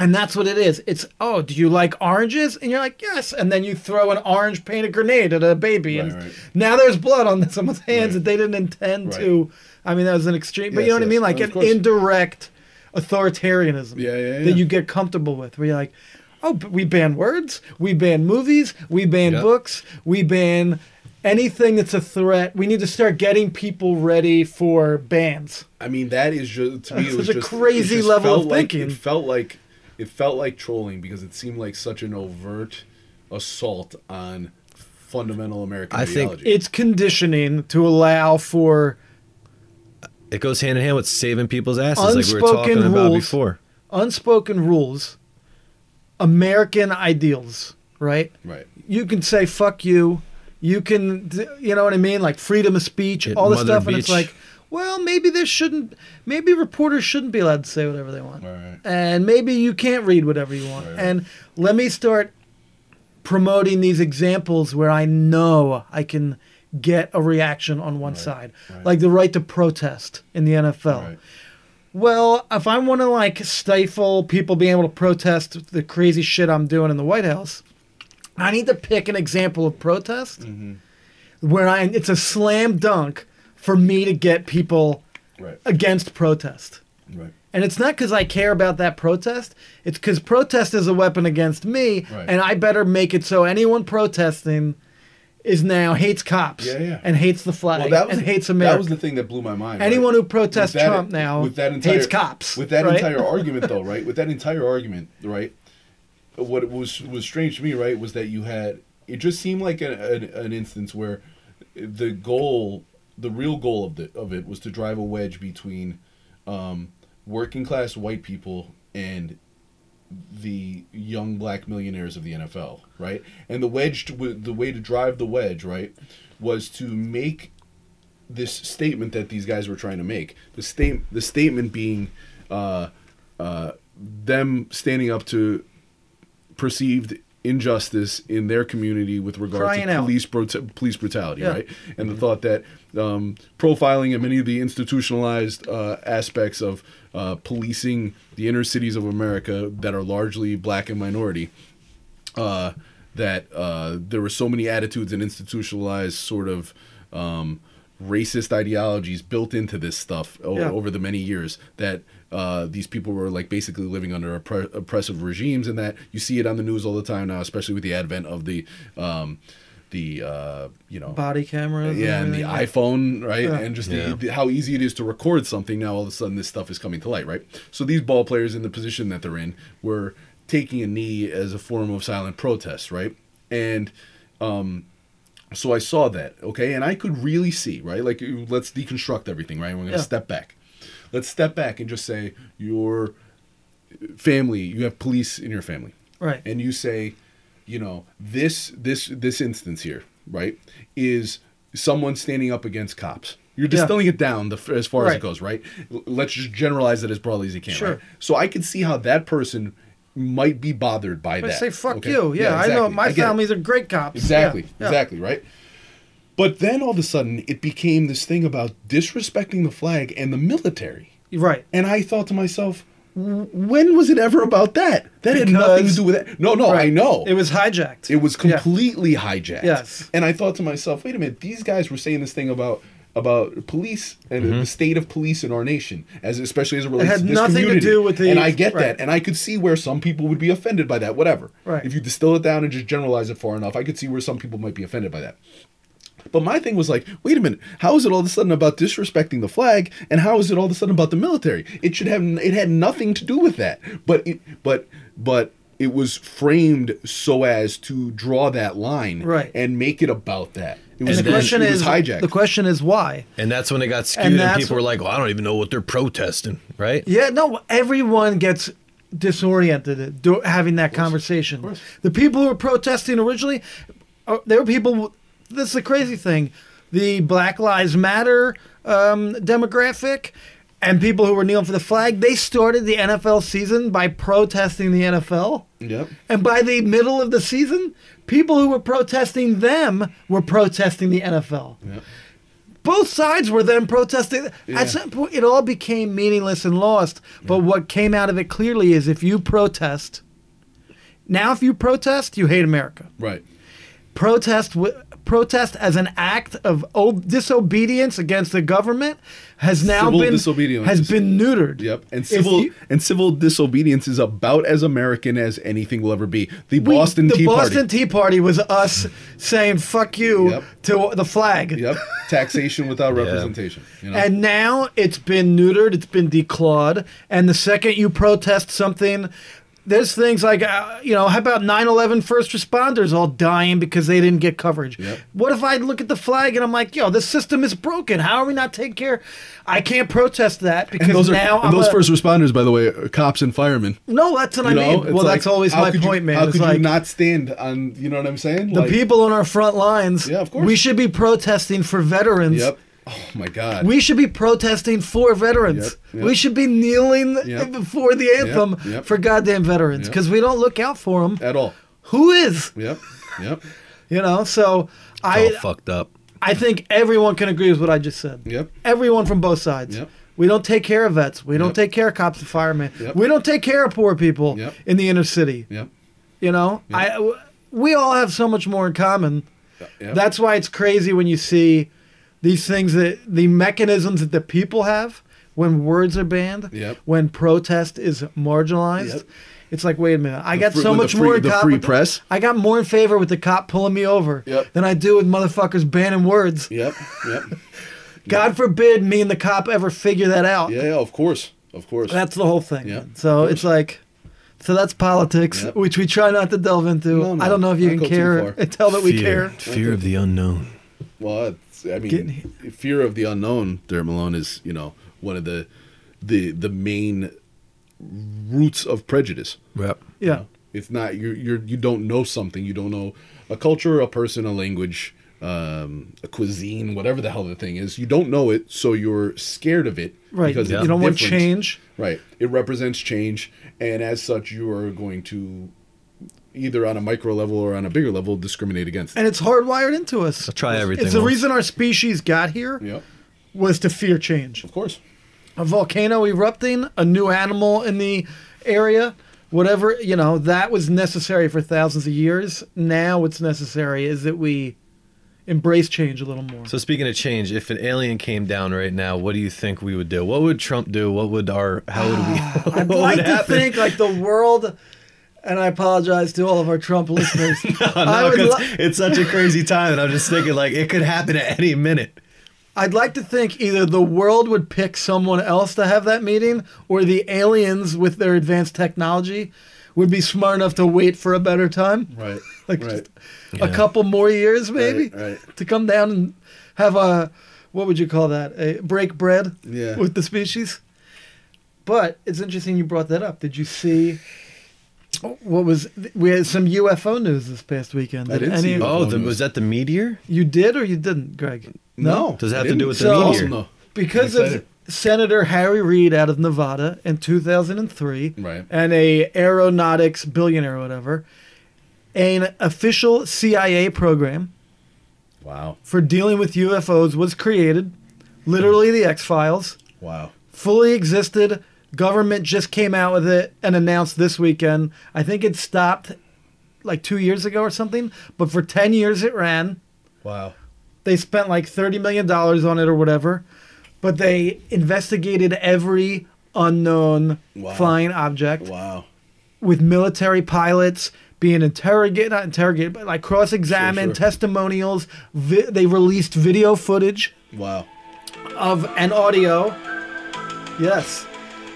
Speaker 1: and that's what it is. It's oh, do you like oranges? And you're like yes. And then you throw an orange painted grenade at a baby, and
Speaker 2: Right, right.
Speaker 1: now there's blood on [laughs] someone's hands that
Speaker 2: Right.
Speaker 1: they didn't intend
Speaker 2: Right.
Speaker 1: to. I mean, that was an extreme, but you
Speaker 2: Yes,
Speaker 1: know what I
Speaker 2: yes.
Speaker 1: mean, like
Speaker 2: Of
Speaker 1: an
Speaker 2: course.
Speaker 1: indirect authoritarianism
Speaker 2: Yeah, yeah, yeah.
Speaker 1: that you get comfortable with, where you're like, oh, but we ban words, we ban movies, we ban
Speaker 3: Yeah.
Speaker 1: books, we ban anything that's a threat. We need to start getting people ready for bans.
Speaker 2: I mean, that is just to me.
Speaker 1: That's
Speaker 2: it was
Speaker 1: such a
Speaker 2: just,
Speaker 1: crazy
Speaker 2: it just
Speaker 1: level of
Speaker 2: felt like-
Speaker 1: thinking.
Speaker 2: It felt like it felt like trolling because it seemed like such an overt assault on fundamental American
Speaker 3: I think-
Speaker 2: ideology.
Speaker 1: It's conditioning to allow for.
Speaker 3: It goes hand in hand with saving people's asses, like we were
Speaker 1: Unspoken
Speaker 3: talking about
Speaker 1: rules.
Speaker 3: before.
Speaker 1: unspoken rules, American ideals, right?
Speaker 2: right.
Speaker 1: You can say fuck you. You can, d- you know what I mean? Like freedom of speech,
Speaker 3: Get
Speaker 1: all this
Speaker 3: Mother
Speaker 1: stuff. And it's
Speaker 3: Beach.
Speaker 1: like, well, maybe this shouldn't, maybe reporters shouldn't be allowed to say whatever they want.
Speaker 2: Right.
Speaker 1: And maybe you can't read whatever you want.
Speaker 2: Right.
Speaker 1: And let me start promoting these examples where I know I can get a reaction on one side,
Speaker 2: right.
Speaker 1: like the right to protest in the NFL.
Speaker 2: Right.
Speaker 1: Well, if I want to like stifle people being able to protest the crazy shit I'm doing in the White House, I need to pick an example of protest where I it's a slam dunk for me to get people
Speaker 2: Right.
Speaker 1: against protest.
Speaker 2: Right.
Speaker 1: And it's not because I care about that protest. It's because protest is a weapon against me,
Speaker 2: Right.
Speaker 1: and I better make it so anyone protesting is now hates cops
Speaker 2: Yeah, yeah.
Speaker 1: and hates the flag and hates America.
Speaker 2: That was the thing that blew my mind.
Speaker 1: Anyone who
Speaker 2: With
Speaker 1: protests
Speaker 2: that-
Speaker 1: Trump now hates cops,
Speaker 2: With that
Speaker 1: right? [laughs]
Speaker 2: entire argument, though, right? With that entire argument, right? What was was strange to me, right, was that you had it just seemed like an, an, an instance where the goal, the real goal of the of it, was to drive a wedge between um, working class white people and the young black millionaires of the NFL, right? And the wedge, to, w- the way to drive the wedge, right, was to make this statement that these guys were trying to make. The state, the statement being, uh, uh, them standing up to perceived injustice in their community with regard
Speaker 1: Crying
Speaker 2: to
Speaker 1: out.
Speaker 2: police brut- police brutality,
Speaker 1: Yeah.
Speaker 2: right? And the thought that um, profiling and many of the institutionalized uh, aspects of uh, policing the inner cities of America that are largely black and minority, uh, that uh, there were so many attitudes and institutionalized sort of um, racist ideologies built into this stuff o-
Speaker 1: Yeah.
Speaker 2: over the many years that uh, these people were like basically living under oppre- oppressive regimes, and that you see it on the news all the time now, especially with the advent of the um, the uh, you know
Speaker 1: Body cameras.
Speaker 2: yeah, and the
Speaker 1: everything.
Speaker 2: iPhone, right?
Speaker 1: Yeah.
Speaker 2: And just
Speaker 3: Yeah.
Speaker 2: the, the, how easy it is to record something. Now all of a sudden, this stuff is coming to light, right? So these ball players in the position that they're in were taking a knee as a form of silent protest, right? And um, so I saw that, okay, and I could really see, right? Like you- let's deconstruct everything, right? We're gonna
Speaker 1: Yeah.
Speaker 2: step back. Let's step back and just say your family, you have police in your family,
Speaker 1: Right.
Speaker 2: and you say, you know, this this this instance here, right, is someone standing up against cops. You're
Speaker 1: Yeah.
Speaker 2: distilling it down the, f- as far as it
Speaker 1: Right.
Speaker 2: goes, right? L- Let's just generalize it as broadly as you can.
Speaker 1: Sure.
Speaker 2: Right? So I could see how that person might be bothered by
Speaker 1: I
Speaker 2: that.
Speaker 1: say fuck
Speaker 2: okay?
Speaker 1: you. Yeah, I know
Speaker 2: exactly.
Speaker 1: my
Speaker 2: get it.
Speaker 1: families are great cops.
Speaker 2: Exactly,
Speaker 1: Yeah, yeah.
Speaker 2: exactly, right? But then all of a sudden, it became this thing about disrespecting the flag and the military.
Speaker 1: Right.
Speaker 2: And I thought to myself, "W- when was it ever about that? That had nothing to
Speaker 1: Because-
Speaker 2: do with that. No, no, I
Speaker 1: Right.
Speaker 2: know.
Speaker 1: It was hijacked.
Speaker 2: It was
Speaker 1: Yeah.
Speaker 2: completely hijacked.
Speaker 1: Yes.
Speaker 2: And I thought to myself, wait a minute, these guys were saying this thing about about police and the state of police in our nation, as especially as it relates
Speaker 1: Mm-hmm. had
Speaker 2: to this
Speaker 1: nothing to
Speaker 2: community.
Speaker 1: do with the-
Speaker 2: and I get
Speaker 1: right.
Speaker 2: that, and I could see where some people would be offended by that. Whatever.
Speaker 1: Right.
Speaker 2: If you distill it down and just generalize it far enough, I could see where some people might be offended by that. But my thing was like, wait a minute, how is it all of a sudden about disrespecting the flag, and how is it all of a sudden about the military? It should have, it had nothing to do with that. But it, but, but it was framed so as to draw that line,
Speaker 1: Right.
Speaker 2: and make it about that. It was,
Speaker 1: And the
Speaker 2: it was-
Speaker 1: question
Speaker 2: it was
Speaker 1: is
Speaker 2: hijacked.
Speaker 1: the question is why?
Speaker 3: And that's when it got skewed,
Speaker 1: And
Speaker 3: and,
Speaker 1: that's
Speaker 3: people were
Speaker 1: what-
Speaker 3: like, "Well, I don't even know what they're protesting." Right?
Speaker 1: Yeah, no, everyone gets disoriented at do- having that conversation.
Speaker 2: course.
Speaker 1: The people who were protesting originally, uh, there were people. This is the crazy thing: the Black Lives Matter um, demographic and people who were kneeling for the flag. They started the NFL season by protesting the NFL.
Speaker 2: Yep.
Speaker 1: And by the middle of the season, people who were protesting them were protesting the NFL. Both sides were then protesting.
Speaker 2: Yeah.
Speaker 1: At some point, it all became meaningless and lost. But what came out of it clearly is if you protest, now if you protest, you hate America.
Speaker 2: Right.
Speaker 1: Protest, wi- protest as an act of o- disobedience against the government has now
Speaker 2: Civil
Speaker 1: been
Speaker 2: disobedience.
Speaker 1: has been neutered.
Speaker 2: Yep. And
Speaker 1: If
Speaker 2: civil
Speaker 1: you-
Speaker 2: and civil disobedience is about as American as anything will ever be. The Boston
Speaker 1: the
Speaker 2: Tea
Speaker 1: Boston
Speaker 2: Party.
Speaker 1: Tea Party was us saying "fuck you"
Speaker 2: Yep.
Speaker 1: to the flag,
Speaker 2: [laughs] yep. Taxation without representation. You know?
Speaker 1: and now it's been neutered, it's been declawed, and the second you protest something. There's things like, uh, you know, how about 9 11 first responders all dying because they didn't get coverage?
Speaker 2: Yep.
Speaker 1: What if I look at the flag and I'm like, yo, this system is broken. How are we not taking care? I can't protest that because
Speaker 2: And those are
Speaker 1: now
Speaker 2: and
Speaker 1: I'm
Speaker 2: those
Speaker 1: a-
Speaker 2: first responders, by the way, are cops and firemen.
Speaker 1: No, that's what I
Speaker 2: You know,
Speaker 1: mean.
Speaker 2: It's
Speaker 1: Well,
Speaker 2: like,
Speaker 1: that's always
Speaker 2: how
Speaker 1: my
Speaker 2: could you-
Speaker 1: point, man.
Speaker 2: How
Speaker 1: It's
Speaker 2: could
Speaker 1: like-
Speaker 2: you not stand on? You know what I'm saying?
Speaker 1: The
Speaker 2: Like,
Speaker 1: people on our front lines.
Speaker 2: Yeah, of course.
Speaker 1: We should be protesting for veterans.
Speaker 2: Yep. Oh my God.
Speaker 1: We should be protesting for veterans.
Speaker 2: Yep, yep.
Speaker 1: We should be kneeling
Speaker 2: Yep.
Speaker 1: before the anthem
Speaker 2: yep.
Speaker 1: for goddamn veterans
Speaker 2: Yep.
Speaker 1: because we don't look out for them.
Speaker 2: at all.
Speaker 1: Who is?
Speaker 2: Yep. Yep.
Speaker 1: You know. So I
Speaker 3: all fucked up.
Speaker 1: I think everyone can agree with what I just said.
Speaker 2: Yep.
Speaker 1: Everyone from both sides.
Speaker 2: Yep.
Speaker 1: We don't take care of vets. We don't
Speaker 2: Yep.
Speaker 1: take care of cops and firemen.
Speaker 2: Yep.
Speaker 1: We don't take care of poor people
Speaker 2: Yep.
Speaker 1: in the inner city.
Speaker 2: Yep.
Speaker 1: You know, I w we all have so much more in common.
Speaker 2: Yep.
Speaker 1: That's why it's crazy when you see these things that the mechanisms that the people have when words are banned,
Speaker 2: Yep.
Speaker 1: when protest is marginalized.
Speaker 2: Yep.
Speaker 1: It's like, wait a minute, I got
Speaker 2: free-
Speaker 1: so
Speaker 2: with the
Speaker 1: much
Speaker 2: free-
Speaker 1: more in
Speaker 2: the
Speaker 1: cop-
Speaker 2: free press?
Speaker 1: I got more in favor with the cop pulling me over
Speaker 2: Yep.
Speaker 1: than I do with motherfuckers banning words.
Speaker 2: Yep. Yep.
Speaker 1: God forbid me and the cop ever figure that out.
Speaker 2: yeah. Yeah. Of course. Of course.
Speaker 1: That's the whole thing.
Speaker 2: Yeah.
Speaker 1: So it's like So that's politics,
Speaker 2: Yep.
Speaker 1: which we try not to delve into.
Speaker 2: No, no,
Speaker 1: I don't know if you
Speaker 2: not
Speaker 1: can
Speaker 2: go too
Speaker 1: care
Speaker 2: far.
Speaker 1: and [laughs] tell that we
Speaker 3: fear,
Speaker 1: care.
Speaker 3: fear of the unknown.
Speaker 2: Well, it's, I mean,
Speaker 1: Getting hit.
Speaker 2: fear of the unknown. Derek Malone is, you know, one of the the the main roots of prejudice.
Speaker 3: Yep.
Speaker 1: Yeah.
Speaker 2: It's not you. You're you don't know something. You don't know a culture, a person, a language, um, a cuisine, whatever the hell the thing is. You don't know it, so you're scared of it.
Speaker 1: Right.
Speaker 2: Because
Speaker 1: You
Speaker 2: it's
Speaker 1: don't want
Speaker 2: different.
Speaker 1: change.
Speaker 2: Right. It represents change, and as such, you are going to either on a micro level or on a bigger level discriminate against. it.
Speaker 1: And it's hardwired into us.
Speaker 3: try everything
Speaker 1: It's the
Speaker 3: once.
Speaker 1: reason our species got here
Speaker 2: Yep.
Speaker 1: was to fear change.
Speaker 2: Of course.
Speaker 1: a volcano erupting, a new animal in the area, whatever, you know, that was necessary for thousands of years. Now what's necessary is that we embrace change a little more.
Speaker 3: So speaking of change, if an alien came down right now, what do you think we would do? What would Trump do? What would our? How would we?
Speaker 1: [sighs] I'd
Speaker 3: [laughs] what
Speaker 1: like
Speaker 3: would
Speaker 1: to
Speaker 3: happen?
Speaker 1: think like the world and I apologize to all of our
Speaker 3: [laughs]
Speaker 1: Trump listeners. I
Speaker 3: No,
Speaker 1: would
Speaker 3: 'cause
Speaker 1: lo-
Speaker 3: it's such a crazy time, and I'm just thinking like it could happen at
Speaker 1: [laughs]
Speaker 3: any minute.
Speaker 1: I'd like to think either the world would pick someone else to have that meeting or the aliens with their advanced technology would be smart enough to wait for a better time.
Speaker 2: Right.
Speaker 1: [laughs] like
Speaker 2: right.
Speaker 1: just a couple more years maybe
Speaker 2: Right, right.
Speaker 1: to come down and have a what would you call that a break bread
Speaker 2: Yeah.
Speaker 1: with the species but it's interesting you brought that up did you see what was we had some ufo news this past weekend
Speaker 2: I did see
Speaker 1: you.
Speaker 2: UFO.
Speaker 3: Oh, the, was that the meteor?
Speaker 1: did or you didn't greg
Speaker 2: No.
Speaker 3: Does it have
Speaker 2: I
Speaker 3: to do
Speaker 2: didn't.
Speaker 3: with the
Speaker 1: So-
Speaker 3: meteor?
Speaker 2: No.
Speaker 1: because
Speaker 2: I'm
Speaker 1: of
Speaker 2: excited.
Speaker 1: senator harry reid out of nevada in 2003
Speaker 2: Right.
Speaker 1: and a aeronautics billionaire or whatever an official cia program
Speaker 2: Wow.
Speaker 1: for dealing with UFOs was created. Literally, the X Files
Speaker 2: Wow.
Speaker 1: fully existed. Government just came out with it and announced this weekend. I think it stopped like two years ago or something, but for 10 years it ran.
Speaker 2: Wow.
Speaker 1: They spent like $30 million on it or whatever, but they investigated every unknown
Speaker 2: Wow.
Speaker 1: flying object
Speaker 2: Wow.
Speaker 1: with military pilots being interrogated, not interrogated, but like cross examined,
Speaker 2: Sure, sure.
Speaker 1: testimonials. Vi- they released video footage
Speaker 2: Wow.
Speaker 1: of an audio. Yes.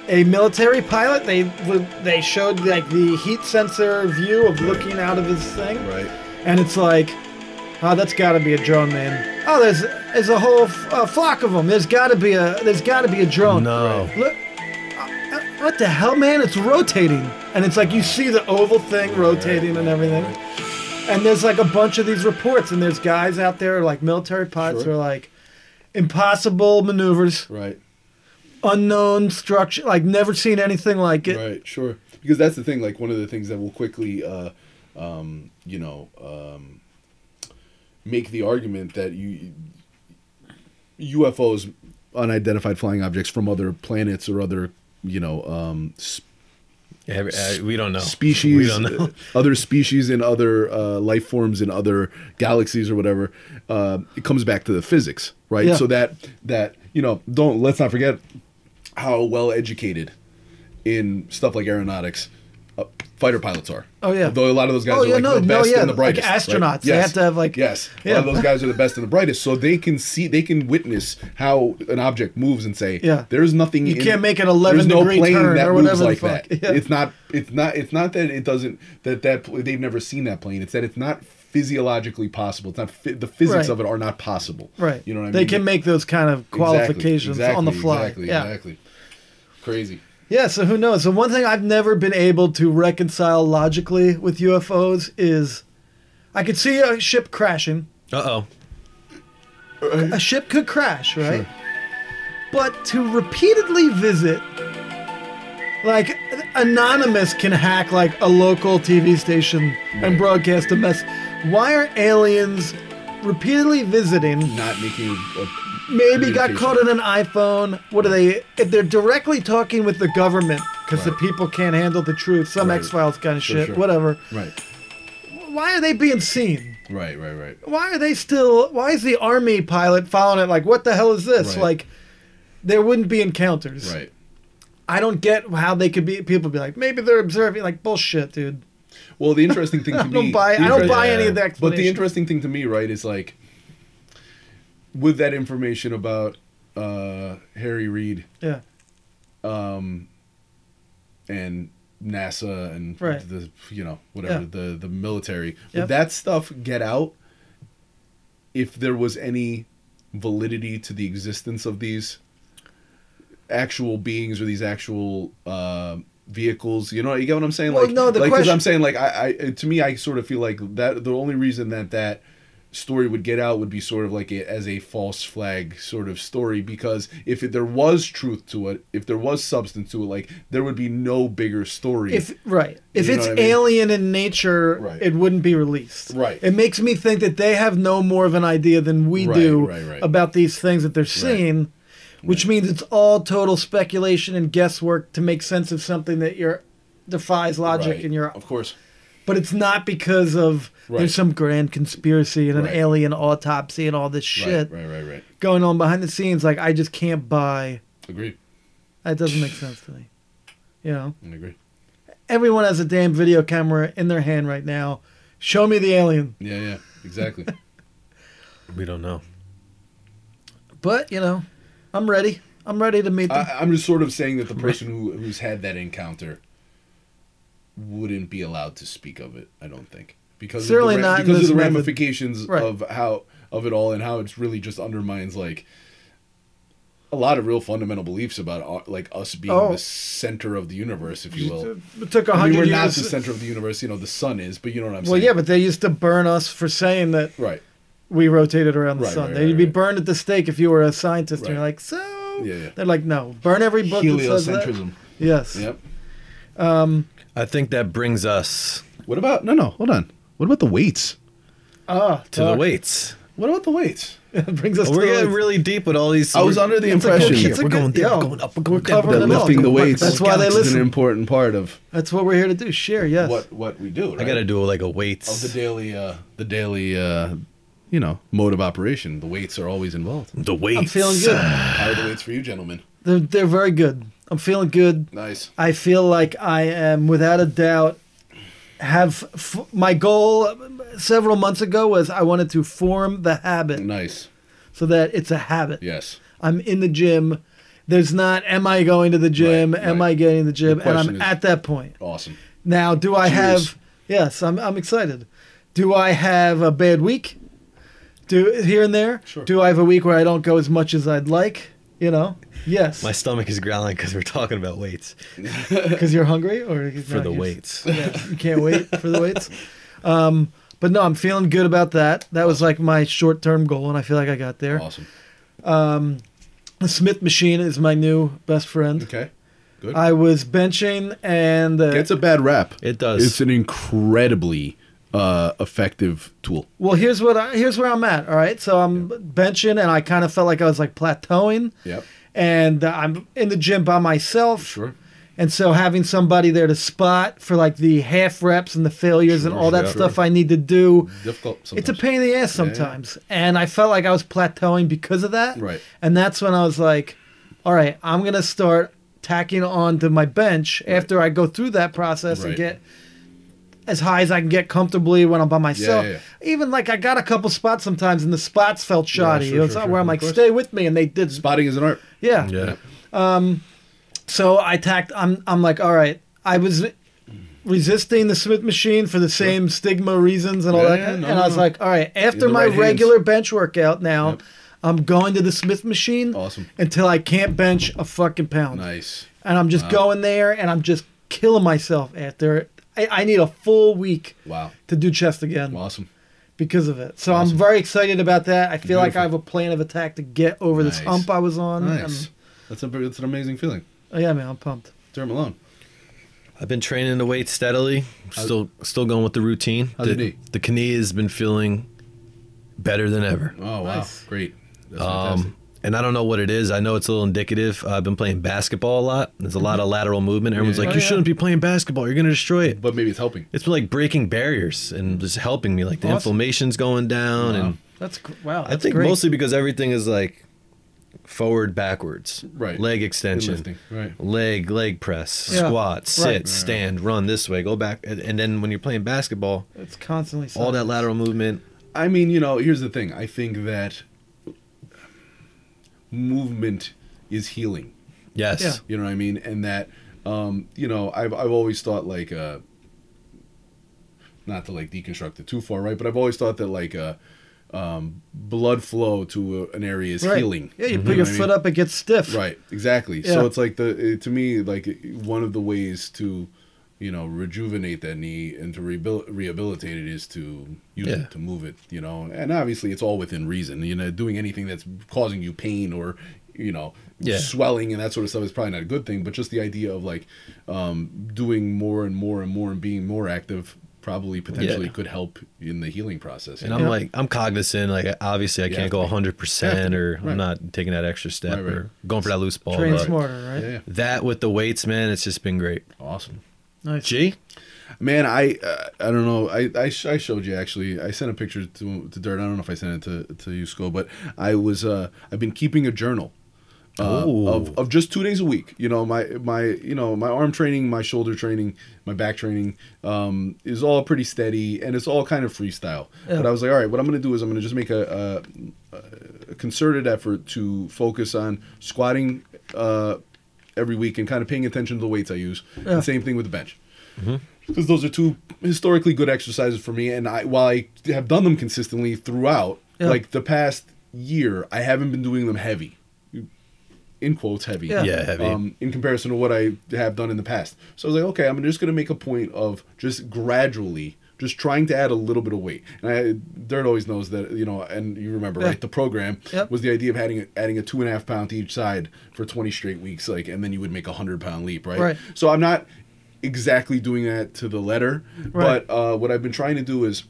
Speaker 1: A military pilot. They w- they showed like the heat sensor view of looking out of his thing,
Speaker 2: Right.
Speaker 1: and it's like, oh, that's got to be a drone, man. Oh, there's there's a whole f- uh, flock of them. There's got to be a there's got to be a drone.
Speaker 3: No.
Speaker 1: Look, uh, uh, what the hell, man? It's rotating, and it's like you see the oval thing rotating and everything. And there's like a bunch of these reports, and there's guys out there like military pilots
Speaker 2: Sure.
Speaker 1: who are like impossible maneuvers,
Speaker 2: Right.
Speaker 1: unknown structure, like never seen anything like it.
Speaker 2: Right. Sure. Because that's the thing. Like one of the things that will quickly, uh, um, you know, um, make the argument that you UFOs, unidentified flying objects from other planets or other, you know, um, s-
Speaker 3: Every, uh, we don't know.
Speaker 2: species,
Speaker 3: We don't know.
Speaker 2: uh, [laughs] other species and other uh, life forms in other galaxies or whatever. Uh, it comes back to the physics, right?
Speaker 1: Yeah.
Speaker 2: So that that you know, don't let's not forget how well educated in stuff like aeronautics uh, fighter pilots are.
Speaker 1: Oh, yeah.
Speaker 2: though a lot of those guys
Speaker 1: Oh,
Speaker 2: are
Speaker 1: yeah,
Speaker 2: like
Speaker 1: no,
Speaker 2: the
Speaker 1: no,
Speaker 2: best
Speaker 1: yeah,
Speaker 2: and the
Speaker 1: like
Speaker 2: brightest.
Speaker 1: astronauts, they have to have, like-
Speaker 2: yes,
Speaker 1: yeah.
Speaker 2: a lot of those guys are the best and the brightest, so they can see, they can witness how an object moves and say,
Speaker 1: Yeah.
Speaker 2: there's nothing.
Speaker 1: You
Speaker 2: in-
Speaker 1: can't make an 11
Speaker 2: There's no
Speaker 1: degree
Speaker 2: plane
Speaker 1: turn
Speaker 2: that
Speaker 1: or
Speaker 2: moves
Speaker 1: whatever the
Speaker 2: like
Speaker 1: fuck. [laughs]
Speaker 2: that.
Speaker 1: Yeah.
Speaker 2: It's not. It's not. It's not that it doesn't. That that pl- they've never seen that plane. It's that it's not physiologically possible. It's not phy- the
Speaker 1: Right.
Speaker 2: physics of it are not possible.
Speaker 1: Right.
Speaker 2: You know what I mean?
Speaker 1: they can make those kind of
Speaker 2: Exactly,
Speaker 1: qualifications on the
Speaker 2: exactly,
Speaker 1: fly.
Speaker 2: Exactly.
Speaker 1: yeah.
Speaker 2: Exactly. Crazy.
Speaker 1: Yeah, so who knows? So one thing I've never been able to reconcile logically with UFOs is I could see a ship crashing.
Speaker 3: Uh oh.
Speaker 1: A ship could crash, right? But to repeatedly visit like anonymous can hack like a local TV station and broadcast a mess. Why are aliens repeatedly visiting?
Speaker 2: Not making. A,
Speaker 1: maybe got
Speaker 2: Communication.
Speaker 1: caught in an iPhone. What are they? If they're directly talking with the government because the
Speaker 2: Right.
Speaker 1: people can't handle the truth, some
Speaker 2: Right.
Speaker 1: X Files kind of
Speaker 2: Sure,
Speaker 1: shit,
Speaker 2: sure.
Speaker 1: whatever.
Speaker 2: right.
Speaker 1: Why are they being seen?
Speaker 2: Right. Right. Right.
Speaker 1: Why are they still? Why is the army pilot following it? Like, what the hell is this?
Speaker 2: Right.
Speaker 1: Like, there wouldn't be encounters.
Speaker 2: Right.
Speaker 1: I don't get how they could be. People be like, maybe they're observing. Like, bullshit, dude.
Speaker 2: Well, the
Speaker 1: [laughs]
Speaker 2: interesting thing to
Speaker 1: I
Speaker 2: me.
Speaker 1: don't buy.
Speaker 2: the
Speaker 1: I don't
Speaker 2: interest-
Speaker 1: buy any of the
Speaker 2: But
Speaker 3: But
Speaker 1: explanation.
Speaker 2: the interesting thing to me, right, is like with that information about uh, Harry Reid
Speaker 1: yeah,
Speaker 2: and NASA and
Speaker 1: Right.
Speaker 2: the you know whatever
Speaker 1: Yeah.
Speaker 2: the the military.
Speaker 1: Yep.
Speaker 2: Would that stuff get out if there was any validity to the existence of these actual beings or these actual uh, vehicles? You know, you get what I'm saying?
Speaker 1: Well,
Speaker 2: like
Speaker 1: no, the
Speaker 2: like, 'cause
Speaker 1: question-
Speaker 2: I'm saying like I, I to me I sort of feel like that the only reason that that story would get out would be sort of like a, as a false flag sort of story because if it, there was truth to it if there was substance to it like there would be no bigger story
Speaker 1: If right, if
Speaker 2: You know
Speaker 1: it's
Speaker 2: what I mean?
Speaker 1: alien in nature,
Speaker 2: Right.
Speaker 1: it wouldn't be released.
Speaker 2: Right.
Speaker 1: It makes me think that they have no more of an idea than we
Speaker 2: Right,
Speaker 1: do
Speaker 2: right, right.
Speaker 1: about these things that they're seeing, which means it's all total speculation and guesswork to make sense of something that you're defies logic
Speaker 2: Right.
Speaker 1: and you're
Speaker 2: of course
Speaker 1: but it's not because of
Speaker 2: Right.
Speaker 1: there's some grand conspiracy and an
Speaker 2: Right.
Speaker 1: alien autopsy and all this shit
Speaker 2: right right right right
Speaker 1: going on behind the scenes like I just can't buy
Speaker 2: agree
Speaker 1: that doesn't make sense to me. You know?
Speaker 2: I agree
Speaker 1: everyone has a damn video camera in their hand right now. Show me the alien.
Speaker 2: yeah yeah exactly
Speaker 3: We don't know.
Speaker 1: But you know, I'm ready. I'm ready to meet them.
Speaker 2: I, I'm just sort of saying that the person who who's had that encounter wouldn't be allowed to speak of it. I don't think because
Speaker 1: Certainly
Speaker 2: of the, ra-
Speaker 1: not in
Speaker 2: because
Speaker 1: this
Speaker 2: of the
Speaker 1: method.
Speaker 2: ramifications
Speaker 1: Right.
Speaker 2: of how of it all and how it's really just undermines like a lot of real fundamental beliefs about our- like us being
Speaker 1: Oh.
Speaker 2: the center of the universe, if you will.
Speaker 1: it took a
Speaker 2: I mean,
Speaker 1: hundred
Speaker 2: we're not
Speaker 1: years.
Speaker 2: the center of the universe. You know, the sun is, but you know what I'm
Speaker 1: well,
Speaker 2: saying.
Speaker 1: yeah, but they used to burn us for saying that
Speaker 2: right.
Speaker 1: we rotated around the
Speaker 2: Right,
Speaker 1: sun.
Speaker 2: right,
Speaker 1: They'd
Speaker 2: right,
Speaker 1: be
Speaker 2: right.
Speaker 1: burned at the stake if you were a scientist. And you're
Speaker 2: Right.
Speaker 1: like, so
Speaker 2: Yeah, yeah.
Speaker 1: they're like, no, burn every book that says that.
Speaker 2: Heliocentrism.
Speaker 1: Yes. [laughs]
Speaker 2: Yep.
Speaker 3: I think that brings us
Speaker 2: What about no no? Hold on. What about the weights?
Speaker 1: Ah,
Speaker 3: to the weights.
Speaker 2: What about the weights?
Speaker 1: That brings us.
Speaker 3: We're
Speaker 1: to
Speaker 3: getting
Speaker 1: the-
Speaker 3: really deep with all these.
Speaker 2: I was under the
Speaker 1: a good-
Speaker 2: impression
Speaker 1: it's a
Speaker 3: We're
Speaker 1: good-
Speaker 3: going down,
Speaker 1: yo,
Speaker 3: we're going up, we're
Speaker 1: we're
Speaker 3: going down,
Speaker 1: covering
Speaker 2: that
Speaker 1: it all.
Speaker 2: lifting the weights
Speaker 1: That's why they
Speaker 2: is
Speaker 1: listen.
Speaker 2: an important part of
Speaker 1: That's what we're here to do. Share. [laughs] Yes.
Speaker 2: what what we do. Right?
Speaker 3: I gotta do like a
Speaker 2: of
Speaker 3: weights.
Speaker 2: the daily uh, the daily uh, you know mode of operation. The weights are always involved.
Speaker 3: [sighs] The weights.
Speaker 1: I'm feeling good.
Speaker 2: How are the weights for you, gentlemen?
Speaker 1: They're, they're very good. I'm feeling good.
Speaker 2: Nice.
Speaker 1: I feel like I am, without a doubt, have f- my goal several months ago was I wanted to form the habit
Speaker 2: Nice.
Speaker 1: so that it's a habit.
Speaker 2: Yes.
Speaker 1: I'm in the gym. There's not, am I going to the gym?
Speaker 2: Right,
Speaker 1: am
Speaker 2: right.
Speaker 1: I getting to the gym?
Speaker 2: The
Speaker 1: and I'm
Speaker 2: question is-
Speaker 1: at that point.
Speaker 2: Awesome.
Speaker 1: Now, do I
Speaker 2: Cheers.
Speaker 1: have, yes, I'm, I'm excited. Do I have a bad week? Do here and there?
Speaker 2: Sure.
Speaker 1: Do I have a week where I don't go as much as I'd like? You know? Yes. [laughs]
Speaker 3: My stomach is growling because we're talking about weights
Speaker 1: Because you're hungry or
Speaker 3: for
Speaker 2: [laughs]
Speaker 3: the weights.
Speaker 1: Yeah, [laughs] you can't wait for the weights. Um, but no, I'm feeling good about that. That was like my short term goal, and I feel like I got there.
Speaker 2: Awesome.
Speaker 1: The Smith machine is my new best friend.
Speaker 2: Okay. Good.
Speaker 1: I was benching and uh,
Speaker 2: It's a bad rap.
Speaker 3: It does.
Speaker 2: It's an incredibly uh, effective tool.
Speaker 1: well. Here's what I, here's where I'm at. All right, so I'm benching and I kind of felt like I was like plateauing.
Speaker 2: Yep.
Speaker 1: And uh, I'm in the gym by myself.
Speaker 2: Sure.
Speaker 1: And so having somebody there to spot for like the half reps and the failures and
Speaker 2: Sure,
Speaker 1: all that
Speaker 2: yeah.
Speaker 1: stuff I need to do.
Speaker 2: Difficult. Sometimes.
Speaker 1: It's a pain in the ass
Speaker 2: yeah.
Speaker 1: sometimes. And I felt like I was plateauing because of that.
Speaker 2: Right.
Speaker 1: And that's when I was like, all right, I'm going to start tacking on to my bench after I go through that process and
Speaker 2: Right.
Speaker 1: get as high as I can get comfortably when I'm by myself.
Speaker 2: yeah, yeah.
Speaker 1: Even like I got a couple spots sometimes and the spots felt shoddy.
Speaker 2: sure,
Speaker 1: it was
Speaker 2: sure,
Speaker 1: where
Speaker 2: sure,
Speaker 1: I'm
Speaker 2: of
Speaker 1: like,
Speaker 2: course.
Speaker 1: stay with me. And they did.
Speaker 2: Spotting is an art.
Speaker 1: yeah.
Speaker 3: Yeah.
Speaker 1: So I tacked, I'm, I'm like, all right, I was resisting the Smith machine for the same stigma reasons and all
Speaker 2: Yeah,
Speaker 1: that.
Speaker 2: yeah,
Speaker 1: kind
Speaker 2: no,
Speaker 1: and I
Speaker 2: no,
Speaker 1: was
Speaker 2: no.
Speaker 1: like, all right, after
Speaker 2: the
Speaker 1: my
Speaker 2: right hands.
Speaker 1: regular bench workout now,
Speaker 2: Yep.
Speaker 1: I'm going to the Smith machine
Speaker 2: Awesome.
Speaker 1: until I can't bench a fucking pound.
Speaker 2: Nice.
Speaker 1: And I'm just going there and I'm just killing myself after. I, I need a full week
Speaker 2: Wow.
Speaker 1: to do chest again
Speaker 2: Awesome.
Speaker 1: because of it. So I'm very excited about that. I feel like I
Speaker 2: Beautiful.
Speaker 1: have a plan of attack to get over this
Speaker 2: Nice.
Speaker 1: hump I was on.
Speaker 2: Nice. That's a that's an amazing feeling.
Speaker 1: And- yeah, man, I'm pumped.
Speaker 2: Derm Malone.
Speaker 3: I've been training the weights steadily. Still, still going with the routine.
Speaker 2: How's
Speaker 3: the,
Speaker 2: your knee?
Speaker 3: The knee has been feeling better than ever.
Speaker 2: Oh wow.
Speaker 1: Nice.
Speaker 2: Great. That's fantastic.
Speaker 3: Um, and I don't know what it is. I know it's a little indicative. Uh, I've been playing basketball a lot. There's a lot of lateral movement. Everyone's
Speaker 2: Yeah.
Speaker 3: like,
Speaker 1: Oh,
Speaker 3: "You
Speaker 1: yeah.
Speaker 3: shouldn't be playing basketball. You're gonna destroy it."
Speaker 2: but maybe it's helping.
Speaker 3: It's been like breaking barriers and just helping me. Like the
Speaker 1: Awesome.
Speaker 3: inflammation's going down,
Speaker 2: Wow.
Speaker 3: and
Speaker 1: That's gr- wow.
Speaker 3: I
Speaker 1: That's
Speaker 3: think
Speaker 1: great.
Speaker 3: mostly because everything is like forward, backwards,
Speaker 2: Right.
Speaker 3: Leg extension,
Speaker 2: Lifting, right.
Speaker 3: leg leg press,
Speaker 1: Yeah.
Speaker 3: squat, sit,
Speaker 1: Right.
Speaker 3: stand, run this way, go back, and, and then when you're playing basketball,
Speaker 1: It's constantly
Speaker 3: all that lateral movement.
Speaker 2: I mean, you know, here's the thing. I think that movement is healing.
Speaker 3: Yes,
Speaker 1: Yeah.
Speaker 2: You know what I mean? And that Um, you know, I've I've always thought like uh not to like deconstruct it too far, right? But I've always thought that like uh um blood flow to a, an area is
Speaker 1: Right.
Speaker 2: healing.
Speaker 1: Yeah, you
Speaker 2: know
Speaker 1: put your
Speaker 2: what I
Speaker 1: foot
Speaker 2: mean?
Speaker 1: up, it gets stiff.
Speaker 2: Right, exactly.
Speaker 1: Yeah.
Speaker 2: So it's like the it, to me like one of the ways to you know rejuvenate that knee and to rehabil- rehabilitate it is to use
Speaker 3: Yeah.
Speaker 2: it to move it. You know, and obviously it's all within reason. You know, doing anything that's causing you pain or you know
Speaker 3: Yeah.
Speaker 2: swelling and that sort of stuff is probably not a good thing. But just the idea of like um, doing more and more and more and being more active probably potentially could help in the healing process. you
Speaker 3: And
Speaker 2: know?
Speaker 3: I'm like, I'm cognizant. Like, obviously, I
Speaker 2: You have
Speaker 3: can't
Speaker 2: to
Speaker 3: go
Speaker 2: be.
Speaker 3: 100, percent or
Speaker 2: Right.
Speaker 3: I'm not taking that extra step
Speaker 2: Right, right.
Speaker 3: or going for that loose ball.
Speaker 1: Train
Speaker 3: but
Speaker 1: smarter, right?
Speaker 2: yeah, yeah.
Speaker 3: That with the weights, man, it's just been great.
Speaker 2: awesome.
Speaker 1: Nice.
Speaker 3: G,
Speaker 2: Man, I uh, I don't know. I, I sh- I showed you actually. I sent a picture to to Dirt. I don't know if I sent it to to you, Skull, but I was uh I've been keeping a journal. Uh,
Speaker 3: Ooh.
Speaker 2: of, of just two days a week you know my my you know my arm training my shoulder training my back training um, is all pretty steady and it's all kind of freestyle but i was like all right what i'm gonna do is i'm gonna just make a, a, a concerted effort to focus on squatting uh, every week and kind of paying attention to the weights i use
Speaker 1: Yeah. Mm-hmm.
Speaker 2: and same thing with the bench because those are two historically good exercises for me. And I, while I have done them consistently throughout,
Speaker 1: Yeah.
Speaker 2: like the past year, I haven't been doing them heavy, in quotes, heavy.
Speaker 1: Yeah.
Speaker 3: Yeah, heavy.
Speaker 2: Um, in comparison to what I have done in the past. So I was like, okay, I'm just gonna make a point of just gradually. Just trying to add a little bit of weight, and I, Dirt always knows that you know, and you remember,
Speaker 1: Yeah.
Speaker 2: right? The program
Speaker 1: Yep.
Speaker 2: was the idea of adding adding a two and a half pound to each side for twenty straight weeks, like, and then you would make a hundred pound leap, right?
Speaker 1: Right.
Speaker 2: So I'm not exactly doing that to the letter,
Speaker 1: Right.
Speaker 2: but uh, what I've been trying to do is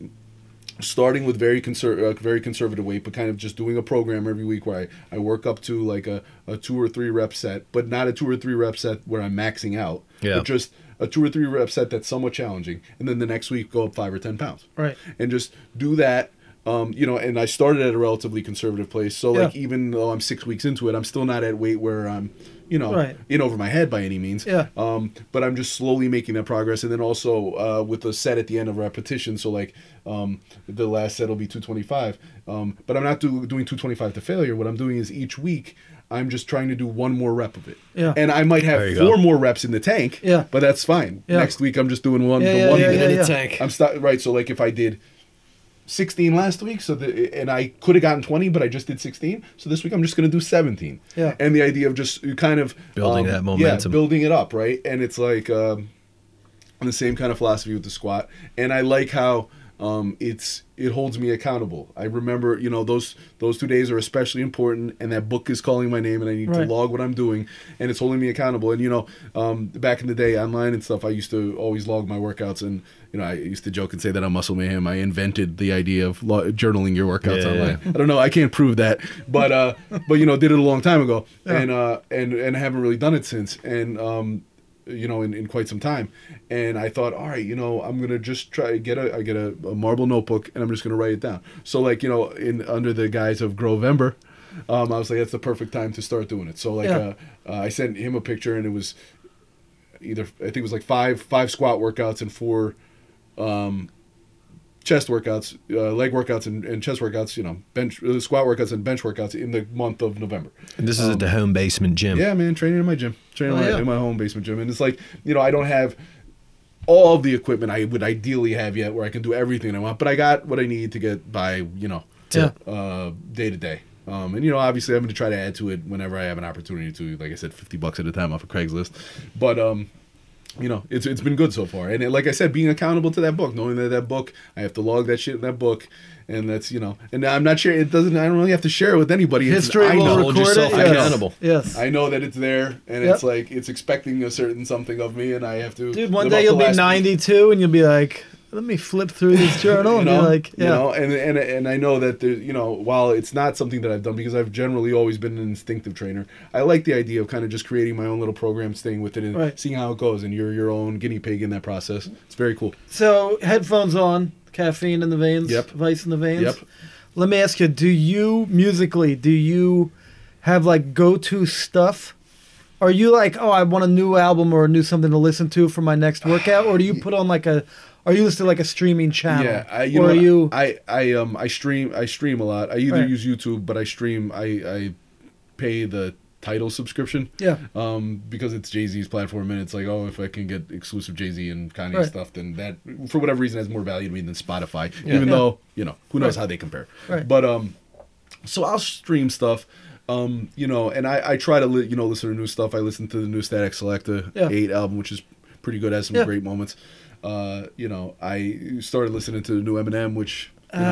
Speaker 2: starting with very conser- uh, very conservative weight, but kind of just doing a program every week where I, I work up to like a, a two or three rep set, but not a two or three rep set where I'm maxing out.
Speaker 3: Yeah.
Speaker 2: But just a two or three rep set that's somewhat challenging, and then the next week go up five or ten pounds
Speaker 1: Right.
Speaker 2: and just do that. Um, you know, and I started at a relatively conservative place. So like,
Speaker 1: Yeah.
Speaker 2: even though I'm six weeks into it, I'm still not at weight where I'm, you know,
Speaker 1: Right.
Speaker 2: in over my head by any means.
Speaker 1: Yeah.
Speaker 2: Um, but I'm just slowly making that progress, and then also uh, with the set at the end of repetition. So like, um, the last set will be 225. Um, but I'm not do, doing 225 to failure. What I'm doing is each week. I'm just trying to do one more rep of it,
Speaker 1: Yeah.
Speaker 2: and I might have
Speaker 3: There you go.
Speaker 2: four more reps in the tank.
Speaker 1: Yeah.
Speaker 2: but that's fine.
Speaker 1: Yeah.
Speaker 2: Next week I'm just doing one.
Speaker 1: Yeah,
Speaker 2: the
Speaker 1: yeah,
Speaker 2: one
Speaker 1: yeah,
Speaker 2: that-
Speaker 1: yeah, yeah.
Speaker 3: tank.
Speaker 2: I'm st- right. So like if I did 16 last week, so the, and I could have gotten 20, but I just did 16. So this week I'm just going to do 17.
Speaker 1: Yeah.
Speaker 2: And the idea of just kind of um,
Speaker 3: Building that momentum.
Speaker 2: yeah, building it up, right? And it's like um, the same kind of philosophy with the squat. And I like how. Um, it's it holds me accountable. I remember, you know, those those two days are especially important, and that book is calling my name, and I need
Speaker 1: Right.
Speaker 2: to log what I'm doing, and it's holding me accountable. And you know, um, back in the day, online and stuff, I used to always log my workouts, and you know, I used to joke and say that on Muscle Mayhem, I invented the idea of lo- journaling your workouts
Speaker 3: Yeah.
Speaker 2: online. I don't know, I can't prove that, but uh, but you know, did it a long time ago, and uh, and and I haven't really done it since, and um, you know, in, in quite some time, and I thought, all right, you know, I'm gonna just try get a I get a, a marble notebook, and I'm just gonna write it down. So like you know, in under the guise of Grovember. Um, I was like, that's the perfect time to start doing it. So like,
Speaker 1: Yeah.
Speaker 2: uh, uh, I sent him a picture, and it was either I think it was like five five squat workouts and four um, chest workouts, uh, leg workouts and, and chest workouts. You know, bench uh, squat workouts and bench workouts in the month of November.
Speaker 3: And this is at the home basement gym.
Speaker 2: Um, Yeah, man, training in my gym, training
Speaker 1: Oh,
Speaker 2: in, my,
Speaker 1: yeah.
Speaker 2: in my home basement gym, and it's like you know I don't have all of the equipment I would ideally have yet where I can do everything I want, but I got what I need to get by. You know,
Speaker 1: Yeah.
Speaker 2: uh, day to day. Um, and you know, obviously, I'm going to try to add to it whenever I have an opportunity to. Like I said, 50 bucks at a time off of Craigslist, but um, you know, it's it's been good so far. And it, like I said, being accountable to that book, knowing that that book, I have to log that shit in that book, and that's you know, and I'm not sure it doesn't. I don't really have to share it with anybody. It's-
Speaker 1: History
Speaker 2: I
Speaker 1: will
Speaker 2: know.
Speaker 3: Hold
Speaker 1: record
Speaker 3: yourself
Speaker 1: it. yes.
Speaker 3: accountable.
Speaker 1: Yes.
Speaker 2: I know that it's there, and
Speaker 1: Yep.
Speaker 2: it's like it's expecting a certain something of me, and I have to.
Speaker 1: Dude, one
Speaker 2: live up
Speaker 1: day
Speaker 2: to
Speaker 1: you'll be
Speaker 2: last week.
Speaker 1: 92 and you'll be like, let me flip through this journal
Speaker 2: [laughs] you
Speaker 1: and
Speaker 2: know,
Speaker 1: be like, yeah.
Speaker 2: you know, and and and I know that there, you know, while it's not something that I've done because I've generally always been an instinctive trainer, I like the idea of kind of just creating my own little program, staying with it, and
Speaker 1: Right.
Speaker 2: seeing how it goes. And you're your own guinea pig in that process. It's very cool.
Speaker 1: So headphones on, caffeine in the veins,
Speaker 2: Yep.
Speaker 1: vice in the veins.
Speaker 2: Yep.
Speaker 1: Let me ask you: Do you musically? Do you have like go-to stuff? Are you like, oh, I want a new album or a new something to listen to for my next workout, or do
Speaker 2: [sighs]
Speaker 1: you put on like a? Are you listening to like a streaming channel?
Speaker 2: Yeah, I, you
Speaker 1: or
Speaker 2: know,
Speaker 1: are
Speaker 2: what?
Speaker 1: you?
Speaker 2: I I um I stream I stream a lot. I either
Speaker 1: Right.
Speaker 2: use YouTube, but I stream. I I pay the title subscription.
Speaker 1: Yeah.
Speaker 2: Um, because it's Jay Z's platform, and it's like, oh, if I can get exclusive Jay Z and Kanye
Speaker 1: Right.
Speaker 2: stuff, then that, for whatever reason, has more value to me than Spotify.
Speaker 3: Yeah.
Speaker 2: Even
Speaker 1: Yeah.
Speaker 2: though you know who knows
Speaker 1: Right.
Speaker 2: how they compare.
Speaker 1: Right.
Speaker 2: But um, so I'll stream stuff. Um, you know, and I, I try to li- you know listen to new stuff. I listen to the new Static Selecta
Speaker 1: Yeah.
Speaker 2: eight album, which is pretty good. Has some
Speaker 1: Yeah.
Speaker 2: great moments. Uh, you know, I started listening to the new Eminem, which you know, I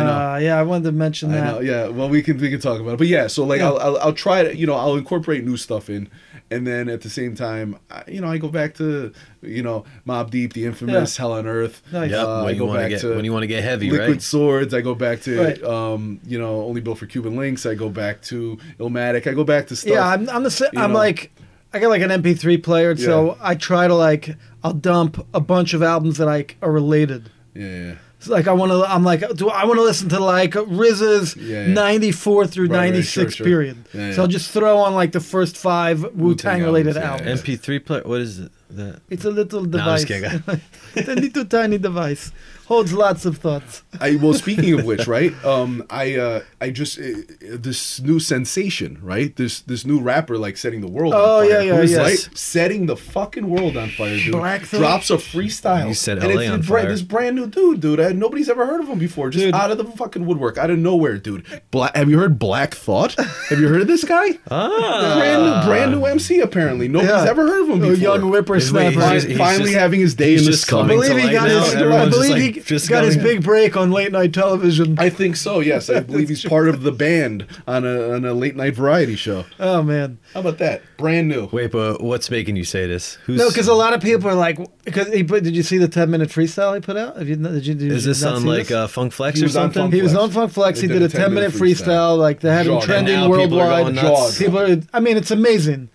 Speaker 2: know.
Speaker 1: Ah, yeah, I wanted to mention
Speaker 2: I
Speaker 1: that.
Speaker 2: know. Yeah. Well, we can we can talk about it. But yeah, so like
Speaker 1: Yeah.
Speaker 2: I'll, I'll I'll try to you know I'll incorporate new stuff in, and then at the same time I, you know I go back to you know Mob Deep, the infamous
Speaker 1: Yeah.
Speaker 2: Hell on Earth.
Speaker 1: Nice.
Speaker 3: Yep,
Speaker 2: Uh, I
Speaker 3: when you
Speaker 2: go
Speaker 3: want to
Speaker 2: back
Speaker 3: get
Speaker 2: to
Speaker 3: when you want to get heavy,
Speaker 2: Liquid
Speaker 3: right?
Speaker 2: Swords. I go back to
Speaker 1: Right.
Speaker 2: um you know only built for Cuban links. I go back to Illmatic. I go back to stuff.
Speaker 1: Yeah, I'm, I'm the si-
Speaker 2: you
Speaker 1: I'm
Speaker 2: know.
Speaker 1: like I got like an MP3 player,
Speaker 2: Yeah.
Speaker 1: so I try to like I'll dump a bunch of albums that like are related.
Speaker 2: yeah. yeah.
Speaker 1: It's like I want to I'm like do I want to listen to like RZA's
Speaker 2: Yeah, yeah.
Speaker 1: 94 through
Speaker 2: Right, right,
Speaker 1: 96
Speaker 2: sure, sure.
Speaker 1: period.
Speaker 2: Yeah, yeah.
Speaker 1: So I'll just throw on like the first 5 Wu-Tang related
Speaker 2: albums,
Speaker 1: albums.
Speaker 2: yeah,
Speaker 3: MP3 player. What is it? That
Speaker 1: It's a little
Speaker 3: No,
Speaker 1: device.
Speaker 3: I'm just kidding.
Speaker 1: [laughs] it's a little tiny device. Holds lots of thoughts.
Speaker 2: I well, speaking of which, right? Um, I uh, I just uh, this new sensation, right? This this new rapper like setting the world.
Speaker 1: Oh,
Speaker 2: on fire.
Speaker 1: yeah, yeah,
Speaker 2: Who is
Speaker 1: yes.
Speaker 2: Right? Setting the fucking world on fire, dude.
Speaker 1: Black Thought?
Speaker 2: Drops a freestyle.
Speaker 3: You said
Speaker 2: and
Speaker 3: LA
Speaker 2: it's
Speaker 3: on
Speaker 2: a brand,
Speaker 3: fire.
Speaker 2: This brand new dude, dude. I, nobody's ever heard of him before. Just
Speaker 1: Dude.
Speaker 2: out of the fucking woodwork, out of nowhere, dude. Black. Have you heard Black Thought? Have you heard of this
Speaker 3: [laughs]
Speaker 2: guy?
Speaker 3: ah,
Speaker 2: brand new, brand new MC. Apparently, nobody's
Speaker 1: Yeah.
Speaker 2: ever heard of him
Speaker 1: A
Speaker 2: before.
Speaker 1: young whippersnapper.
Speaker 2: Fin-
Speaker 3: He's- he's
Speaker 2: finally
Speaker 3: just-
Speaker 2: having his day
Speaker 3: he's
Speaker 2: in the
Speaker 3: just
Speaker 2: sun.
Speaker 1: I
Speaker 3: coming
Speaker 1: believe he
Speaker 3: Like
Speaker 1: got
Speaker 3: now
Speaker 1: his, I
Speaker 3: everyone's just,
Speaker 1: believe
Speaker 3: like,
Speaker 1: he
Speaker 3: just
Speaker 1: got his
Speaker 3: going-
Speaker 1: big break on late night television.
Speaker 2: I think so. Yes,
Speaker 1: [laughs]
Speaker 2: I believe he's part of the band on a on a late night variety show.
Speaker 1: oh man.
Speaker 2: How about that? Brand new.
Speaker 3: Wait, but what's making you say this? Who's
Speaker 1: No, because a lot of people are like, because he put. Did you see the ten minute freestyle he put out? Have you? Did you? Did
Speaker 3: is
Speaker 1: you
Speaker 3: this
Speaker 1: not
Speaker 3: on
Speaker 1: see
Speaker 3: like uh, Funk Flex
Speaker 2: He
Speaker 3: or
Speaker 2: was on
Speaker 3: something?
Speaker 2: Funk
Speaker 1: he was
Speaker 2: Flex.
Speaker 1: on Funk Flex.
Speaker 2: They
Speaker 1: He did, a ten minute freestyle. like they had him
Speaker 2: Jaw-
Speaker 1: trending
Speaker 3: and now people are
Speaker 1: worldwide.
Speaker 3: going nuts.
Speaker 1: People are- I mean, it's amazing.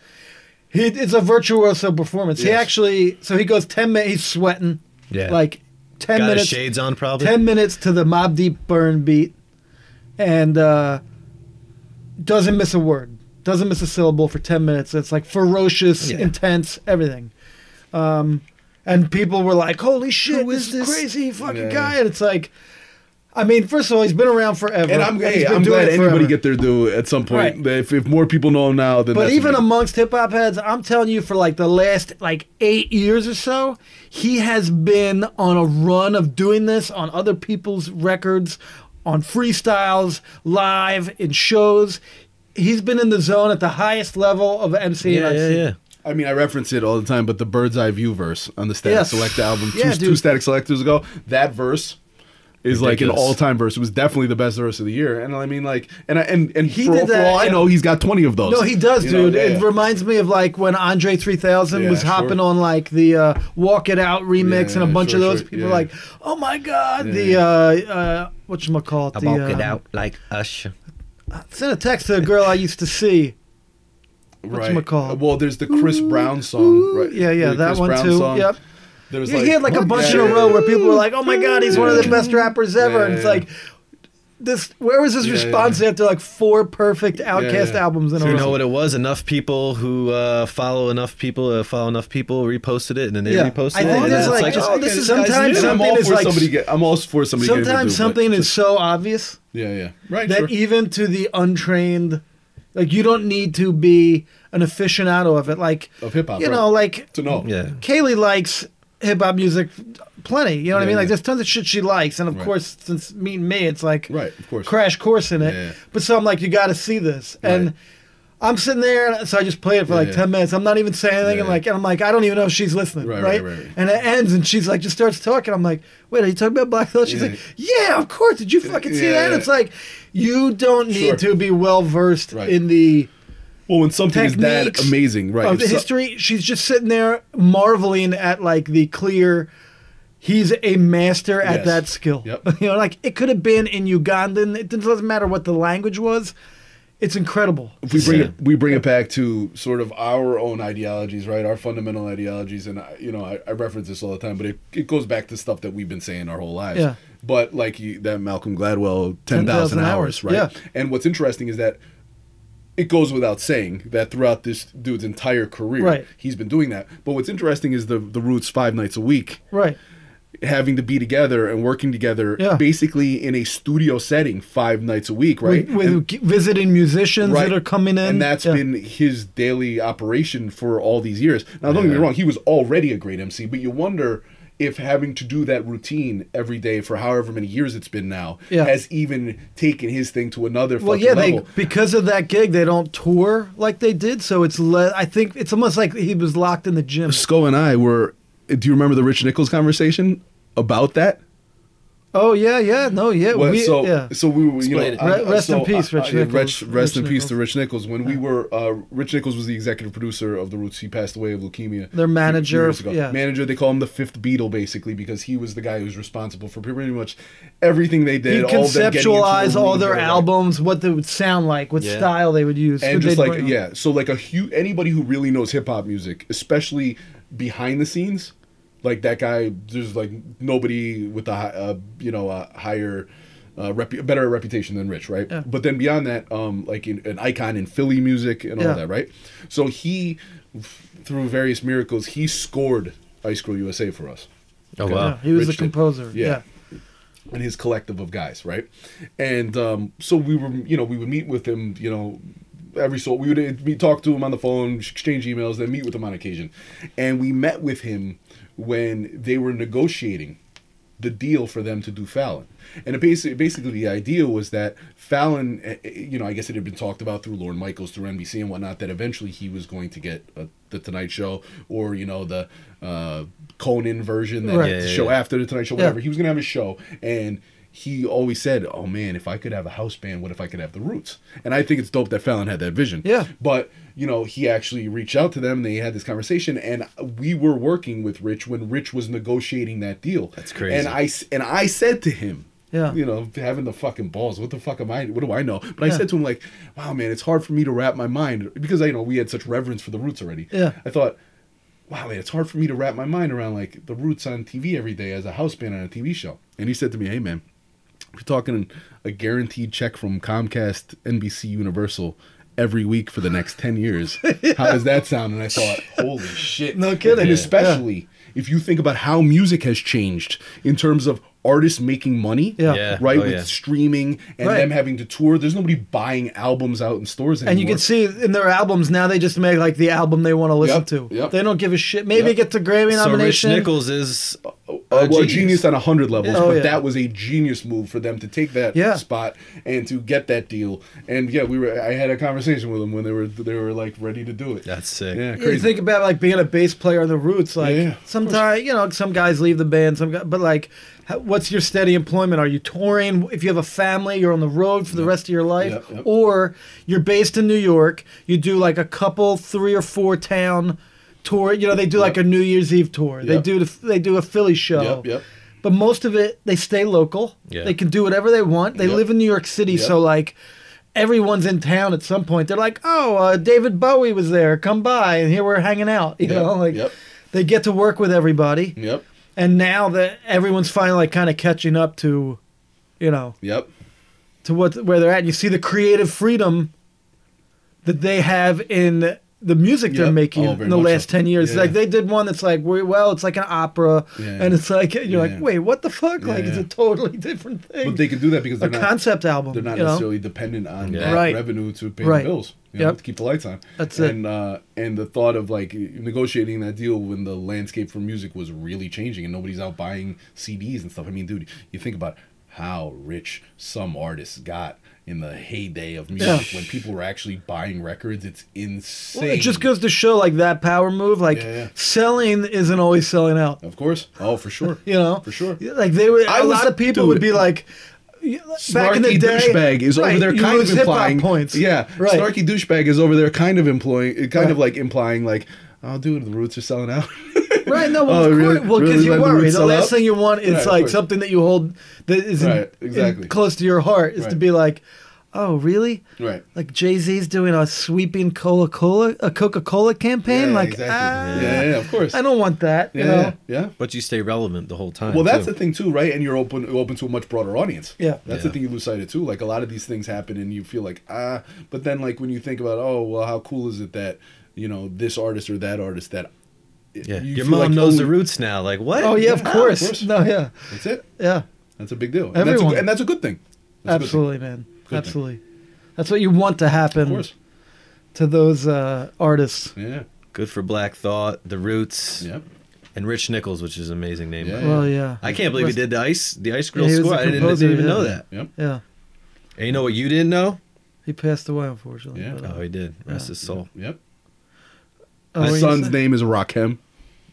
Speaker 1: He, it's a virtuoso performance. He
Speaker 2: Yes.
Speaker 1: actually, so he goes ten minutes. He's sweating.
Speaker 3: Yeah.
Speaker 1: Like ten
Speaker 3: Got his
Speaker 1: minutes.
Speaker 3: shades on, probably.
Speaker 1: 10 minutes to the Mob Deep Burn beat and uh, doesn't miss a word, doesn't miss a syllable for 10 minutes. It's like ferocious,
Speaker 3: Yeah.
Speaker 1: intense, everything. Um, and people were like, holy shit,
Speaker 3: is
Speaker 1: this, is
Speaker 3: this?
Speaker 1: crazy fucking
Speaker 2: Yeah.
Speaker 1: guy. And it's like, I mean, first of all, he's been around forever.
Speaker 2: And I'm,
Speaker 1: he's
Speaker 2: hey,
Speaker 1: been
Speaker 2: I'm
Speaker 1: doing
Speaker 2: glad
Speaker 1: it
Speaker 2: anybody
Speaker 1: forever.
Speaker 2: get their due at some point.
Speaker 1: Right.
Speaker 2: If, if more people know him now, then
Speaker 1: But
Speaker 2: that's
Speaker 1: even
Speaker 2: good.
Speaker 1: amongst hip hop heads, I'm telling you, for like the last like eight years or so, he has been on a run of doing this on other people's records, on freestyles, live in shows. He's been in the zone at the highest level of MC.
Speaker 3: yeah,
Speaker 1: I've
Speaker 3: yeah,
Speaker 1: seen.
Speaker 3: yeah.
Speaker 2: I mean, I reference it all the time, but the Bird's Eye View verse on the Static
Speaker 1: Yes.
Speaker 2: Select album, two,
Speaker 1: Yeah, dude.
Speaker 2: two Static Selectors ago, that verse is like an
Speaker 3: Ridiculous.
Speaker 2: all-time verse. It was definitely the best verse of the year. And I mean, like, and I, and and
Speaker 1: He
Speaker 2: for,
Speaker 1: did
Speaker 2: for
Speaker 1: that,
Speaker 2: all I
Speaker 1: yeah.
Speaker 2: know, he's got twenty of those.
Speaker 1: No, he does,
Speaker 2: You know,
Speaker 1: dude.
Speaker 2: yeah.
Speaker 1: It reminds me of like when Andre 3000
Speaker 2: Yeah,
Speaker 1: was
Speaker 2: sure.
Speaker 1: hopping on like the uh, Walk It Out remix,
Speaker 2: Yeah,
Speaker 1: and a bunch
Speaker 2: sure,
Speaker 1: of those
Speaker 2: sure,
Speaker 1: people
Speaker 2: yeah.
Speaker 1: were like, oh my God, the,
Speaker 2: Yeah.
Speaker 1: uh, uh, whatchamacallit?
Speaker 3: I
Speaker 1: the,
Speaker 3: walk it
Speaker 1: um,
Speaker 3: out like Usher.
Speaker 1: Sent a text to a girl I used to see. whatchamacallit?
Speaker 2: Well, there's the Chris Brown song, right?
Speaker 1: Yeah, yeah,
Speaker 2: The
Speaker 1: that
Speaker 2: Chris
Speaker 1: one
Speaker 2: Brown
Speaker 1: too.
Speaker 2: song.
Speaker 1: Yep.
Speaker 2: There's
Speaker 1: he had like a bunch in a
Speaker 2: Yeah.
Speaker 1: row where people were like, "Oh my god, he's one of the
Speaker 2: Yeah.
Speaker 1: best rappers ever," and
Speaker 2: Yeah,
Speaker 1: it's
Speaker 2: yeah.
Speaker 1: like, this. Where was his
Speaker 2: Yeah,
Speaker 1: response after like four perfect Outcast
Speaker 2: yeah.
Speaker 1: albums in a
Speaker 3: You
Speaker 1: row?
Speaker 3: know what it was? Enough people who uh, follow enough people, uh, follow enough people, reposted it, and then they
Speaker 1: Yeah.
Speaker 3: reposted
Speaker 1: I
Speaker 3: it.
Speaker 1: think
Speaker 3: and
Speaker 1: there's
Speaker 3: it's
Speaker 1: like just-
Speaker 3: oh, this is
Speaker 1: sometimes
Speaker 3: guys'
Speaker 2: And
Speaker 3: new.
Speaker 2: I'm
Speaker 1: something
Speaker 2: all
Speaker 1: is
Speaker 2: for
Speaker 1: like-
Speaker 2: somebody. Get, I'm all for somebody. getting into it,
Speaker 1: Sometimes
Speaker 2: but
Speaker 1: something
Speaker 2: just-
Speaker 1: is so obvious
Speaker 2: Yeah, yeah, right.
Speaker 1: that e
Speaker 2: sure.
Speaker 1: even to the untrained, like you don't need to be an aficionado of it. Like
Speaker 2: Of hip-hop,
Speaker 1: you
Speaker 2: right.
Speaker 1: know, like
Speaker 2: to know.
Speaker 3: Yeah.
Speaker 1: Kaylee likes hip hop music plenty. You know what I
Speaker 2: Yeah,
Speaker 1: mean?
Speaker 2: yeah.
Speaker 1: Like there's tons of shit she likes, and of
Speaker 2: Right.
Speaker 1: course, since meeting me, it's like
Speaker 2: Right, of course.
Speaker 1: crash course in it.
Speaker 2: Yeah, yeah.
Speaker 1: But so I'm like, you got to see this,
Speaker 2: Right.
Speaker 1: and I'm sitting there, and so I just play it for
Speaker 2: Yeah,
Speaker 1: like
Speaker 2: yeah.
Speaker 1: ten minutes. I'm not even saying anything,
Speaker 2: Yeah,
Speaker 1: and
Speaker 2: yeah.
Speaker 1: like, and I'm like, I don't even know if she's listening,
Speaker 2: Right,
Speaker 1: right?
Speaker 2: right, right.
Speaker 1: And it ends, and she's like, just starts talking. I'm like, wait, are you talking about Black Thought? She's
Speaker 2: Yeah.
Speaker 1: like, yeah, of course. Did you fucking see
Speaker 2: Yeah,
Speaker 1: that?
Speaker 2: yeah.
Speaker 1: It's like, you don't need
Speaker 2: Sure.
Speaker 1: to be well versed
Speaker 2: Right.
Speaker 1: in the
Speaker 2: Well, when something is that
Speaker 1: techniques
Speaker 2: amazing, right?
Speaker 1: of
Speaker 2: if
Speaker 1: the
Speaker 2: so-
Speaker 1: history, she's just sitting there marveling at like the clear. He's a master at
Speaker 2: Yes.
Speaker 1: that skill. [laughs]
Speaker 2: Yep.
Speaker 1: You know, like it could have been in Ugandan. It doesn't matter what the language was. It's incredible.
Speaker 2: if we bring
Speaker 3: Yeah.
Speaker 2: it, we bring it back to sort of our own ideologies, right? Our fundamental ideologies, and I, you know, I, I reference this all the time, but it, it goes back to stuff that we've been saying our whole lives.
Speaker 1: Yeah.
Speaker 2: But like you, that Malcolm Gladwell, ten thousand
Speaker 1: hours,
Speaker 2: hours, right?
Speaker 1: yeah.
Speaker 2: And what's interesting is that it goes without saying that throughout this dude's entire career,
Speaker 1: Right.
Speaker 2: he's been doing that. But what's interesting is the the roots five nights a week
Speaker 1: Right.
Speaker 2: having to be together and working together
Speaker 1: Yeah.
Speaker 2: basically in a studio setting five nights a week, right?
Speaker 1: with,
Speaker 2: And-
Speaker 1: with g- visiting musicians that are coming in.
Speaker 2: And that's
Speaker 1: Yeah.
Speaker 2: been his daily operation for all these years. Now, don't get me wrong, he was already a great MC, but you wonder if having to do that routine every day for however many years it's been now
Speaker 1: Yeah.
Speaker 2: has even taken his thing to another
Speaker 1: well,
Speaker 2: fucking
Speaker 1: yeah,
Speaker 2: level.
Speaker 1: they because of that gig they don't tour like they did, so it's le- I think it's almost like he was locked in the gym.
Speaker 2: Sko and I were. Do you remember the Rich Nichols conversation about that?
Speaker 1: Oh yeah, yeah, no, yeah,
Speaker 2: Well,
Speaker 1: we,
Speaker 2: so,
Speaker 1: yeah.
Speaker 2: so we were, you know,
Speaker 3: Explain it.
Speaker 2: I-
Speaker 1: Re- rest in peace, Rich
Speaker 2: yeah,
Speaker 1: Nichols.
Speaker 2: Rest, rest
Speaker 1: Rich
Speaker 2: in peace
Speaker 1: Nichols.
Speaker 2: to Rich Nichols. When we were, uh, Rich Nichols was the executive producer of the Roots. He passed away of leukemia.
Speaker 1: Their
Speaker 2: a few- few
Speaker 1: manager,
Speaker 2: years ago.
Speaker 1: yeah.
Speaker 2: manager. They call him the fifth Beatle, basically, because he was the guy who was responsible for pretty much everything they
Speaker 1: he
Speaker 2: did. all of them getting into a
Speaker 1: conceptualized
Speaker 2: room
Speaker 1: all their
Speaker 2: together, right?
Speaker 1: albums, what they would sound like, what
Speaker 3: Yeah.
Speaker 1: style they would use,
Speaker 2: and
Speaker 1: who
Speaker 2: just
Speaker 1: they'd
Speaker 2: like
Speaker 1: bring on.
Speaker 2: yeah so like a huge anybody who really knows hip-hop music especially behind the scenes like that guy there's like nobody with a hi- uh, you know a higher uh, repu- better reputation than rich right
Speaker 1: Yeah.
Speaker 2: but then beyond that um like in, an icon in philly music and all
Speaker 1: Yeah.
Speaker 2: that right so he f- through various miracles he scored ice crew usa for us
Speaker 3: Oh
Speaker 1: Yeah,
Speaker 3: wow.
Speaker 1: he was
Speaker 2: Rich
Speaker 1: a
Speaker 2: did.
Speaker 1: composer.
Speaker 2: Yeah.
Speaker 1: Yeah.
Speaker 2: and his collective of guys, right? And um, so we were, you know, we would meet with him, you know, every so we would eh, we talk to him on the phone, exchange emails, then meet with him on occasion, and we met with him when they were negotiating the deal for them to do Fallon. And it basically, basically, the idea was that Fallon, eh, eh, you know, I guess it had been talked about through Lorne Michaels, through NBC and whatnot, that eventually he was going to get uh, the Tonight Show or, you know, the uh, Conan version, that
Speaker 1: Right.
Speaker 2: the
Speaker 3: Yeah, yeah,
Speaker 2: show
Speaker 3: yeah.
Speaker 2: after the Tonight Show,
Speaker 1: Yeah.
Speaker 2: whatever. He was going to have a show. And he always said, oh man, if I could have a house band, what if I could have the roots? And I think it's dope that Fallon had that vision.
Speaker 1: Yeah.
Speaker 2: But you know, he actually reached out to them. They had this conversation, and we were working with Rich when Rich was negotiating that deal.
Speaker 3: That's crazy.
Speaker 2: And I s- and I said to him,
Speaker 1: Yeah.
Speaker 2: you know, having the fucking balls. What the fuck am I? What do I know? But I
Speaker 1: Yeah.
Speaker 2: said to him like, wow, man, it's hard for me to wrap my mind because I you know we had such reverence for the Roots already.
Speaker 1: Yeah.
Speaker 2: I thought. Wow, man, it's hard for me to wrap my mind around like the roots on TV every day as a house band on a TV show. And he said to me, "Hey, man, we're talking a guaranteed check from Comcast, NBC, Universal every week for the next 10
Speaker 1: [laughs]
Speaker 2: years. How does that sound? And I thought, holy shit.
Speaker 1: No kidding.
Speaker 2: And
Speaker 1: Yeah.
Speaker 2: especially if you think about how music has changed in terms of artists making money,
Speaker 1: Yeah.
Speaker 3: Yeah.
Speaker 2: right?
Speaker 3: Oh,
Speaker 2: with
Speaker 3: yeah.
Speaker 2: streaming and
Speaker 1: Right.
Speaker 2: them having to tour. There's nobody buying albums out in stores anymore.
Speaker 1: And you can see in their albums now they just make like the album they want to listen
Speaker 2: Yep,
Speaker 1: to.
Speaker 2: yep.
Speaker 1: They don't give a shit. Maybe
Speaker 2: Yep.
Speaker 1: it gets a Grammy
Speaker 3: So Rich
Speaker 1: nomination.
Speaker 3: Nichols is
Speaker 2: Uh,
Speaker 3: Uh,
Speaker 2: well,
Speaker 3: genius.
Speaker 2: genius on a hundred levels,
Speaker 1: Yeah. Oh,
Speaker 2: but
Speaker 1: yeah.
Speaker 2: that was a genius move for them to take that
Speaker 1: Yeah.
Speaker 2: spot and to get that deal. And yeah, we were. I had a conversation with them when they were they were like ready to do it.
Speaker 3: That's sick.
Speaker 2: Yeah,
Speaker 1: You
Speaker 2: crazy.
Speaker 1: think about like being a bass player in the Roots. Like
Speaker 2: Yeah, yeah, of
Speaker 1: sometimes you know some guys leave the band. Some guy, but like, how, what's your steady employment? Are you touring? If you have a family, you're on the road for the rest of your life,
Speaker 2: Yep, yep.
Speaker 1: or you're based in New York. You do like a couple, three or four town tour. You know they do like a New Year's Eve tour. They
Speaker 2: Yep.
Speaker 1: do the, they do a Philly show.
Speaker 2: Yep, yep.
Speaker 1: But most of it, they stay local.
Speaker 3: Yeah.
Speaker 1: They can do whatever they want. They
Speaker 2: Yep.
Speaker 1: live in New York City,
Speaker 2: Yep.
Speaker 1: so like everyone's in town at some point. They're like, "Oh, uh, David Bowie was there. Come by, and here we're hanging out." [laughs] You
Speaker 2: Yep,
Speaker 1: know, like
Speaker 2: yep.
Speaker 1: they get to work with everybody,
Speaker 2: Yep.
Speaker 1: and now that everyone's finally like kind of catching up to, you know,
Speaker 2: Yep.
Speaker 1: to what where they're at. You see the creative freedom that they have in the music they're
Speaker 2: Yep.
Speaker 1: making
Speaker 2: Oh, very
Speaker 1: in the
Speaker 2: much
Speaker 1: last
Speaker 2: so.
Speaker 1: 10 years
Speaker 2: Yeah.
Speaker 1: like they did one that's like we- well it's like an opera
Speaker 2: Yeah.
Speaker 1: and it's like you're
Speaker 2: Yeah.
Speaker 1: like wait what the fuck
Speaker 2: Yeah,
Speaker 1: like it's
Speaker 2: yeah.
Speaker 1: a totally [laughs] different thing
Speaker 2: But they can do that because
Speaker 1: a
Speaker 2: they're not
Speaker 1: concept album
Speaker 2: they're not
Speaker 1: you know?
Speaker 2: necessarily dependent on
Speaker 3: Yeah.
Speaker 2: that
Speaker 1: Right.
Speaker 2: revenue to pay
Speaker 1: Right.
Speaker 2: the bills. You know,
Speaker 1: Yep.
Speaker 2: to keep the lights on.
Speaker 1: That's it.
Speaker 2: and, Uh, and the thought of like negotiating that deal when the landscape for music was really changing and nobody's out buying CDs and stuff. I mean, dude, you think about how rich some artists got in the heyday of music when people were actually buying records. It's insane.
Speaker 1: Well, it just goes to show like that power move like
Speaker 2: Yeah, yeah.
Speaker 1: selling isn't always selling out
Speaker 2: Of course. Oh, for sure.
Speaker 1: [laughs] you know
Speaker 2: For sure.
Speaker 1: like they were
Speaker 2: I
Speaker 1: a
Speaker 2: was-
Speaker 1: lot of people
Speaker 2: dude.
Speaker 1: would be like back in the
Speaker 2: Snarky
Speaker 1: day
Speaker 2: douchebag is
Speaker 1: Right,
Speaker 2: over there
Speaker 1: you
Speaker 2: kind
Speaker 1: lose
Speaker 2: of
Speaker 1: hip-hop
Speaker 2: implying
Speaker 1: points
Speaker 2: Yeah,
Speaker 1: right
Speaker 2: snarky douchebag is over there kind of employing, kind of
Speaker 1: Right.
Speaker 2: like implying like, oh, dude, the roots are selling out. [laughs]
Speaker 1: Right. No. Well,
Speaker 2: Oh,
Speaker 1: of course,
Speaker 2: really?
Speaker 1: well, because
Speaker 2: Really
Speaker 1: you
Speaker 2: let the
Speaker 1: worry.
Speaker 2: roots
Speaker 1: The
Speaker 2: sell
Speaker 1: last
Speaker 2: out?
Speaker 1: thing you want is
Speaker 2: Right, of
Speaker 1: like
Speaker 2: course.
Speaker 1: something that you hold that is in-
Speaker 2: Right,
Speaker 1: in-
Speaker 2: exactly.
Speaker 1: close to your heart is to
Speaker 2: Right.
Speaker 1: be like, oh, really?
Speaker 2: Right.
Speaker 1: Like Jay Z's doing a sweeping Coca Cola, a Coca Cola campaign. like, ah,
Speaker 2: yeah, yeah, of course.
Speaker 1: I don't want that.
Speaker 2: yeah,
Speaker 1: you know?
Speaker 2: yeah, yeah.
Speaker 3: But you stay relevant the whole time.
Speaker 2: Well, that's
Speaker 3: too.
Speaker 2: the thing too, right? And you're open open to a much broader audience.
Speaker 1: Yeah.
Speaker 2: that's the
Speaker 3: Yeah.
Speaker 2: thing you lose sight of too. Like a lot of these things happen, and you feel like ah, but then like when you think about oh well, how cool is it that you know this artist or that artist that
Speaker 3: Yeah.
Speaker 2: you
Speaker 3: Your
Speaker 2: feel
Speaker 3: mom
Speaker 2: like,
Speaker 3: knows
Speaker 2: oh,
Speaker 3: the roots now. Like what?
Speaker 1: Oh yeah, of course.
Speaker 2: course.
Speaker 1: No, yeah,
Speaker 2: That's it.
Speaker 1: yeah,
Speaker 2: That's a big deal. And that's a,
Speaker 1: Everyone.
Speaker 2: good- and that's a good thing. That's a good thing.
Speaker 1: absolutely, man,
Speaker 2: thing.
Speaker 1: absolutely. That's what you want to happen
Speaker 2: Of course.
Speaker 1: to those uh, artists.
Speaker 2: Yeah.
Speaker 3: Good for Black Thought, the Roots,
Speaker 2: Yep.
Speaker 3: and Rich Nichols, which is an amazing name.
Speaker 2: Yeah.
Speaker 1: Well, yeah,
Speaker 3: I can't believe he
Speaker 1: Was-
Speaker 3: did the Ice, the Ice Girl
Speaker 1: Yeah, he was
Speaker 3: Squad.
Speaker 1: the
Speaker 3: I didn't, I didn't
Speaker 1: composer,
Speaker 3: even
Speaker 1: yeah.
Speaker 3: know that.
Speaker 2: Yep.
Speaker 1: Yeah,
Speaker 3: And you know what you didn't know?
Speaker 1: he passed away unfortunately.
Speaker 2: Yeah.
Speaker 1: but, uh,
Speaker 3: Oh, he did. Rest
Speaker 1: Yeah.
Speaker 3: his soul.
Speaker 2: Yep.
Speaker 1: oh,
Speaker 2: His
Speaker 1: what you
Speaker 2: son's
Speaker 1: said? Uh,
Speaker 2: name is Rakim.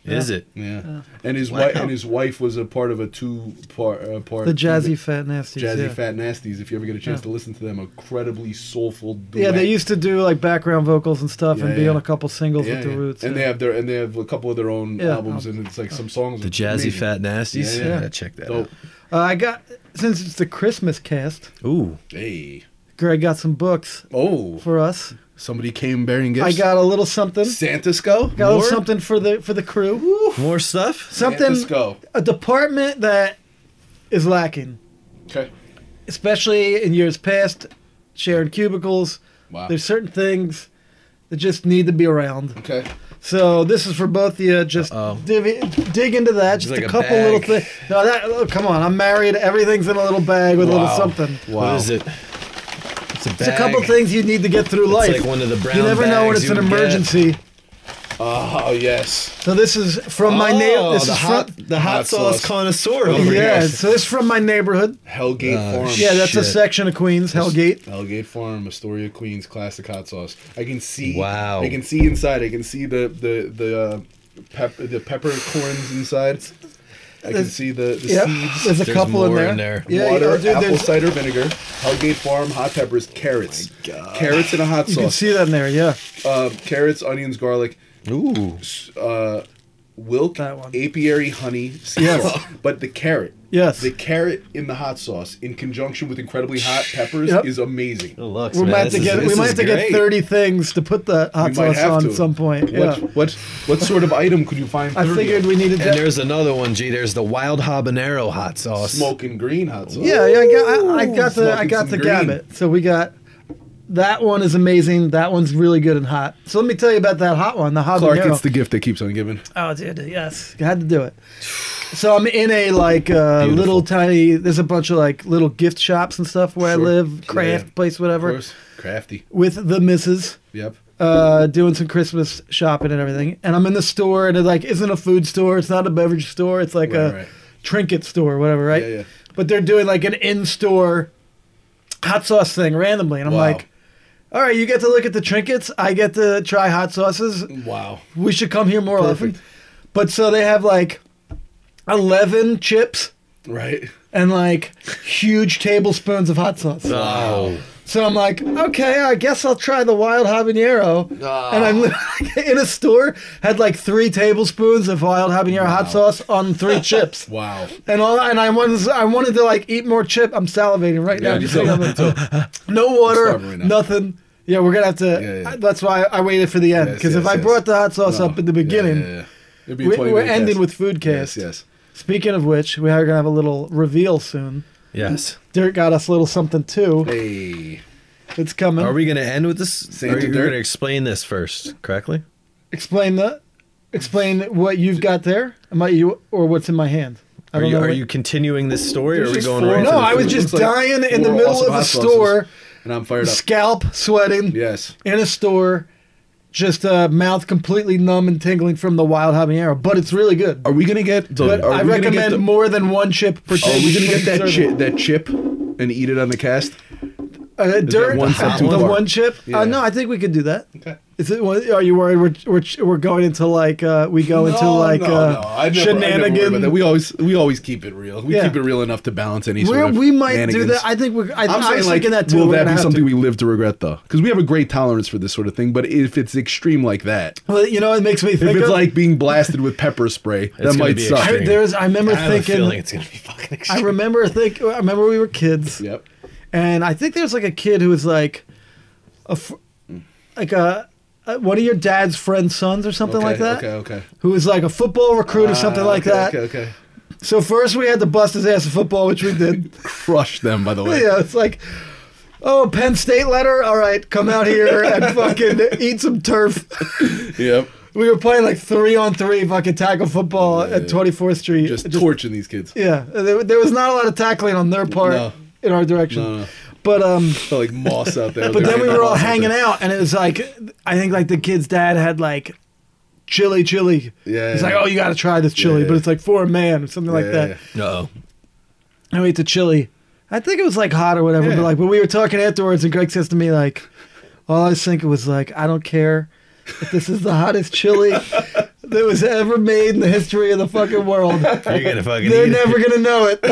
Speaker 3: Is it?
Speaker 2: Yeah. and his wife and his wife was a part of a two part uh, part
Speaker 1: The jazzy fat nasty.
Speaker 2: jazzy
Speaker 1: yeah.
Speaker 2: fat nasties. If you ever get a chance
Speaker 1: Yeah.
Speaker 2: to listen to them, incredibly soulful. Duet.
Speaker 1: Yeah, they used to do like background vocals and stuff,
Speaker 2: Yeah,
Speaker 1: and be
Speaker 2: yeah.
Speaker 1: on a couple singles
Speaker 2: Yeah,
Speaker 1: with the
Speaker 2: yeah.
Speaker 1: Roots.
Speaker 2: and
Speaker 1: yeah.
Speaker 2: they have their and they have a couple of their own
Speaker 1: Yeah. oh.
Speaker 2: albums, and it's like some songs.
Speaker 3: The
Speaker 2: are
Speaker 3: Jazzy
Speaker 2: amazing.
Speaker 3: Fat Nasties.
Speaker 2: Yeah, yeah.
Speaker 3: check that
Speaker 2: Dope.
Speaker 1: uh, I got since it's the Christmas cast.
Speaker 3: out. Ooh,
Speaker 2: Hey,
Speaker 1: Greg got some books
Speaker 2: oh,
Speaker 1: for us.
Speaker 2: somebody came bearing gifts.
Speaker 1: I got a little something.
Speaker 2: Santisco.
Speaker 1: Got a little
Speaker 2: More?
Speaker 1: something for the for the crew.
Speaker 3: more stuff.
Speaker 1: Something
Speaker 2: Santisco.
Speaker 1: a department that is lacking,
Speaker 2: Okay.
Speaker 1: especially in years past, sharing cubicles.
Speaker 2: Wow.
Speaker 1: There's certain things that just need to be around.
Speaker 2: Okay.
Speaker 1: So this is for both of you. Just
Speaker 3: Uh-oh.
Speaker 1: divvy, dig into that. Just
Speaker 3: like
Speaker 1: a
Speaker 3: a
Speaker 1: couple little
Speaker 3: bag.
Speaker 1: things. No, that oh, come on. I'm married. Everything's in a little bag with a little
Speaker 2: Wow.
Speaker 1: something.
Speaker 2: Wow.
Speaker 3: What is it? It's a,
Speaker 1: It's a couple
Speaker 3: bag.
Speaker 1: things you need to get through life.
Speaker 3: It's like one of the brown
Speaker 1: you never know when
Speaker 3: bags
Speaker 1: it's
Speaker 3: you
Speaker 1: an
Speaker 3: would get.
Speaker 1: emergency.
Speaker 2: Oh yes.
Speaker 1: So this is from my
Speaker 3: oh,
Speaker 1: nail. This
Speaker 3: the
Speaker 1: is
Speaker 3: hot,
Speaker 1: from
Speaker 3: the hot,
Speaker 2: hot
Speaker 3: sauce,
Speaker 2: sauce.
Speaker 3: connoisseur over
Speaker 1: yeah.
Speaker 3: here.
Speaker 1: So this is from my neighborhood.
Speaker 2: Hellgate
Speaker 3: Uh,
Speaker 2: Farm.
Speaker 1: Yeah, that's a
Speaker 3: Shit.
Speaker 1: section of Queens, Hellgate.
Speaker 2: Hellgate Farm, Astoria, Queens, classic hot sauce. I can see.
Speaker 3: Wow.
Speaker 2: I can see inside. I can see the the the uh, pep- the peppercorns inside. I can see the, the
Speaker 1: Yeah,
Speaker 2: seeds.
Speaker 1: there's a
Speaker 3: There's
Speaker 1: couple in
Speaker 3: more
Speaker 1: there.
Speaker 3: in there.
Speaker 1: Yeah,
Speaker 2: water,
Speaker 1: oh, dude,
Speaker 2: apple
Speaker 1: there's-
Speaker 2: cider vinegar, Hellgate Farm, hot peppers, carrots, carrots in a hot
Speaker 1: you can
Speaker 2: sauce,
Speaker 1: see that in there. Yeah,
Speaker 2: uh, carrots, onions, garlic,
Speaker 3: Ooh,
Speaker 2: uh, Wilk,
Speaker 1: That one.
Speaker 2: apiary honey, sea
Speaker 1: Yes.
Speaker 2: salt. but the carrot,
Speaker 1: Yes.
Speaker 2: the carrot in the hot sauce in conjunction with incredibly hot peppers
Speaker 1: Yep.
Speaker 2: is amazing.
Speaker 3: deluxe,
Speaker 1: we
Speaker 3: man.
Speaker 1: might have to
Speaker 3: This is-
Speaker 1: get we
Speaker 3: this
Speaker 1: might
Speaker 3: is
Speaker 1: have to
Speaker 3: great.
Speaker 1: get thirty things to put the hot
Speaker 2: We might
Speaker 1: sauce
Speaker 2: have
Speaker 1: on
Speaker 2: to.
Speaker 1: at some point.
Speaker 2: What,
Speaker 1: yeah,
Speaker 2: what what sort of item could you find?
Speaker 1: I
Speaker 2: 30
Speaker 1: figured
Speaker 2: of?
Speaker 1: we needed
Speaker 3: And
Speaker 1: that.
Speaker 3: there's another one, G. There's the wild habanero hot sauce.
Speaker 2: smoking green hot sauce.
Speaker 1: Yeah, yeah, I got I, I got the I
Speaker 2: Smoking
Speaker 1: got
Speaker 2: some
Speaker 1: the
Speaker 2: green.
Speaker 1: gamut. So we got that one is amazing. That one's really good and hot. So let me tell you about that hot one, the habanero.
Speaker 2: Clark, it's the gift that keeps on giving.
Speaker 1: Oh, dude, yes, had to do it. So I'm in a like uh,
Speaker 3: Beautiful.
Speaker 1: little tiny. There's a bunch of like little gift shops and stuff where
Speaker 2: Sure.
Speaker 1: I live, craft
Speaker 2: Yeah.
Speaker 1: place,
Speaker 2: Of
Speaker 1: whatever,
Speaker 2: course, crafty.
Speaker 1: with the missus,
Speaker 2: Yep.
Speaker 1: uh, doing some Christmas shopping and everything. And I'm in the store, and it like isn't a food store, it's not a beverage store, it's like
Speaker 2: Right,
Speaker 1: a
Speaker 2: right.
Speaker 1: trinket store, whatever, right?
Speaker 2: Yeah, yeah.
Speaker 1: But they're doing like an in-store hot sauce thing randomly, and I'm
Speaker 2: Wow.
Speaker 1: like. All right, you get to look at the trinkets. I get to try hot sauces
Speaker 2: Wow.
Speaker 1: we should come here more
Speaker 2: Perfect.
Speaker 1: often. But so they have like 11 chips
Speaker 2: Right.
Speaker 1: and like huge tablespoons of hot sauce.
Speaker 3: Oh,
Speaker 1: So I'm like, okay, I guess I'll try the wild habanero. And I'm
Speaker 2: Ah.
Speaker 1: literally [laughs] in a store, had like three tablespoons of wild habanero hot sauce on
Speaker 2: [laughs]
Speaker 1: three chips.
Speaker 2: Wow.
Speaker 1: And all, and I wanted, I wanted to like eat more chip. I'm salivating right
Speaker 2: Yeah,
Speaker 1: now.
Speaker 2: me
Speaker 1: Just
Speaker 2: too,
Speaker 1: thinking
Speaker 2: me
Speaker 1: about
Speaker 2: [laughs]
Speaker 1: it. no water,
Speaker 2: starving right now.
Speaker 1: nothing. Yeah, we're gonna have to.
Speaker 2: Yeah, yeah.
Speaker 1: I- that's why I waited for the end
Speaker 2: Yes,
Speaker 1: because if
Speaker 2: yes,
Speaker 1: I
Speaker 2: yes.
Speaker 1: brought the hot sauce
Speaker 2: No.
Speaker 1: up in the beginning,
Speaker 2: Yeah, yeah, yeah. It'd be a
Speaker 1: we,
Speaker 2: 20
Speaker 1: we're
Speaker 2: minute
Speaker 1: ending
Speaker 2: cast.
Speaker 1: with food cast.
Speaker 2: Yes, yes.
Speaker 1: Speaking of which, we are gonna have a little reveal soon.
Speaker 3: yes.
Speaker 1: Dirt got us a little something too.
Speaker 2: Hey.
Speaker 1: It's coming.
Speaker 3: Are we going to end with this?
Speaker 2: Santa
Speaker 3: Are you
Speaker 2: Dirt?
Speaker 3: going to explain this first correctly?
Speaker 1: explain the, explain what you've got there. Am I you or what's in my hand? I
Speaker 3: Are
Speaker 1: don't
Speaker 3: you
Speaker 1: know.
Speaker 3: are
Speaker 1: what-
Speaker 3: you continuing this story? Or are
Speaker 2: There's
Speaker 3: we
Speaker 2: just
Speaker 3: going
Speaker 2: four-
Speaker 3: right?
Speaker 1: no,
Speaker 3: to the
Speaker 1: I was
Speaker 2: It
Speaker 1: just
Speaker 2: looks like
Speaker 1: dying in the
Speaker 2: four
Speaker 1: middle
Speaker 2: awesome
Speaker 1: of a
Speaker 2: hot sauces.
Speaker 1: store,
Speaker 2: And I'm fired up.
Speaker 1: scalp sweating.
Speaker 2: Yes.
Speaker 1: In a store, just uh, mouth completely numb and tingling from the wild habanero, but it's really good.
Speaker 2: Are we gonna get? The,
Speaker 1: But
Speaker 2: are
Speaker 1: I
Speaker 2: we gonna get
Speaker 1: recommend
Speaker 2: the-
Speaker 1: more than one chip per
Speaker 2: Are
Speaker 1: table.
Speaker 2: we gonna get that chip? That chip. And eat it on the cast.
Speaker 1: Uh, dirt,
Speaker 2: one step too
Speaker 1: the
Speaker 2: far?
Speaker 1: one chip.
Speaker 2: Yeah.
Speaker 1: Uh, no, I think we could do that.
Speaker 2: Okay.
Speaker 1: Is it? what- Are you worried we're we're, we're going into like uh, we go into like uh, shenanigans?
Speaker 2: We always we always keep it real. We
Speaker 1: Yeah.
Speaker 2: keep it real enough to balance any
Speaker 1: We're-
Speaker 2: sort of
Speaker 1: we might do
Speaker 2: shenanigans.
Speaker 1: that. I think we're. I,
Speaker 2: I'm
Speaker 1: I'm
Speaker 2: saying,
Speaker 1: was
Speaker 2: like,
Speaker 1: thinking that too.
Speaker 2: will
Speaker 1: We're
Speaker 2: that
Speaker 1: gonna
Speaker 2: be
Speaker 1: have
Speaker 2: something
Speaker 1: to.
Speaker 2: we live to regret, though? Because we have a great tolerance for this sort of thing. But if it's extreme like that,
Speaker 1: Well, you know, it makes me think.
Speaker 2: if it's
Speaker 1: of,
Speaker 2: like being blasted with pepper spray, that
Speaker 3: gonna
Speaker 2: might
Speaker 3: be
Speaker 2: suck.
Speaker 1: I,
Speaker 3: extreme.
Speaker 1: there's, I remember
Speaker 3: I have a feeling
Speaker 1: thinking.
Speaker 3: it's going to be [laughs] fucking.
Speaker 1: I
Speaker 3: Extreme.
Speaker 1: remember think. I remember we were kids,
Speaker 2: Yep.
Speaker 1: and I think there's like a kid who was like, a, fr- like a, a one of your dad's friend's sons or something
Speaker 2: okay,
Speaker 1: like that,
Speaker 2: Okay. Okay.
Speaker 1: who was like a football recruit or something
Speaker 2: Ah,
Speaker 1: like
Speaker 2: okay,
Speaker 1: that.
Speaker 2: Okay. Okay.
Speaker 1: So first we had to bust his ass in football, which
Speaker 2: [laughs]
Speaker 1: we did.
Speaker 2: Crush them, by the way.
Speaker 1: yeah, it's like, oh,
Speaker 2: [laughs]
Speaker 1: Penn State letter. All right, come out here and fucking eat some turf.
Speaker 2: Yep.
Speaker 1: we were playing like three on three fucking tackle football
Speaker 2: Yeah.
Speaker 1: at 24th Street.
Speaker 2: just,
Speaker 1: Just-
Speaker 2: torching these kids.
Speaker 1: yeah, there, there was not a lot of tackling on their part
Speaker 2: No.
Speaker 1: in our direction.
Speaker 2: No, no.
Speaker 1: But um,
Speaker 2: Felt like moss out there.
Speaker 1: but then we were all hanging
Speaker 2: out.
Speaker 1: out, and it was like, I think like the kid's dad had like chili, chili.
Speaker 2: Yeah,
Speaker 1: He's
Speaker 2: yeah.
Speaker 1: like, oh, you got to try this chili,
Speaker 2: Yeah,
Speaker 1: but
Speaker 2: yeah.
Speaker 1: it's like for a man or something like
Speaker 2: Yeah,
Speaker 1: that.
Speaker 2: yeah.
Speaker 3: No.
Speaker 1: And we ate the chili. I think it was like hot or whatever,
Speaker 2: Yeah.
Speaker 1: but like when we were talking afterwards, and Greg says to me like, all I was thinking was like, I don't care. if This is the hottest
Speaker 2: [laughs]
Speaker 1: chili that was ever made in the history of the fucking world.
Speaker 3: You're gonna fucking
Speaker 1: They're
Speaker 3: eat
Speaker 1: never gonna know
Speaker 2: [laughs]
Speaker 1: it.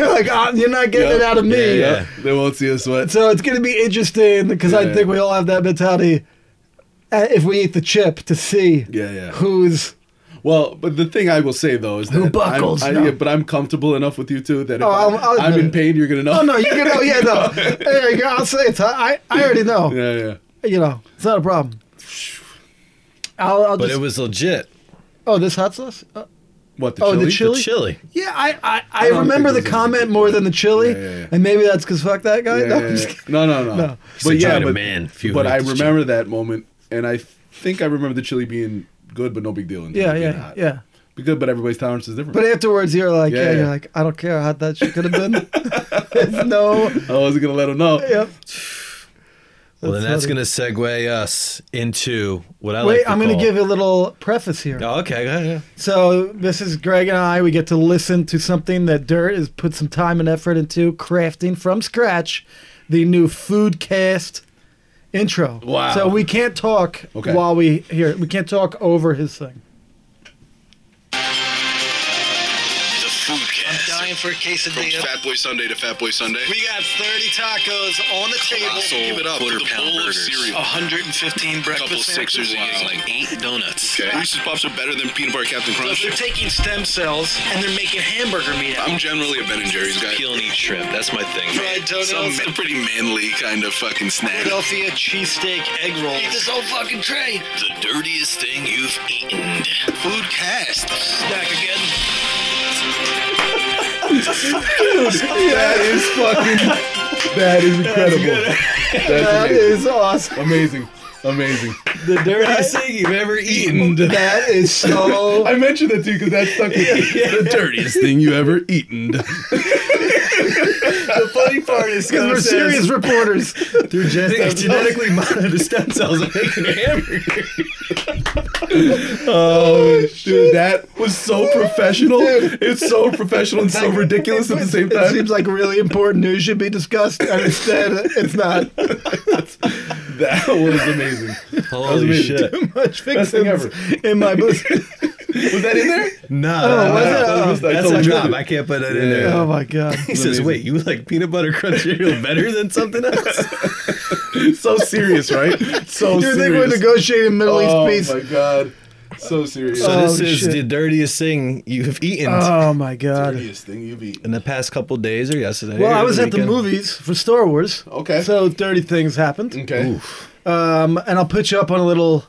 Speaker 1: like uh, you're not getting it
Speaker 2: Yeah.
Speaker 1: out of me.
Speaker 2: Yeah, they won't see us sweat.
Speaker 1: So it's gonna be interesting because I
Speaker 2: Yeah.
Speaker 1: think we all have that mentality. uh, If we eat the chip, to see
Speaker 2: Yeah, yeah.
Speaker 1: who's
Speaker 2: Well, but the thing I will say though is that
Speaker 1: Who buckles,
Speaker 2: I'm, I,
Speaker 1: no.
Speaker 2: yeah, but I'm comfortable enough with you too that if
Speaker 1: Oh,
Speaker 2: I,
Speaker 1: I'll- I'll
Speaker 2: am
Speaker 1: admit
Speaker 2: in
Speaker 1: it.
Speaker 2: pain, you're gonna know.
Speaker 1: oh no you know yeah
Speaker 2: [laughs]
Speaker 1: no there you go I'll say it's I I already know
Speaker 2: Yeah, yeah.
Speaker 1: you know it's not a problem. I'll, I'll
Speaker 3: But
Speaker 1: just
Speaker 3: it was legit.
Speaker 1: oh this hot sauce Uh,
Speaker 2: What the
Speaker 1: Oh,
Speaker 2: chili?
Speaker 1: the chili?
Speaker 3: The chili.
Speaker 1: yeah I I, I,
Speaker 2: don't think
Speaker 1: remember the
Speaker 2: this is-
Speaker 1: comment more than the chili
Speaker 2: Yeah, yeah, yeah.
Speaker 1: and maybe that's because fuck that guy
Speaker 2: Yeah,
Speaker 1: no,
Speaker 2: yeah,
Speaker 1: I'm just
Speaker 2: yeah.
Speaker 1: kidding.
Speaker 2: no, no, no.
Speaker 1: No.
Speaker 3: Say
Speaker 2: But yeah,
Speaker 3: try to
Speaker 2: but,
Speaker 3: man if you
Speaker 2: but
Speaker 3: hate
Speaker 2: I
Speaker 3: this
Speaker 2: remember that moment, and I think I remember the chili being good, but no big deal. in terms
Speaker 1: yeah
Speaker 2: of being
Speaker 1: yeah
Speaker 2: hot.
Speaker 1: yeah.
Speaker 2: Be good, but everybody's tolerance is different.
Speaker 1: But afterwards, you're like, yeah,
Speaker 2: Yeah, yeah.
Speaker 1: you're like, I don't care how that shit could have been. [laughs] It's no.
Speaker 2: I wasn't gonna let them know.
Speaker 1: Yep.
Speaker 3: Well, then that's
Speaker 1: funny.
Speaker 3: gonna segue us into what I
Speaker 1: Wait,
Speaker 3: like. To
Speaker 1: I'm going
Speaker 3: call-
Speaker 1: to give a little preface here.
Speaker 3: Oh, okay, go ahead. yeah.
Speaker 1: So this is Greg and I. We get to listen to something that Dirt has put some time and effort into crafting from scratch, the new food cast intro.
Speaker 2: Wow.
Speaker 1: So we can't talk
Speaker 2: Okay.
Speaker 1: while we hear it. We can't talk over his thing.
Speaker 4: The food cast.
Speaker 7: Dying for a quesadilla.
Speaker 6: Fat Boy Sunday to Fat Boy Sunday.
Speaker 7: We got 30 tacos on the
Speaker 6: Colossal
Speaker 7: table.
Speaker 6: Give it up quarter with a pound bowl of burgers. cereal.
Speaker 7: 115 breakfast
Speaker 6: Couple sixers and
Speaker 7: sandwiches.
Speaker 6: getting like
Speaker 7: eight donuts.
Speaker 6: Okay. Reese's Puffs are better than peanut butter Captain Crunch.
Speaker 7: They're taking stem cells and they're making hamburger meat out.
Speaker 6: I'm generally a Ben and Jerry's guy.
Speaker 8: Peel and eat shrimp. That's my thing.
Speaker 7: Fried
Speaker 6: Some
Speaker 7: donuts.
Speaker 6: ma- pretty manly kind of fucking
Speaker 7: [laughs]
Speaker 6: snack.
Speaker 7: Philadelphia cheesesteak egg rolls. Eat this whole fucking tray.
Speaker 8: The dirtiest thing you've eaten.
Speaker 6: Food cast.
Speaker 7: Snack again.
Speaker 2: That is fucking. that is incredible. That's
Speaker 1: That
Speaker 2: amazing.
Speaker 1: is awesome.
Speaker 2: amazing. Amazing.
Speaker 1: The dirtiest
Speaker 3: thing you've ever eaten.
Speaker 2: And
Speaker 1: That is [laughs] so.
Speaker 2: I mentioned that to you because that stuck with me. The dirtiest thing you ever eaten.
Speaker 3: The funny part
Speaker 1: [laughs]
Speaker 3: is
Speaker 1: Because we're serious reporters. Through
Speaker 3: They
Speaker 1: just
Speaker 3: genetically modified stem cells and making a hamburger.
Speaker 2: Oh, [laughs] dude, that was so professional. It's so professional and so ridiculous at the [laughs]
Speaker 1: [laughs]
Speaker 2: same
Speaker 1: It
Speaker 2: time.
Speaker 1: seems like really important news should be discussed, and instead it's [laughs] not.
Speaker 2: That was amazing.
Speaker 3: Holy
Speaker 2: amazing.
Speaker 3: shit!
Speaker 1: [laughs] Much
Speaker 2: thing
Speaker 1: fixings in my [laughs] bus.
Speaker 2: Was that in there?
Speaker 3: Nah,
Speaker 1: Oh, was it?
Speaker 2: I missed- I
Speaker 3: that's
Speaker 2: totally
Speaker 3: a
Speaker 2: missed
Speaker 3: drop.
Speaker 2: it.
Speaker 3: I can't put that in there.
Speaker 1: Oh my god! [laughs]
Speaker 3: He says,
Speaker 2: amazing.
Speaker 3: "Wait, you like peanut butter crunch [laughs] cereal better than something else?"
Speaker 2: So serious, right? So
Speaker 1: You
Speaker 2: serious.
Speaker 1: think we're negotiating Middle
Speaker 2: oh
Speaker 1: East
Speaker 2: my
Speaker 1: peace?
Speaker 2: god, so serious.
Speaker 1: So-
Speaker 3: So this
Speaker 1: Oh,
Speaker 3: is
Speaker 1: shit.
Speaker 3: the dirtiest thing you've eaten
Speaker 1: Oh my god!
Speaker 2: dirtiest thing you've eaten.
Speaker 3: in the past couple days or yesterday.
Speaker 1: Well,
Speaker 3: or
Speaker 1: I was at the
Speaker 3: weekend.
Speaker 1: movies for Star Wars.
Speaker 2: Okay.
Speaker 1: So dirty things happened.
Speaker 2: Okay.
Speaker 1: Um, and I'll put you up on a little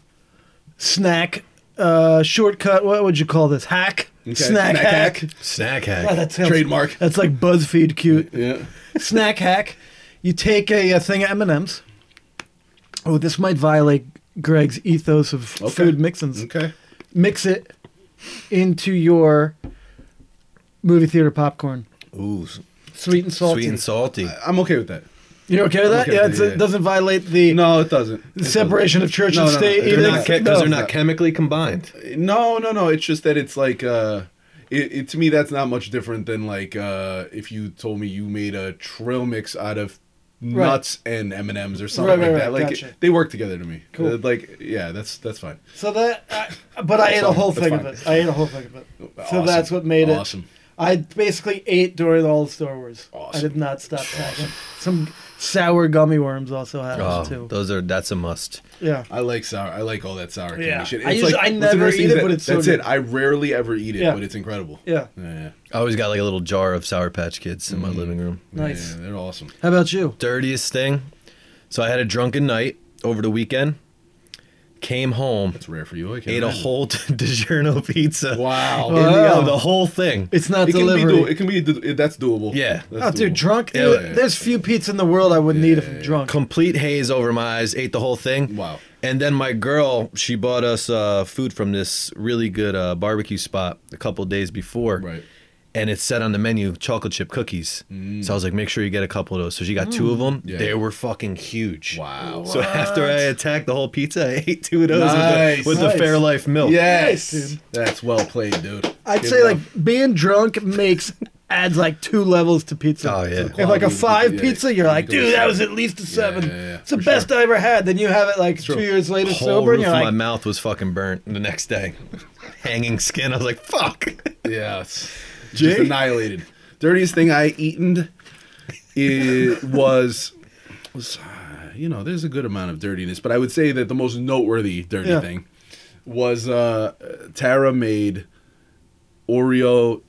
Speaker 1: snack uh, shortcut. What would you call this? Hack. Snack,
Speaker 2: Snack
Speaker 1: hack.
Speaker 2: hack.
Speaker 3: Snack
Speaker 1: Oh,
Speaker 3: hack.
Speaker 1: that sounds-
Speaker 2: Trademark.
Speaker 1: That's like BuzzFeed
Speaker 2: [laughs]
Speaker 1: cute.
Speaker 2: Yeah.
Speaker 1: snack hack. You take a, a thing of M and M's. Oh, this might violate Greg's ethos of
Speaker 2: Okay. Mm.
Speaker 1: food mixins.
Speaker 2: Okay.
Speaker 1: Mix it into your movie theater popcorn,
Speaker 3: Ooh,
Speaker 1: sweet and salty.
Speaker 3: sweet and salty.
Speaker 2: I'm okay with that.
Speaker 1: You're okay with that?
Speaker 2: okay
Speaker 1: yeah,
Speaker 2: with
Speaker 1: it's,
Speaker 2: that,
Speaker 1: it
Speaker 2: yeah.
Speaker 1: doesn't violate the
Speaker 2: No, it doesn't. It
Speaker 1: separation of church
Speaker 2: No,
Speaker 1: and
Speaker 2: no, no.
Speaker 1: state.
Speaker 2: They're
Speaker 3: They're
Speaker 1: either.
Speaker 3: not because
Speaker 1: No.
Speaker 3: they're not chemically combined.
Speaker 2: doesn't. No, no, no. It's just that it's like. uh it, it, to me, that's not much different than like uh, if you told me you made a trail mix out of nuts and M and M's or
Speaker 1: Right,
Speaker 2: something like
Speaker 1: right,
Speaker 2: that.
Speaker 1: right.
Speaker 2: Like
Speaker 1: Gotcha.
Speaker 2: they work together to me.
Speaker 1: Cool.
Speaker 2: Uh, like yeah, that's that's fine.
Speaker 1: So that, I, but I ate a
Speaker 2: fine.
Speaker 1: whole
Speaker 2: That's
Speaker 1: thing of
Speaker 2: fine.
Speaker 1: it. I ate a whole thing of it. So
Speaker 2: Awesome.
Speaker 1: that's what made it.
Speaker 2: Awesome.
Speaker 1: I basically ate during all the Star Wars. I
Speaker 2: Awesome.
Speaker 1: did not stop snacking. Some sour gummy worms also had
Speaker 3: Oh,
Speaker 1: us too.
Speaker 3: those are that's a must.
Speaker 1: yeah.
Speaker 2: I like sour. I like all that sour candy
Speaker 1: Yeah.
Speaker 2: shit.
Speaker 1: I usually- I
Speaker 2: what's
Speaker 1: never
Speaker 2: interesting
Speaker 1: eat
Speaker 2: is
Speaker 1: it,
Speaker 2: that-
Speaker 1: but it's so
Speaker 2: that's
Speaker 1: good.
Speaker 2: it. I rarely ever eat it,
Speaker 1: Yeah.
Speaker 2: but it's incredible.
Speaker 1: Yeah.
Speaker 2: Yeah,
Speaker 3: I always got like a little jar of Sour Patch Kids
Speaker 2: Mm.
Speaker 3: in my living room.
Speaker 1: Nice.
Speaker 2: Yeah, they're awesome.
Speaker 1: How about you?
Speaker 3: Dirtiest thing. So I had a drunken night over the weekend. Came home,
Speaker 2: It's rare for you. I can't
Speaker 3: ate a
Speaker 2: imagine.
Speaker 3: whole [laughs] DiGiorno pizza.
Speaker 2: Wow.
Speaker 3: In the,
Speaker 1: Wow.
Speaker 3: oven, the whole thing.
Speaker 1: It's not
Speaker 2: It can, be
Speaker 1: delivery.
Speaker 2: do- it can be. do- it- that's doable.
Speaker 3: Yeah.
Speaker 1: Oh,
Speaker 2: That's
Speaker 1: dude,
Speaker 2: doable.
Speaker 1: drunk.
Speaker 3: Yeah, yeah, yeah.
Speaker 1: There's few pizza in the world I would not need if I'm drunk.
Speaker 3: complete haze over my eyes. Ate the whole thing.
Speaker 2: Wow.
Speaker 3: And then my girl, she bought us uh, food from this really good uh, barbecue spot a couple days before.
Speaker 2: Right.
Speaker 3: And it said on the menu chocolate chip cookies. So I was like, make sure you get a couple of those. So she got two of them.
Speaker 2: Mm. Yeah.
Speaker 3: They were fucking huge.
Speaker 2: Wow.
Speaker 3: So after I attacked the whole pizza, [laughs] I ate two of those
Speaker 2: Nice.
Speaker 3: with, the, with
Speaker 1: Nice.
Speaker 3: the Fairlife milk.
Speaker 2: yes.
Speaker 1: Nice, dude.
Speaker 2: That's well played, dude.
Speaker 1: I'd
Speaker 2: Give
Speaker 1: say
Speaker 2: it
Speaker 1: like
Speaker 2: up.
Speaker 1: being drunk makes adds like two levels to pizza.
Speaker 3: Oh, yeah.
Speaker 1: If like a
Speaker 2: Quality,
Speaker 1: five
Speaker 2: yeah,
Speaker 1: pizza, you're like,
Speaker 2: you go
Speaker 1: dude, that was
Speaker 2: seven.
Speaker 1: at least a seven.
Speaker 2: yeah, yeah,
Speaker 1: it's the
Speaker 2: for
Speaker 1: best I ever had. Then you have it like two years later
Speaker 3: whole
Speaker 1: sober, and
Speaker 3: roof
Speaker 1: you're
Speaker 3: of
Speaker 1: like,
Speaker 3: my mouth was fucking burnt the
Speaker 2: [laughs]
Speaker 3: next day. Hanging skin. I was like, fuck.
Speaker 2: Yeah, it's
Speaker 3: Jake?
Speaker 2: just annihilated. Dirtiest thing I eaten it was was uh, you know there's a good amount of dirtiness, but I would say that the most noteworthy dirty
Speaker 1: Yeah.
Speaker 2: thing was uh, Tara made Oreo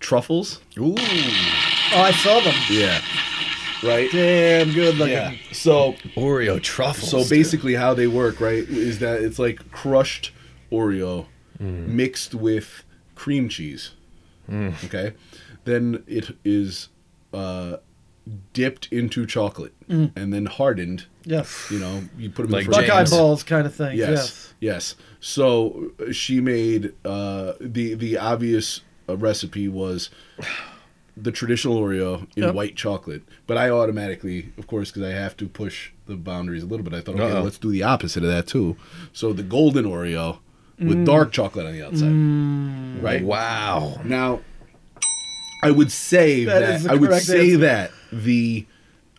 Speaker 2: truffles. Ooh,
Speaker 1: oh, I saw them.
Speaker 2: yeah, right.
Speaker 1: Damn good looking.
Speaker 2: Yeah. So
Speaker 3: Oreo truffles.
Speaker 2: so basically, how they work, right, is that it's like crushed Oreo
Speaker 3: Mm.
Speaker 2: mixed with cream cheese. Okay, then it is uh, dipped into chocolate and then hardened.
Speaker 1: Yes.
Speaker 2: You know, you put them
Speaker 3: Like
Speaker 2: in the fridge.
Speaker 1: Buckeye
Speaker 3: James.
Speaker 1: balls kind of thing.
Speaker 2: Yes,
Speaker 1: Yes.
Speaker 2: yes. So uh, she made uh, the the obvious uh, recipe was the traditional Oreo in
Speaker 1: Yep.
Speaker 2: white chocolate, but I automatically, of course, because I have to push the boundaries a little bit. I thought, okay,
Speaker 3: Uh-oh.
Speaker 2: let's do the opposite of that too. So the golden Oreo with dark chocolate on the outside, right?
Speaker 3: Wow.
Speaker 2: Now, I would say
Speaker 1: That
Speaker 2: that,
Speaker 1: is the
Speaker 2: I would
Speaker 1: correct
Speaker 2: say
Speaker 1: answer.
Speaker 2: that the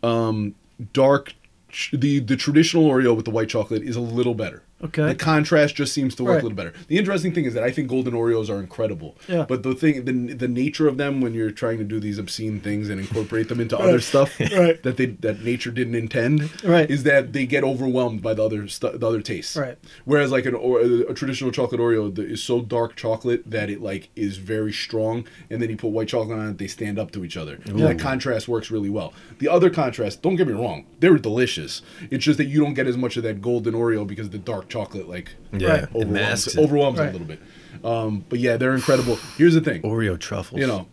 Speaker 2: um, dark, ch- the the traditional Oreo with the white chocolate is a little better.
Speaker 1: Okay.
Speaker 2: The contrast just seems to work
Speaker 1: Right.
Speaker 2: a little better. The interesting thing is that I think golden Oreos are incredible.
Speaker 1: Yeah.
Speaker 2: But the thing, the the nature of them when you're trying to do these obscene things and incorporate them into other
Speaker 1: [laughs]
Speaker 2: stuff
Speaker 1: Right.
Speaker 2: that they that nature didn't intend,
Speaker 1: Right.
Speaker 2: is that they get overwhelmed by the other stu- the other tastes.
Speaker 1: Right.
Speaker 2: Whereas like an or- a traditional chocolate Oreo that is so dark chocolate that it like is very strong, and then you put white chocolate on it, they stand up to each other. That contrast works really well. The other contrast, don't get me wrong, they were delicious. It's just that you don't get as much of that golden Oreo because the dark chocolate like
Speaker 3: Yeah, it
Speaker 2: overwhelms,
Speaker 3: masks it.
Speaker 2: overwhelms
Speaker 1: Right.
Speaker 2: a little bit. Um, but yeah, they're incredible. Here's the thing,
Speaker 3: Oreo truffles.
Speaker 2: you know.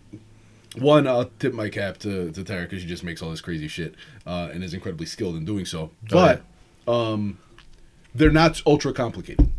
Speaker 2: One, I'll tip my cap to, to Tara because she just makes all this crazy shit uh, and is incredibly skilled in doing
Speaker 1: Oh,
Speaker 2: so. But um,
Speaker 3: yeah.
Speaker 2: they're not ultra complicated.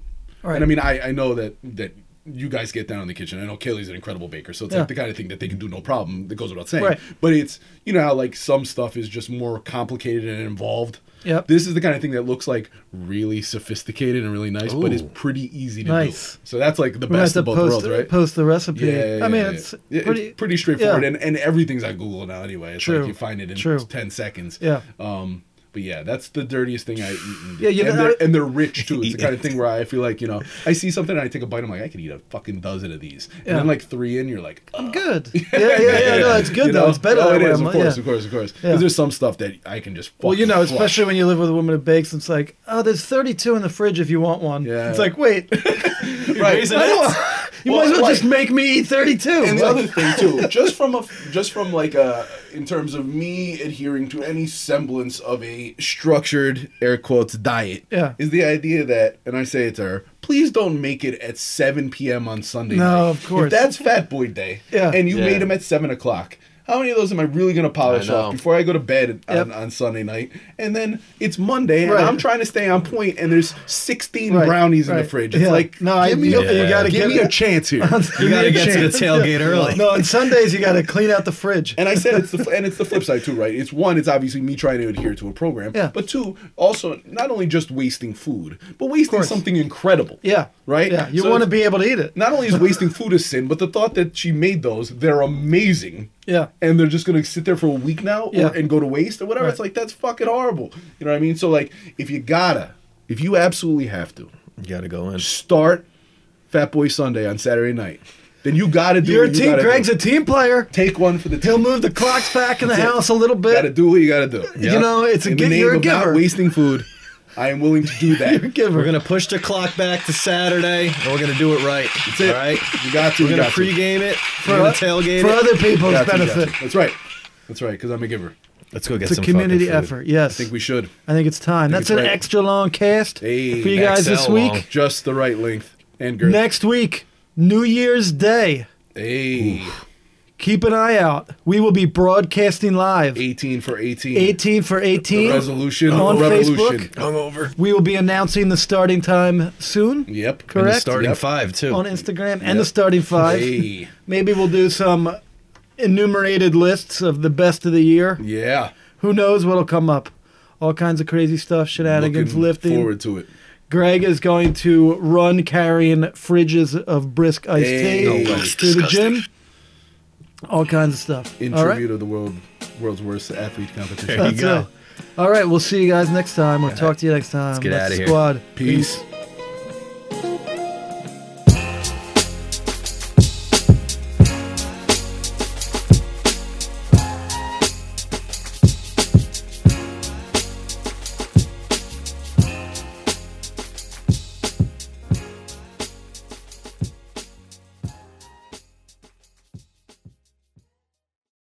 Speaker 1: All right.
Speaker 2: And I mean, I, I know that that you guys get down in the kitchen. I know Kaylee's an incredible baker, so it's
Speaker 1: Yeah.
Speaker 2: like the kind of thing that they can do no problem. That goes without saying.
Speaker 1: Right.
Speaker 2: But it's you know how like some stuff is just more complicated and involved.
Speaker 1: Yep.
Speaker 2: This is the kind of thing that looks like really sophisticated and really nice, but is
Speaker 3: Ooh.
Speaker 2: pretty easy to
Speaker 1: Nice.
Speaker 2: do. So that's like the
Speaker 1: we have
Speaker 2: best
Speaker 1: to
Speaker 2: of both
Speaker 1: post,
Speaker 2: worlds, right?
Speaker 1: post the recipe.
Speaker 2: Yeah, yeah,
Speaker 1: I mean,
Speaker 2: yeah,
Speaker 1: it's,
Speaker 2: yeah. Yeah,
Speaker 1: pretty,
Speaker 2: straightforward,
Speaker 1: yeah.
Speaker 2: and, and everything's on Google now anyway. It's
Speaker 1: True.
Speaker 2: like you find it in
Speaker 1: True.
Speaker 2: ten seconds.
Speaker 1: Yeah.
Speaker 2: Um, but yeah, that's the dirtiest thing I eat.
Speaker 1: Yeah, you
Speaker 2: and,
Speaker 1: know,
Speaker 2: they're,
Speaker 1: I-
Speaker 2: and they're rich too. It's
Speaker 1: [laughs]
Speaker 2: the kind of thing where I feel like you know, I see something and I take a bite. I'm like, I could eat a fucking dozen of these, and
Speaker 1: Yeah.
Speaker 2: then like three in, you're like,
Speaker 1: I'm [laughs]
Speaker 2: [laughs]
Speaker 1: good. Yeah, yeah, yeah. No, it's good
Speaker 2: you
Speaker 1: though.
Speaker 2: know?
Speaker 1: It's better.
Speaker 2: Oh,
Speaker 1: that
Speaker 2: it
Speaker 1: way.
Speaker 2: is,
Speaker 1: I'm
Speaker 2: of
Speaker 1: like,
Speaker 2: course,
Speaker 1: yeah.
Speaker 2: of course, of course.
Speaker 1: Yeah.
Speaker 2: Because there's some stuff that I can just.
Speaker 1: Well, you
Speaker 2: fucking
Speaker 1: know,
Speaker 2: flush.
Speaker 1: especially when you live with a woman who bakes, it's like, oh, there's 32 in the fridge if you want one.
Speaker 2: Yeah.
Speaker 1: It's like,
Speaker 2: [laughs]
Speaker 1: wait,
Speaker 2: right.
Speaker 1: I don't want- [laughs] you
Speaker 2: Well,
Speaker 1: might as well
Speaker 2: right.
Speaker 1: just make me eat 32.
Speaker 2: And
Speaker 1: Like,
Speaker 2: the other
Speaker 1: [laughs]
Speaker 2: thing too, just from a, just from like a, in terms of me adhering to any semblance of a structured air quotes diet,
Speaker 1: Yeah.
Speaker 2: is the idea that, and I say it to her, please don't make it at seven p.m. on Sunday.
Speaker 1: No,
Speaker 2: night.
Speaker 1: of course.
Speaker 2: If that's Fat Boy Day,
Speaker 1: Yeah.
Speaker 2: and you
Speaker 3: Yeah.
Speaker 2: made them at seven o'clock. How many of those am I really going to polish
Speaker 3: I know.
Speaker 2: off before I go to bed on,
Speaker 1: Yep.
Speaker 2: on Sunday night? And then it's Monday, and
Speaker 1: Right.
Speaker 2: I'm trying to stay on point, and there's 16
Speaker 1: Right,
Speaker 2: brownies in
Speaker 1: right.
Speaker 2: the fridge. It's
Speaker 1: Yeah.
Speaker 2: like,
Speaker 1: No,
Speaker 2: no,
Speaker 1: I-
Speaker 2: give me,
Speaker 1: you-
Speaker 2: a,
Speaker 3: you gotta
Speaker 2: give
Speaker 1: get-
Speaker 2: me a
Speaker 1: [laughs]
Speaker 2: chance here.
Speaker 3: You gotta get to the
Speaker 2: [laughs]
Speaker 3: tailgate early.
Speaker 1: No, on Sundays, you got to clean out the fridge.
Speaker 2: And I said it's the and it's the flip side too, right? It's one, it's obviously me trying to adhere to a program,
Speaker 1: Yeah.
Speaker 2: but two, also not only just wasting food, but wasting
Speaker 1: course.
Speaker 2: something incredible.
Speaker 1: yeah.
Speaker 2: Right?
Speaker 1: Yeah. You
Speaker 2: So
Speaker 1: want to
Speaker 2: it's-
Speaker 1: be able to eat it.
Speaker 2: Not only is wasting food a sin, but the thought that she made those, they're amazing.
Speaker 1: Yeah.
Speaker 2: And they're just gonna sit there for a week now or,
Speaker 1: Yeah.
Speaker 2: and go to waste or whatever.
Speaker 1: Right.
Speaker 2: It's like that's fucking horrible. You know what I mean? So like if you gotta, if you absolutely have to,
Speaker 3: You gotta go in.
Speaker 2: start Fat Boy Sunday on Saturday night. Then you gotta do
Speaker 1: Your
Speaker 2: what you
Speaker 1: team,
Speaker 2: gotta
Speaker 1: Greg's
Speaker 2: do.
Speaker 1: a team player.
Speaker 2: take one for the
Speaker 1: He'll
Speaker 2: team.
Speaker 1: move the clocks back in the
Speaker 2: That's it.
Speaker 1: house a little
Speaker 2: You gotta
Speaker 1: bit.
Speaker 2: do what you gotta do.
Speaker 1: You know, it's a
Speaker 2: In
Speaker 1: gi-
Speaker 2: the name
Speaker 1: you're a
Speaker 2: of
Speaker 1: giver.
Speaker 2: not wasting food, I am willing to do
Speaker 1: [laughs]
Speaker 2: that.
Speaker 1: Give her.
Speaker 3: We're gonna push the clock back to Saturday, and we're gonna do it right.
Speaker 2: That's it.
Speaker 3: All right.
Speaker 2: You got to.
Speaker 3: We're
Speaker 2: you
Speaker 3: gonna
Speaker 2: got to.
Speaker 3: pregame it.
Speaker 1: for,
Speaker 3: we're gonna
Speaker 1: o-
Speaker 3: tailgate
Speaker 1: for
Speaker 3: it.
Speaker 1: other people's
Speaker 2: You got to, you got
Speaker 1: benefit.
Speaker 2: to. That's right. That's right. Because I'm a giver.
Speaker 3: Let's go get
Speaker 1: It's a
Speaker 3: some
Speaker 1: community
Speaker 3: fucking food.
Speaker 1: effort. Yes.
Speaker 2: I think we should.
Speaker 1: I think it's time. That's
Speaker 2: it's
Speaker 1: an
Speaker 2: right.
Speaker 1: extra long cast
Speaker 2: Hey,
Speaker 1: for you guys
Speaker 3: XL
Speaker 1: this week.
Speaker 3: long.
Speaker 2: Just the right length and girth.
Speaker 1: Next week, New Year's Day.
Speaker 2: Hey,
Speaker 1: Keep an eye out. We will be broadcasting live.
Speaker 2: 18 for 18.
Speaker 1: 18 for 18.
Speaker 2: Resolution
Speaker 1: on
Speaker 2: revolution.
Speaker 1: Facebook. We will be announcing the starting time soon.
Speaker 2: Yep.
Speaker 3: And the
Speaker 1: Correct.
Speaker 3: starting
Speaker 2: Yep.
Speaker 3: five too.
Speaker 1: On Instagram and the starting five.
Speaker 2: Hey.
Speaker 1: Maybe we'll do some enumerated lists of the best of the year.
Speaker 2: Yeah.
Speaker 1: Who knows what'll come up? All kinds of crazy stuff, shenanigans,
Speaker 2: Looking
Speaker 1: lifting.
Speaker 2: forward to it.
Speaker 1: Greg is going to run carrying fridges of brisk iced
Speaker 2: Hey.
Speaker 1: tea
Speaker 2: No way.
Speaker 1: through the gym. All kinds of stuff.
Speaker 2: Interview
Speaker 1: All right.
Speaker 2: to the world, world's worst athlete competition.
Speaker 3: There you
Speaker 1: That's
Speaker 3: go.
Speaker 1: it. All right. We'll see you guys next time. We'll talk to you next time.
Speaker 3: get
Speaker 1: That's
Speaker 3: outta
Speaker 1: the
Speaker 3: here.
Speaker 1: Squad.
Speaker 2: Peace.